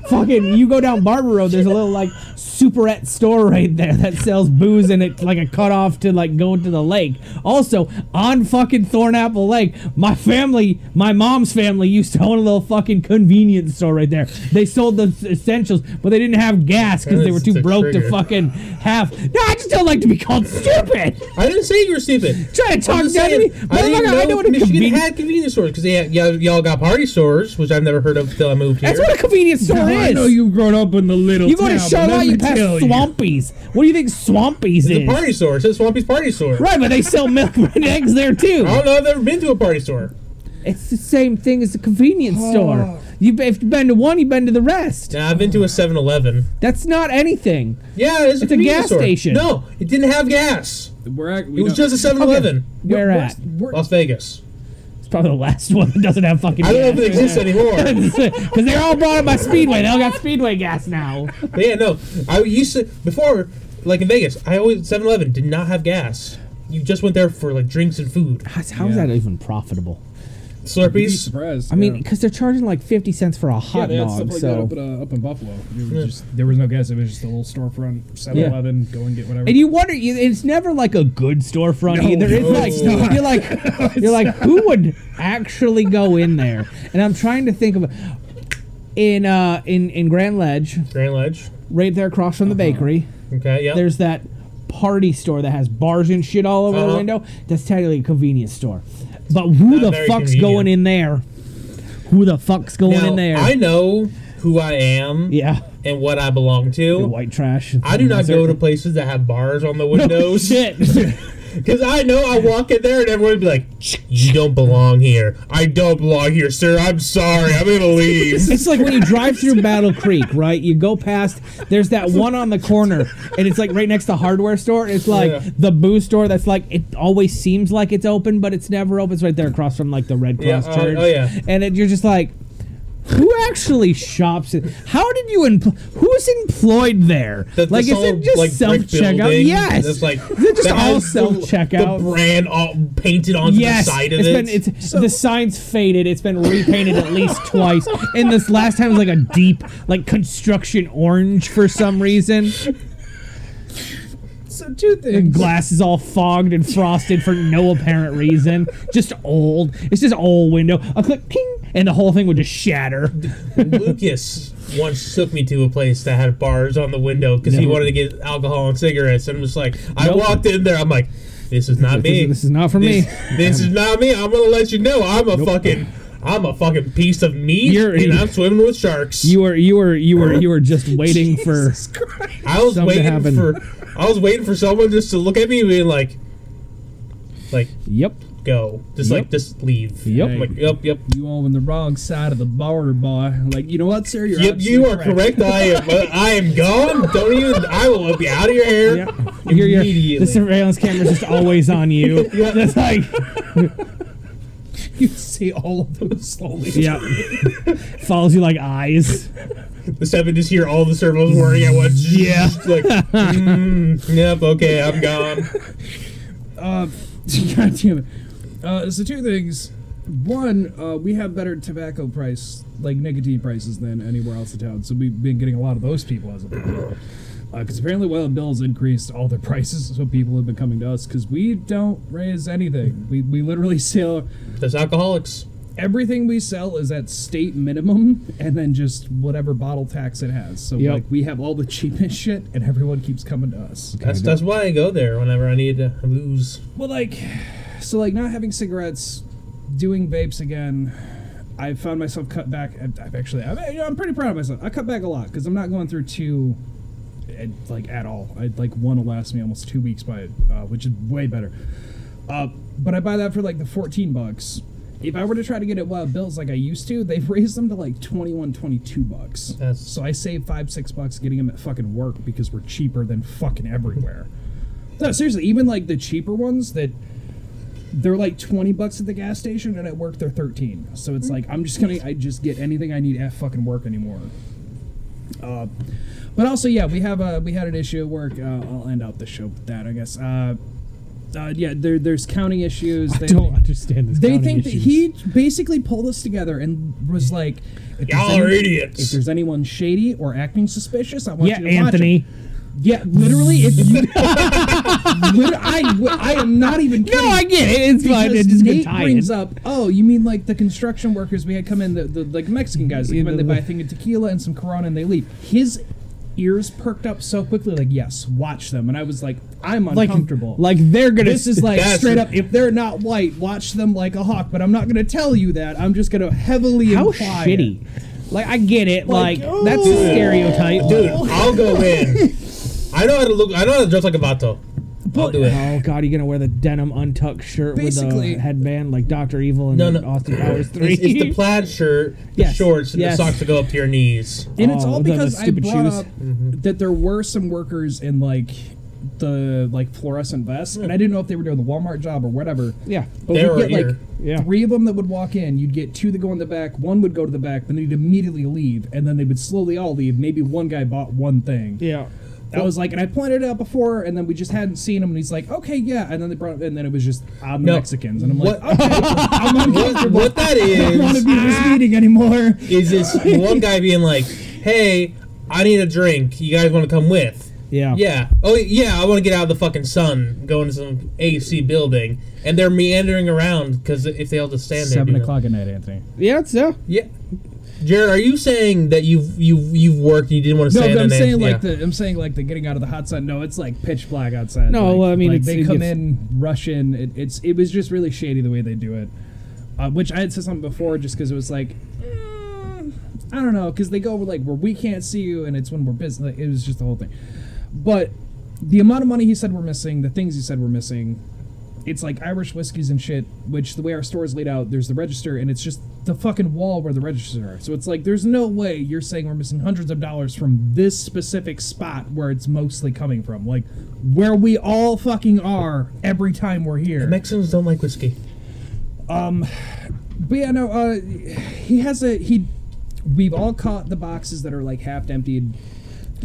Speaker 2: Fucking, you go down Barber Road. There's a little like superette store right there that sells booze and it's like a cutoff to like going to the lake. Also, on fucking Thornapple Lake, my family, my mom's family used to own a little fucking convenience store right there. They sold the essentials, but they didn't have gas because they were
Speaker 3: It's
Speaker 2: too
Speaker 3: a
Speaker 2: broke to
Speaker 3: trigger.
Speaker 2: fucking have. No, I just don't like to be called stupid.
Speaker 3: I didn't say you were stupid.
Speaker 2: Trying to
Speaker 3: I'm
Speaker 2: talk
Speaker 3: just
Speaker 2: down to
Speaker 3: saying,
Speaker 2: me?
Speaker 3: I didn't
Speaker 2: Motherfucker,
Speaker 3: know,
Speaker 2: I know what a
Speaker 3: Michigan
Speaker 2: convenience-
Speaker 3: had convenience stores because they had, y'all, y'all got party stores, which I've never heard of until I moved here.
Speaker 2: That's what a convenience store is.
Speaker 4: I know you've grown up in the little
Speaker 2: You go to
Speaker 4: town, but let
Speaker 2: Charlotte, you
Speaker 4: me
Speaker 2: pass
Speaker 4: tell you.
Speaker 2: Swampies. What do you think Swampies
Speaker 3: it's a
Speaker 2: is?
Speaker 3: party store. It's a Swampy's party store.
Speaker 2: Right, but they sell milk and eggs there
Speaker 3: I
Speaker 4: Oh.
Speaker 2: too.
Speaker 3: don't know. I've never been to a party store.
Speaker 2: It's the same thing as a convenience
Speaker 4: Oh.
Speaker 2: store. You if you've been to one, you've been to the rest.
Speaker 3: Nah, I've been to a 7-Eleven.
Speaker 2: That's not anything.
Speaker 3: Yeah, it's,
Speaker 2: It's a
Speaker 3: convenience
Speaker 2: gas
Speaker 3: store.
Speaker 2: station.
Speaker 3: No, it didn't have gas.
Speaker 4: We're act- we
Speaker 3: It was
Speaker 4: don't-
Speaker 3: just a 7-Eleven.
Speaker 2: Where at?
Speaker 4: we're-
Speaker 3: Las Vegas.
Speaker 2: It's probably the last one that doesn't have fucking.
Speaker 3: I don't know if it exists anymore.
Speaker 2: Because they're all brought up by Speedway. They all got Speedway gas now.
Speaker 3: But yeah, no. I used to before, like in Vegas, I always 7-Eleven did not have gas. You just went there for like drinks and food,
Speaker 2: How's, how's that even profitable?
Speaker 4: You'd be
Speaker 3: Slurpees.
Speaker 4: surprised.
Speaker 2: I mean, because they're charging like fifty cents for a
Speaker 4: yeah,
Speaker 2: hot
Speaker 4: they had
Speaker 2: dog.
Speaker 4: stuff like
Speaker 2: so
Speaker 4: that up, at, uh, up in Buffalo. It was just, there was no gas. It was just a little storefront, 7-Eleven, go and get whatever.
Speaker 2: And you wonder, you- it's never like a good storefront
Speaker 4: No,
Speaker 2: either. It's
Speaker 4: no,
Speaker 2: like
Speaker 4: it's not.
Speaker 2: you're like you're like who would actually go in there? And I'm trying to think of in uh in in Grand Ledge,
Speaker 3: Grand Ledge.
Speaker 2: right there across from the
Speaker 3: Uh-huh.
Speaker 2: bakery.
Speaker 3: Okay, yeah.
Speaker 2: There's that party store that has bars and shit all over the
Speaker 3: Uh-huh.
Speaker 2: window. That's technically a convenience store, but who
Speaker 3: Not
Speaker 2: the
Speaker 3: very
Speaker 2: fuck's
Speaker 3: convenient.
Speaker 2: going in there? Who the fuck's going
Speaker 3: now,
Speaker 2: in there?
Speaker 3: I know who I am
Speaker 2: yeah,
Speaker 3: and what I belong
Speaker 2: the
Speaker 3: to.
Speaker 2: white trash.
Speaker 3: I do not go to places that have bars on the
Speaker 2: no
Speaker 3: windows.
Speaker 2: shit.
Speaker 3: Because I know I walk in there and everyone would be like, "You don't belong here. I don't belong here, sir. I'm sorry. I'm gonna leave."
Speaker 2: It's like when you drive through Battle Creek, right? You go past, there's that one on the corner, and it's like right next to hardware store. It's like
Speaker 3: Yeah.
Speaker 2: the booze store that's like, it always seems like it's open, but it's never open. It's right there across from like the Red
Speaker 3: Yeah,
Speaker 2: Cross
Speaker 3: oh,
Speaker 2: Church.
Speaker 3: oh, yeah.
Speaker 2: And it, you're just like, who actually shops it? How did you empl- Who's employed there?
Speaker 3: The- the
Speaker 2: like, is
Speaker 3: solid,
Speaker 2: it just
Speaker 3: like,
Speaker 2: self
Speaker 3: brick
Speaker 2: checkout?
Speaker 3: building
Speaker 2: Yes.
Speaker 3: that's like
Speaker 2: is it just
Speaker 3: that
Speaker 2: all
Speaker 3: has the-
Speaker 2: self checkout?
Speaker 3: The brand all painted onto
Speaker 2: Yes,
Speaker 3: the side of
Speaker 2: it's
Speaker 3: it.
Speaker 2: been it's the sign's faded. It's been repainted at least twice, and this last time was like a deep, like construction orange for some reason.
Speaker 4: so two
Speaker 2: The
Speaker 4: things.
Speaker 2: glass is all fogged and frosted for no apparent reason. Just old. It's just old window. A click, ping, and the whole thing would just shatter.
Speaker 3: Lucas once took me to a place that had bars on the window because he
Speaker 2: No.
Speaker 3: wanted to get alcohol and cigarettes. And I'm just like, I
Speaker 2: Nope.
Speaker 3: walked in there. I'm like, this is not
Speaker 2: This
Speaker 3: me.
Speaker 2: is- this is not for
Speaker 3: This-
Speaker 2: me.
Speaker 3: This is not me. I'm gonna let you know. I'm a fucking, I'm a fucking piece of meat,
Speaker 2: You're-
Speaker 3: and I'm swimming with sharks.
Speaker 2: You were, you were, you were, you were just waiting for.
Speaker 3: I was
Speaker 2: something to
Speaker 3: waiting
Speaker 2: happen.
Speaker 3: for, I was waiting for someone just to look at me and be like, like
Speaker 2: Yep.
Speaker 3: go, just
Speaker 2: Yep.
Speaker 3: like just leave.
Speaker 2: Yep.
Speaker 3: I'm like, yep, yep.
Speaker 4: You on the wrong side of the border, boy. Like, you know what, sir? You're
Speaker 3: Yep, you
Speaker 4: absolutely
Speaker 3: are correct. I am. uh, I am gone. Don't even. I will be out of your hair.
Speaker 2: Yep. You're, you're, the
Speaker 3: Immediately.
Speaker 2: surveillance camera's just always on you.
Speaker 3: Yeah.
Speaker 2: That's like.
Speaker 4: You see all of them slowly.
Speaker 2: Yep. Follows you like eyes.
Speaker 3: The seven just hear all the servos whirring at once.
Speaker 2: Yeah.
Speaker 3: like, mm, yep, okay, I'm gone.
Speaker 4: God damn it. Uh, so two things. One, uh, we have better tobacco price, like nicotine prices, than anywhere else in town. So we've been getting a lot of those people as a Because apparently, Wild Bill's increased all their prices, so people have been coming to us because we don't raise anything. We, we literally sell
Speaker 3: There's alcoholics.
Speaker 4: everything we sell is at state minimum, and then just whatever bottle tax it has. So
Speaker 2: Yep.
Speaker 4: like we have all the cheapest shit, and everyone keeps coming to us.
Speaker 3: That's that's why I go there whenever I need to lose.
Speaker 4: Well, like, so like not having cigarettes, doing vapes again. I found myself cut back. I've, I've actually, I'm, you know, I'm pretty proud of myself. I cut back a lot because I'm not going through two, eh, like at all. I like one will last me almost two weeks by it, uh, which is way better. Uh, but I buy that for like the 14 bucks. If I were to try to get it Wild Bills like I used to, they've raised them to like 21, 22 bucks.
Speaker 3: That's-
Speaker 4: so I save five, six bucks getting them at fucking work because we're cheaper than fucking everywhere. No, seriously, even like the cheaper ones that they're like 20 bucks at the gas station and at work they're 13. So it's like I'm just going to I just get anything I need at fucking work anymore. Uh, but also yeah, we have a we had an issue at work. Uh, I'll end out the show with that, I guess. Uh uh, yeah, there, there's counting issues.
Speaker 2: I don't understand this.
Speaker 4: They
Speaker 2: counting
Speaker 4: think that
Speaker 2: issues.
Speaker 4: he basically pulled us together and was like, if there's
Speaker 3: Y'all
Speaker 4: any-
Speaker 3: are
Speaker 4: If
Speaker 3: idiots.
Speaker 4: there's anyone shady or acting suspicious, I want
Speaker 2: Yeah,
Speaker 4: you to watch it.
Speaker 2: Anthony.
Speaker 4: Yeah, literally, if you, Lit- I, I am not even kidding.
Speaker 2: No, I get it. It's fine.
Speaker 4: Because
Speaker 2: It just
Speaker 4: Nate
Speaker 2: got tired.
Speaker 4: brings up, oh, you mean like the construction workers we had come in, the, the like Mexican guys, they
Speaker 2: Yeah,
Speaker 4: come in,
Speaker 2: the-
Speaker 4: they buy a thing of tequila and some Corona, and they leave. His ears perked up so quickly, like yes, watch them, and I was like, I'm
Speaker 2: like,
Speaker 4: uncomfortable.
Speaker 2: like they're gonna.
Speaker 4: this is like
Speaker 3: That's-
Speaker 4: straight up. If they're not white, watch them like a hawk. But I'm not gonna tell you that. I'm just gonna heavily
Speaker 2: how
Speaker 4: imply it.
Speaker 2: shitty. Like I get it. Like, oh.
Speaker 4: Like,
Speaker 2: that's a
Speaker 4: ooh.
Speaker 2: stereotype.
Speaker 3: Dude, I'll go in. I know how to look. I know how to dress like a vato. I'll do it.
Speaker 2: Oh god, you gonna wear the denim untucked shirt
Speaker 4: Basically-
Speaker 2: with a headband like Doctor Evil and
Speaker 3: No, no.
Speaker 2: Austin Powers three?
Speaker 3: It's, it's the plaid shirt, the
Speaker 2: Yes,
Speaker 3: shorts, and
Speaker 2: yes.
Speaker 3: the socks that go up to your knees.
Speaker 4: and it's
Speaker 2: Oh,
Speaker 4: all
Speaker 2: the- the
Speaker 4: because I
Speaker 2: stupid
Speaker 4: brought
Speaker 2: shoes.
Speaker 4: up
Speaker 3: Mm-hmm.
Speaker 4: that there were some workers in like the like fluorescent vests, and I didn't know if they were doing the Walmart job or whatever.
Speaker 2: yeah.
Speaker 4: But
Speaker 3: There
Speaker 4: we'd
Speaker 3: or
Speaker 4: get like
Speaker 3: here.
Speaker 2: Yeah.
Speaker 4: three of them that would walk in. You'd get two that go in the back, one would go to the back, then they'd immediately leave, and then they would slowly all leave. Maybe one guy bought one thing.
Speaker 2: Yeah.
Speaker 4: I was like, and I pointed it out before, and then we just hadn't seen him, and he's like, okay, yeah, and then they brought, and then it was just I'm
Speaker 3: No.
Speaker 4: Mexicans, and I'm
Speaker 3: What,
Speaker 2: "Oh,
Speaker 4: like, okay, I'm
Speaker 3: what,
Speaker 4: uncomfortable.
Speaker 3: what that
Speaker 4: I don't want to
Speaker 3: is,
Speaker 4: be in this meeting anymore.
Speaker 3: is this one guy being like, hey, I need a drink. You guys want to come with?
Speaker 2: Yeah.
Speaker 3: Yeah. Oh, yeah. I want to get out of the fucking sun, go into some AC building, and they're meandering around because if they all just stand there.
Speaker 4: Seven
Speaker 3: you know.
Speaker 4: o'clock at night, Anthony.
Speaker 2: Yeah. It's yeah.
Speaker 3: Yeah. Jared, are you saying that you've you've you've worked and you didn't want to
Speaker 4: No,
Speaker 3: say?
Speaker 4: but
Speaker 3: the
Speaker 4: I'm
Speaker 3: name?
Speaker 4: saying
Speaker 3: Yeah.
Speaker 4: like the I'm saying like the getting out of the hot sun. No, it's like pitch black outside.
Speaker 2: No,
Speaker 4: Like-
Speaker 2: well, I mean,
Speaker 4: like,
Speaker 2: it's-
Speaker 4: they
Speaker 2: it
Speaker 4: come
Speaker 2: gets-
Speaker 4: in, rush in. It, it's it was just really shady the way they do it, uh, which I had said something before just because it was like. mm, I don't know, because they go over like where we can't see you, and it's when we're busy. Like, it was just the whole thing, but the amount of money he said we're missing, the things he said we're missing, it's like Irish whiskeys and shit. Which the way our store is laid out, there's the register, and it's just the fucking wall where the registers are. So it's like there's no way you're saying we're missing hundreds of dollars from this specific spot where it's mostly coming from, like where we all fucking are every time we're here.
Speaker 3: Mexicans don't like whiskey.
Speaker 4: But yeah, no, uh, he has a he. We've all caught the boxes that are like half emptied,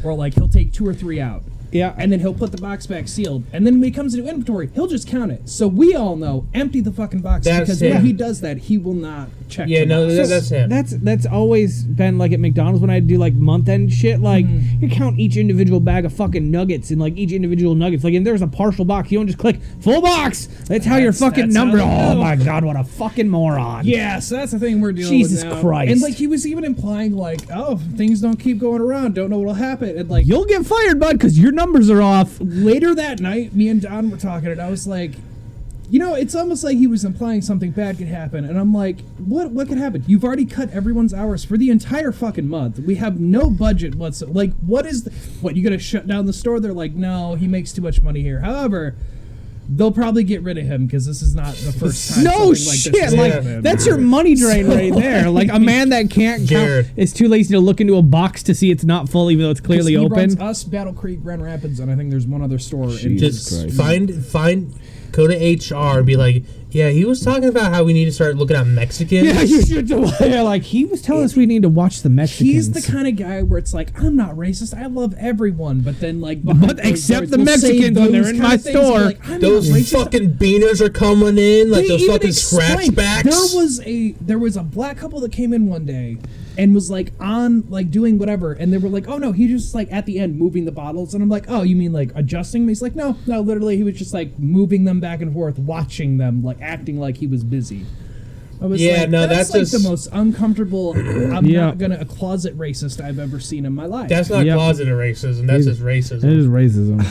Speaker 4: or like he'll take two or three out.
Speaker 2: Yeah.
Speaker 4: And then he'll put the box back sealed. And then when he comes into inventory, he'll just count it. So we all know empty the fucking box
Speaker 3: That's
Speaker 4: because
Speaker 3: him.
Speaker 4: when he does that, he will not check.
Speaker 3: Yeah,
Speaker 4: the
Speaker 3: no,
Speaker 4: box.
Speaker 3: that, that's him.
Speaker 2: That's that's always been like at McDonald's when I do like month end shit. Like
Speaker 4: Mm-hmm.
Speaker 2: you count each individual bag of fucking nuggets and like each individual nuggets. Like and there's a partial box. You don't just click full box. That's how your
Speaker 4: That's-
Speaker 2: fucking
Speaker 4: that's how
Speaker 2: number.
Speaker 4: they
Speaker 2: Oh
Speaker 4: know.
Speaker 2: my god, what a fucking moron.
Speaker 4: Yeah, so that's the thing we're dealing
Speaker 2: Jesus
Speaker 4: with now.
Speaker 2: Christ.
Speaker 4: And like he was even implying like, oh, if things don't keep going around, don't know what'll happen. And like
Speaker 2: You'll get fired, bud, because your numbers are off.
Speaker 4: later that night, me and Don were talking, and I was like, you know, it's almost like he was implying something bad could happen, and I'm like, what? What could happen? You've already cut everyone's hours for the entire fucking month. We have no budget whatsoever. Like, what is? The, what you gonna shut down the store? They're like, no, he makes too much money here. However. They'll probably get rid of him because this is not the first time.
Speaker 2: No
Speaker 4: something
Speaker 2: shit,
Speaker 4: Like this has
Speaker 2: like
Speaker 4: happened.
Speaker 2: that's your money drain right there. Like a man that can't count
Speaker 3: Jared.
Speaker 2: is too lazy to look into a box to see it's not full, even though it's clearly
Speaker 4: he runs
Speaker 2: open.
Speaker 4: us, Battle Creek, Grand Rapids, and I think there's one other store. in
Speaker 5: Jesus.
Speaker 3: Just
Speaker 5: Christ.
Speaker 3: find find go to HR and be like, yeah, he was talking about how we need to start looking at Mexicans.
Speaker 2: Yeah, you should. Yeah, like he was telling us we need to watch the Mexicans.
Speaker 4: He's the kind of guy where it's like, I'm not racist. I love everyone, but then like, behind
Speaker 2: But
Speaker 4: closed
Speaker 2: except
Speaker 4: doors,
Speaker 2: the
Speaker 4: we'll say
Speaker 2: Mexicans when
Speaker 4: those
Speaker 2: they're in
Speaker 4: kinda
Speaker 2: my
Speaker 4: things, we'll be
Speaker 2: store.
Speaker 4: Like, I'm
Speaker 3: Those
Speaker 4: not racist.
Speaker 3: fucking beaners are coming in like
Speaker 4: They
Speaker 3: those
Speaker 4: even
Speaker 3: fucking
Speaker 4: explained-
Speaker 3: scratchbacks.
Speaker 4: There was a there was a black couple that came in one day and was like on like doing whatever, and they were like, "Oh no, he just like at the end moving the bottles," and I'm like, "Oh, you mean like adjusting?" them?" He's like, "No, no, literally, he was just like moving them back and forth, watching them, like acting like he was busy." I was
Speaker 3: Yeah,
Speaker 4: like,
Speaker 3: no, that's
Speaker 4: that's, like
Speaker 3: just-
Speaker 4: the most uncomfortable. I'm
Speaker 2: Yeah.
Speaker 4: not gonna a closet racist I've ever seen in my life.
Speaker 3: that's not
Speaker 2: Yep.
Speaker 3: closet racism. That's just racism.
Speaker 2: is racism.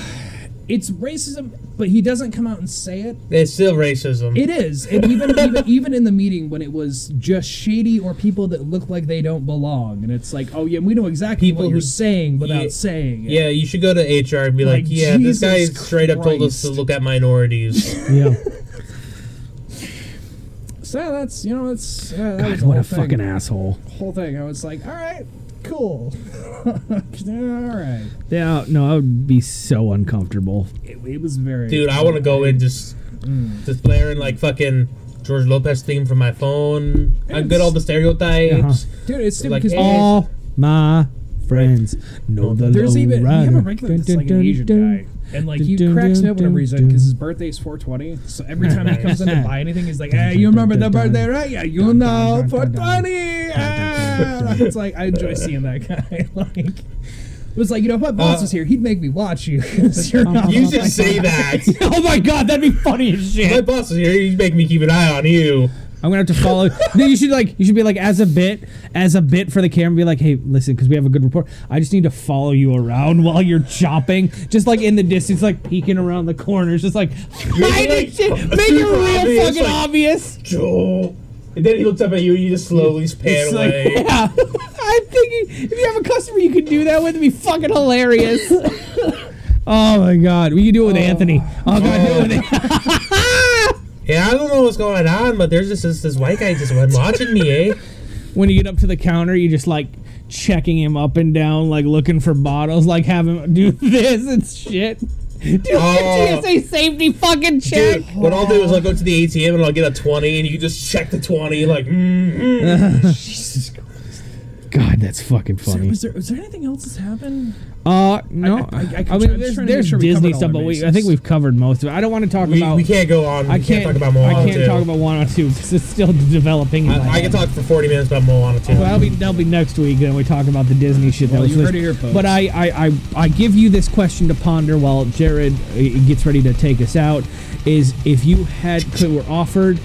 Speaker 4: it's racism, but he doesn't come out and say it.
Speaker 3: It's still racism.
Speaker 4: It is, and even, even even in the meeting when it was just shady or people that look like they don't belong, and it's like, oh yeah, we know exactly
Speaker 3: People
Speaker 4: what
Speaker 3: who-
Speaker 4: you're saying without
Speaker 3: yeah.
Speaker 4: saying it.
Speaker 3: yeah, you should go to HR and be like,
Speaker 4: Like,
Speaker 3: yeah, this guy
Speaker 4: Jesus
Speaker 3: straight up told us to
Speaker 4: Christ.
Speaker 3: look at minorities.
Speaker 2: yeah.
Speaker 4: So that's you know it's uh, that was
Speaker 2: God,
Speaker 4: the
Speaker 2: what
Speaker 4: whole
Speaker 2: a
Speaker 4: thing,
Speaker 2: fucking asshole.
Speaker 4: whole thing. I was like, all right, cool, all right.
Speaker 2: Yeah, no, I would be so uncomfortable.
Speaker 4: It, it was very
Speaker 3: Dude, I want to go in just just blaring like fucking George Lopez theme from my phone. I get all the stereotypes.
Speaker 2: Uh-huh.
Speaker 4: dude. It's stupid
Speaker 3: Like,
Speaker 4: because
Speaker 3: eh.
Speaker 2: All my friends. Know the
Speaker 4: There's
Speaker 2: low
Speaker 4: even
Speaker 2: rider.
Speaker 4: we have a regular that's
Speaker 2: Dun,
Speaker 4: like
Speaker 2: dun,
Speaker 4: an Asian
Speaker 2: dun,
Speaker 4: guy, and like
Speaker 2: dun,
Speaker 4: he
Speaker 2: dun,
Speaker 4: cracks me up for no
Speaker 2: dun,
Speaker 4: reason
Speaker 2: dun.
Speaker 4: because his birthday's 420. So every time he comes in to buy anything, he's like, "Hey, you
Speaker 2: dun,
Speaker 4: remember the
Speaker 2: dun, dun.
Speaker 4: birthday, right? Yeah, you
Speaker 2: Dun, dun,
Speaker 4: know,
Speaker 2: dun, dun, dun.
Speaker 4: 420." Ah! It's like I enjoy seeing that guy. Like, it was like you know, if my boss
Speaker 3: Uh,
Speaker 4: was here, he'd make me watch you. 'cause you're not
Speaker 3: You should say that.
Speaker 2: Oh my god, that'd be funny as shit.
Speaker 3: My boss is here. He's making me keep an eye on you.
Speaker 2: I'm gonna have to follow. no, you should like you should be like as a bit, as a bit for the camera. Be like, hey, listen, because we have a good report. I just need to follow you around while you're chopping, just like in the distance, like peeking around the corners, just like hide
Speaker 3: like,
Speaker 2: this shit,
Speaker 3: super
Speaker 2: make it real
Speaker 3: obvious,
Speaker 2: fucking
Speaker 3: like-
Speaker 2: obvious.
Speaker 3: Joel. And then he looks up at you and you just slowly pan
Speaker 2: It's like,
Speaker 3: away.
Speaker 2: yeah. I'm thinking if you have a customer you could do that with, it'd be fucking hilarious. oh my god, we could do it with Anthony. Oh god, do it with
Speaker 3: Yeah, I don't know what's going on, but there's just this, this white guy just went watching me, eh?
Speaker 2: when you get up to the counter, you just like checking him up and down, like looking for bottles, like have him do this and shit. Do
Speaker 3: Oh.
Speaker 2: your TSA safety fucking check.
Speaker 3: Dude, what I'll do is I'll go to the ATM and I'll get a 20 and you just check the 20 like, mm, mm.
Speaker 2: God, that's fucking funny.
Speaker 4: Was there, was there anything else that's happened?
Speaker 2: Uh, no,
Speaker 4: I-
Speaker 2: I,
Speaker 4: I- I- I'm
Speaker 2: mean,
Speaker 4: trying
Speaker 2: there's,
Speaker 4: to make
Speaker 2: there's
Speaker 4: sure we
Speaker 2: Disney
Speaker 4: covered all
Speaker 2: stuff,
Speaker 4: our
Speaker 2: but we, I
Speaker 4: bases.
Speaker 2: think we've covered most of it. I don't want to talk
Speaker 3: we,
Speaker 2: about.
Speaker 3: we can't go on.
Speaker 2: I
Speaker 3: we
Speaker 2: can't,
Speaker 3: talk about Moana
Speaker 2: I can't
Speaker 3: too.
Speaker 2: talk about Moana two because it's still developing. in my
Speaker 3: I, I
Speaker 2: head.
Speaker 3: can talk for 40 minutes about Moana too.
Speaker 2: Well, that'll be, that'll be next week. Then we talk about the Disney shit. that
Speaker 4: Well,
Speaker 2: was
Speaker 4: you heard
Speaker 2: listed.
Speaker 4: it here, folks.
Speaker 2: But I, I, I, I give you this question to ponder while Jared uh, gets ready to take us out. Is if you had could were offered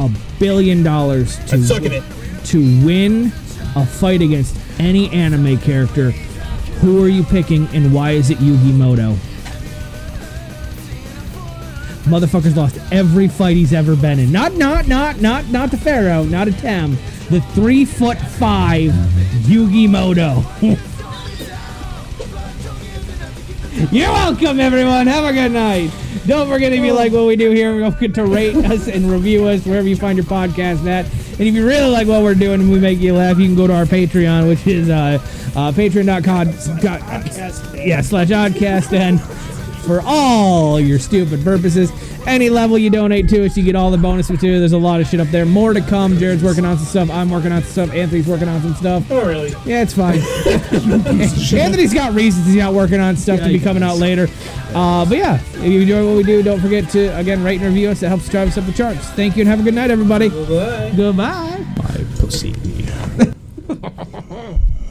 Speaker 2: a billion dollars to
Speaker 3: I'm sucking it.
Speaker 2: to win a fight against any anime character, who are you picking and why is it Yugi Moto? Motherfucker's lost every fight he's ever been in. Not, not, not, not, not the Pharaoh, not a Tem. The three foot five Yugi Moto. You're welcome, everyone. Have a good night. Don't forget if you like what we do here, don't forget to rate us and review us wherever you find your podcast at. And if you really like what we're doing and we make you laugh, you can go to our Patreon, which is uh, uh, patreon.com. dot- Yeah, slash oddcast. And for all your stupid purposes, any level you donate to us, you get all the bonus material. There's a lot of shit up there. More to come. Jared's working on some stuff. I'm working on some stuff. Anthony's working on some stuff.
Speaker 3: Not really.
Speaker 2: Yeah, it's fine. Anthony's got reasons he's not working on stuff to be
Speaker 4: he
Speaker 2: coming out later. Uh, but yeah, if you enjoy what we do, don't forget to, again, rate and review us. It helps drive us up the charts. Thank you and have a good night, everybody.
Speaker 3: Bye.
Speaker 2: Goodbye.
Speaker 9: My pussy.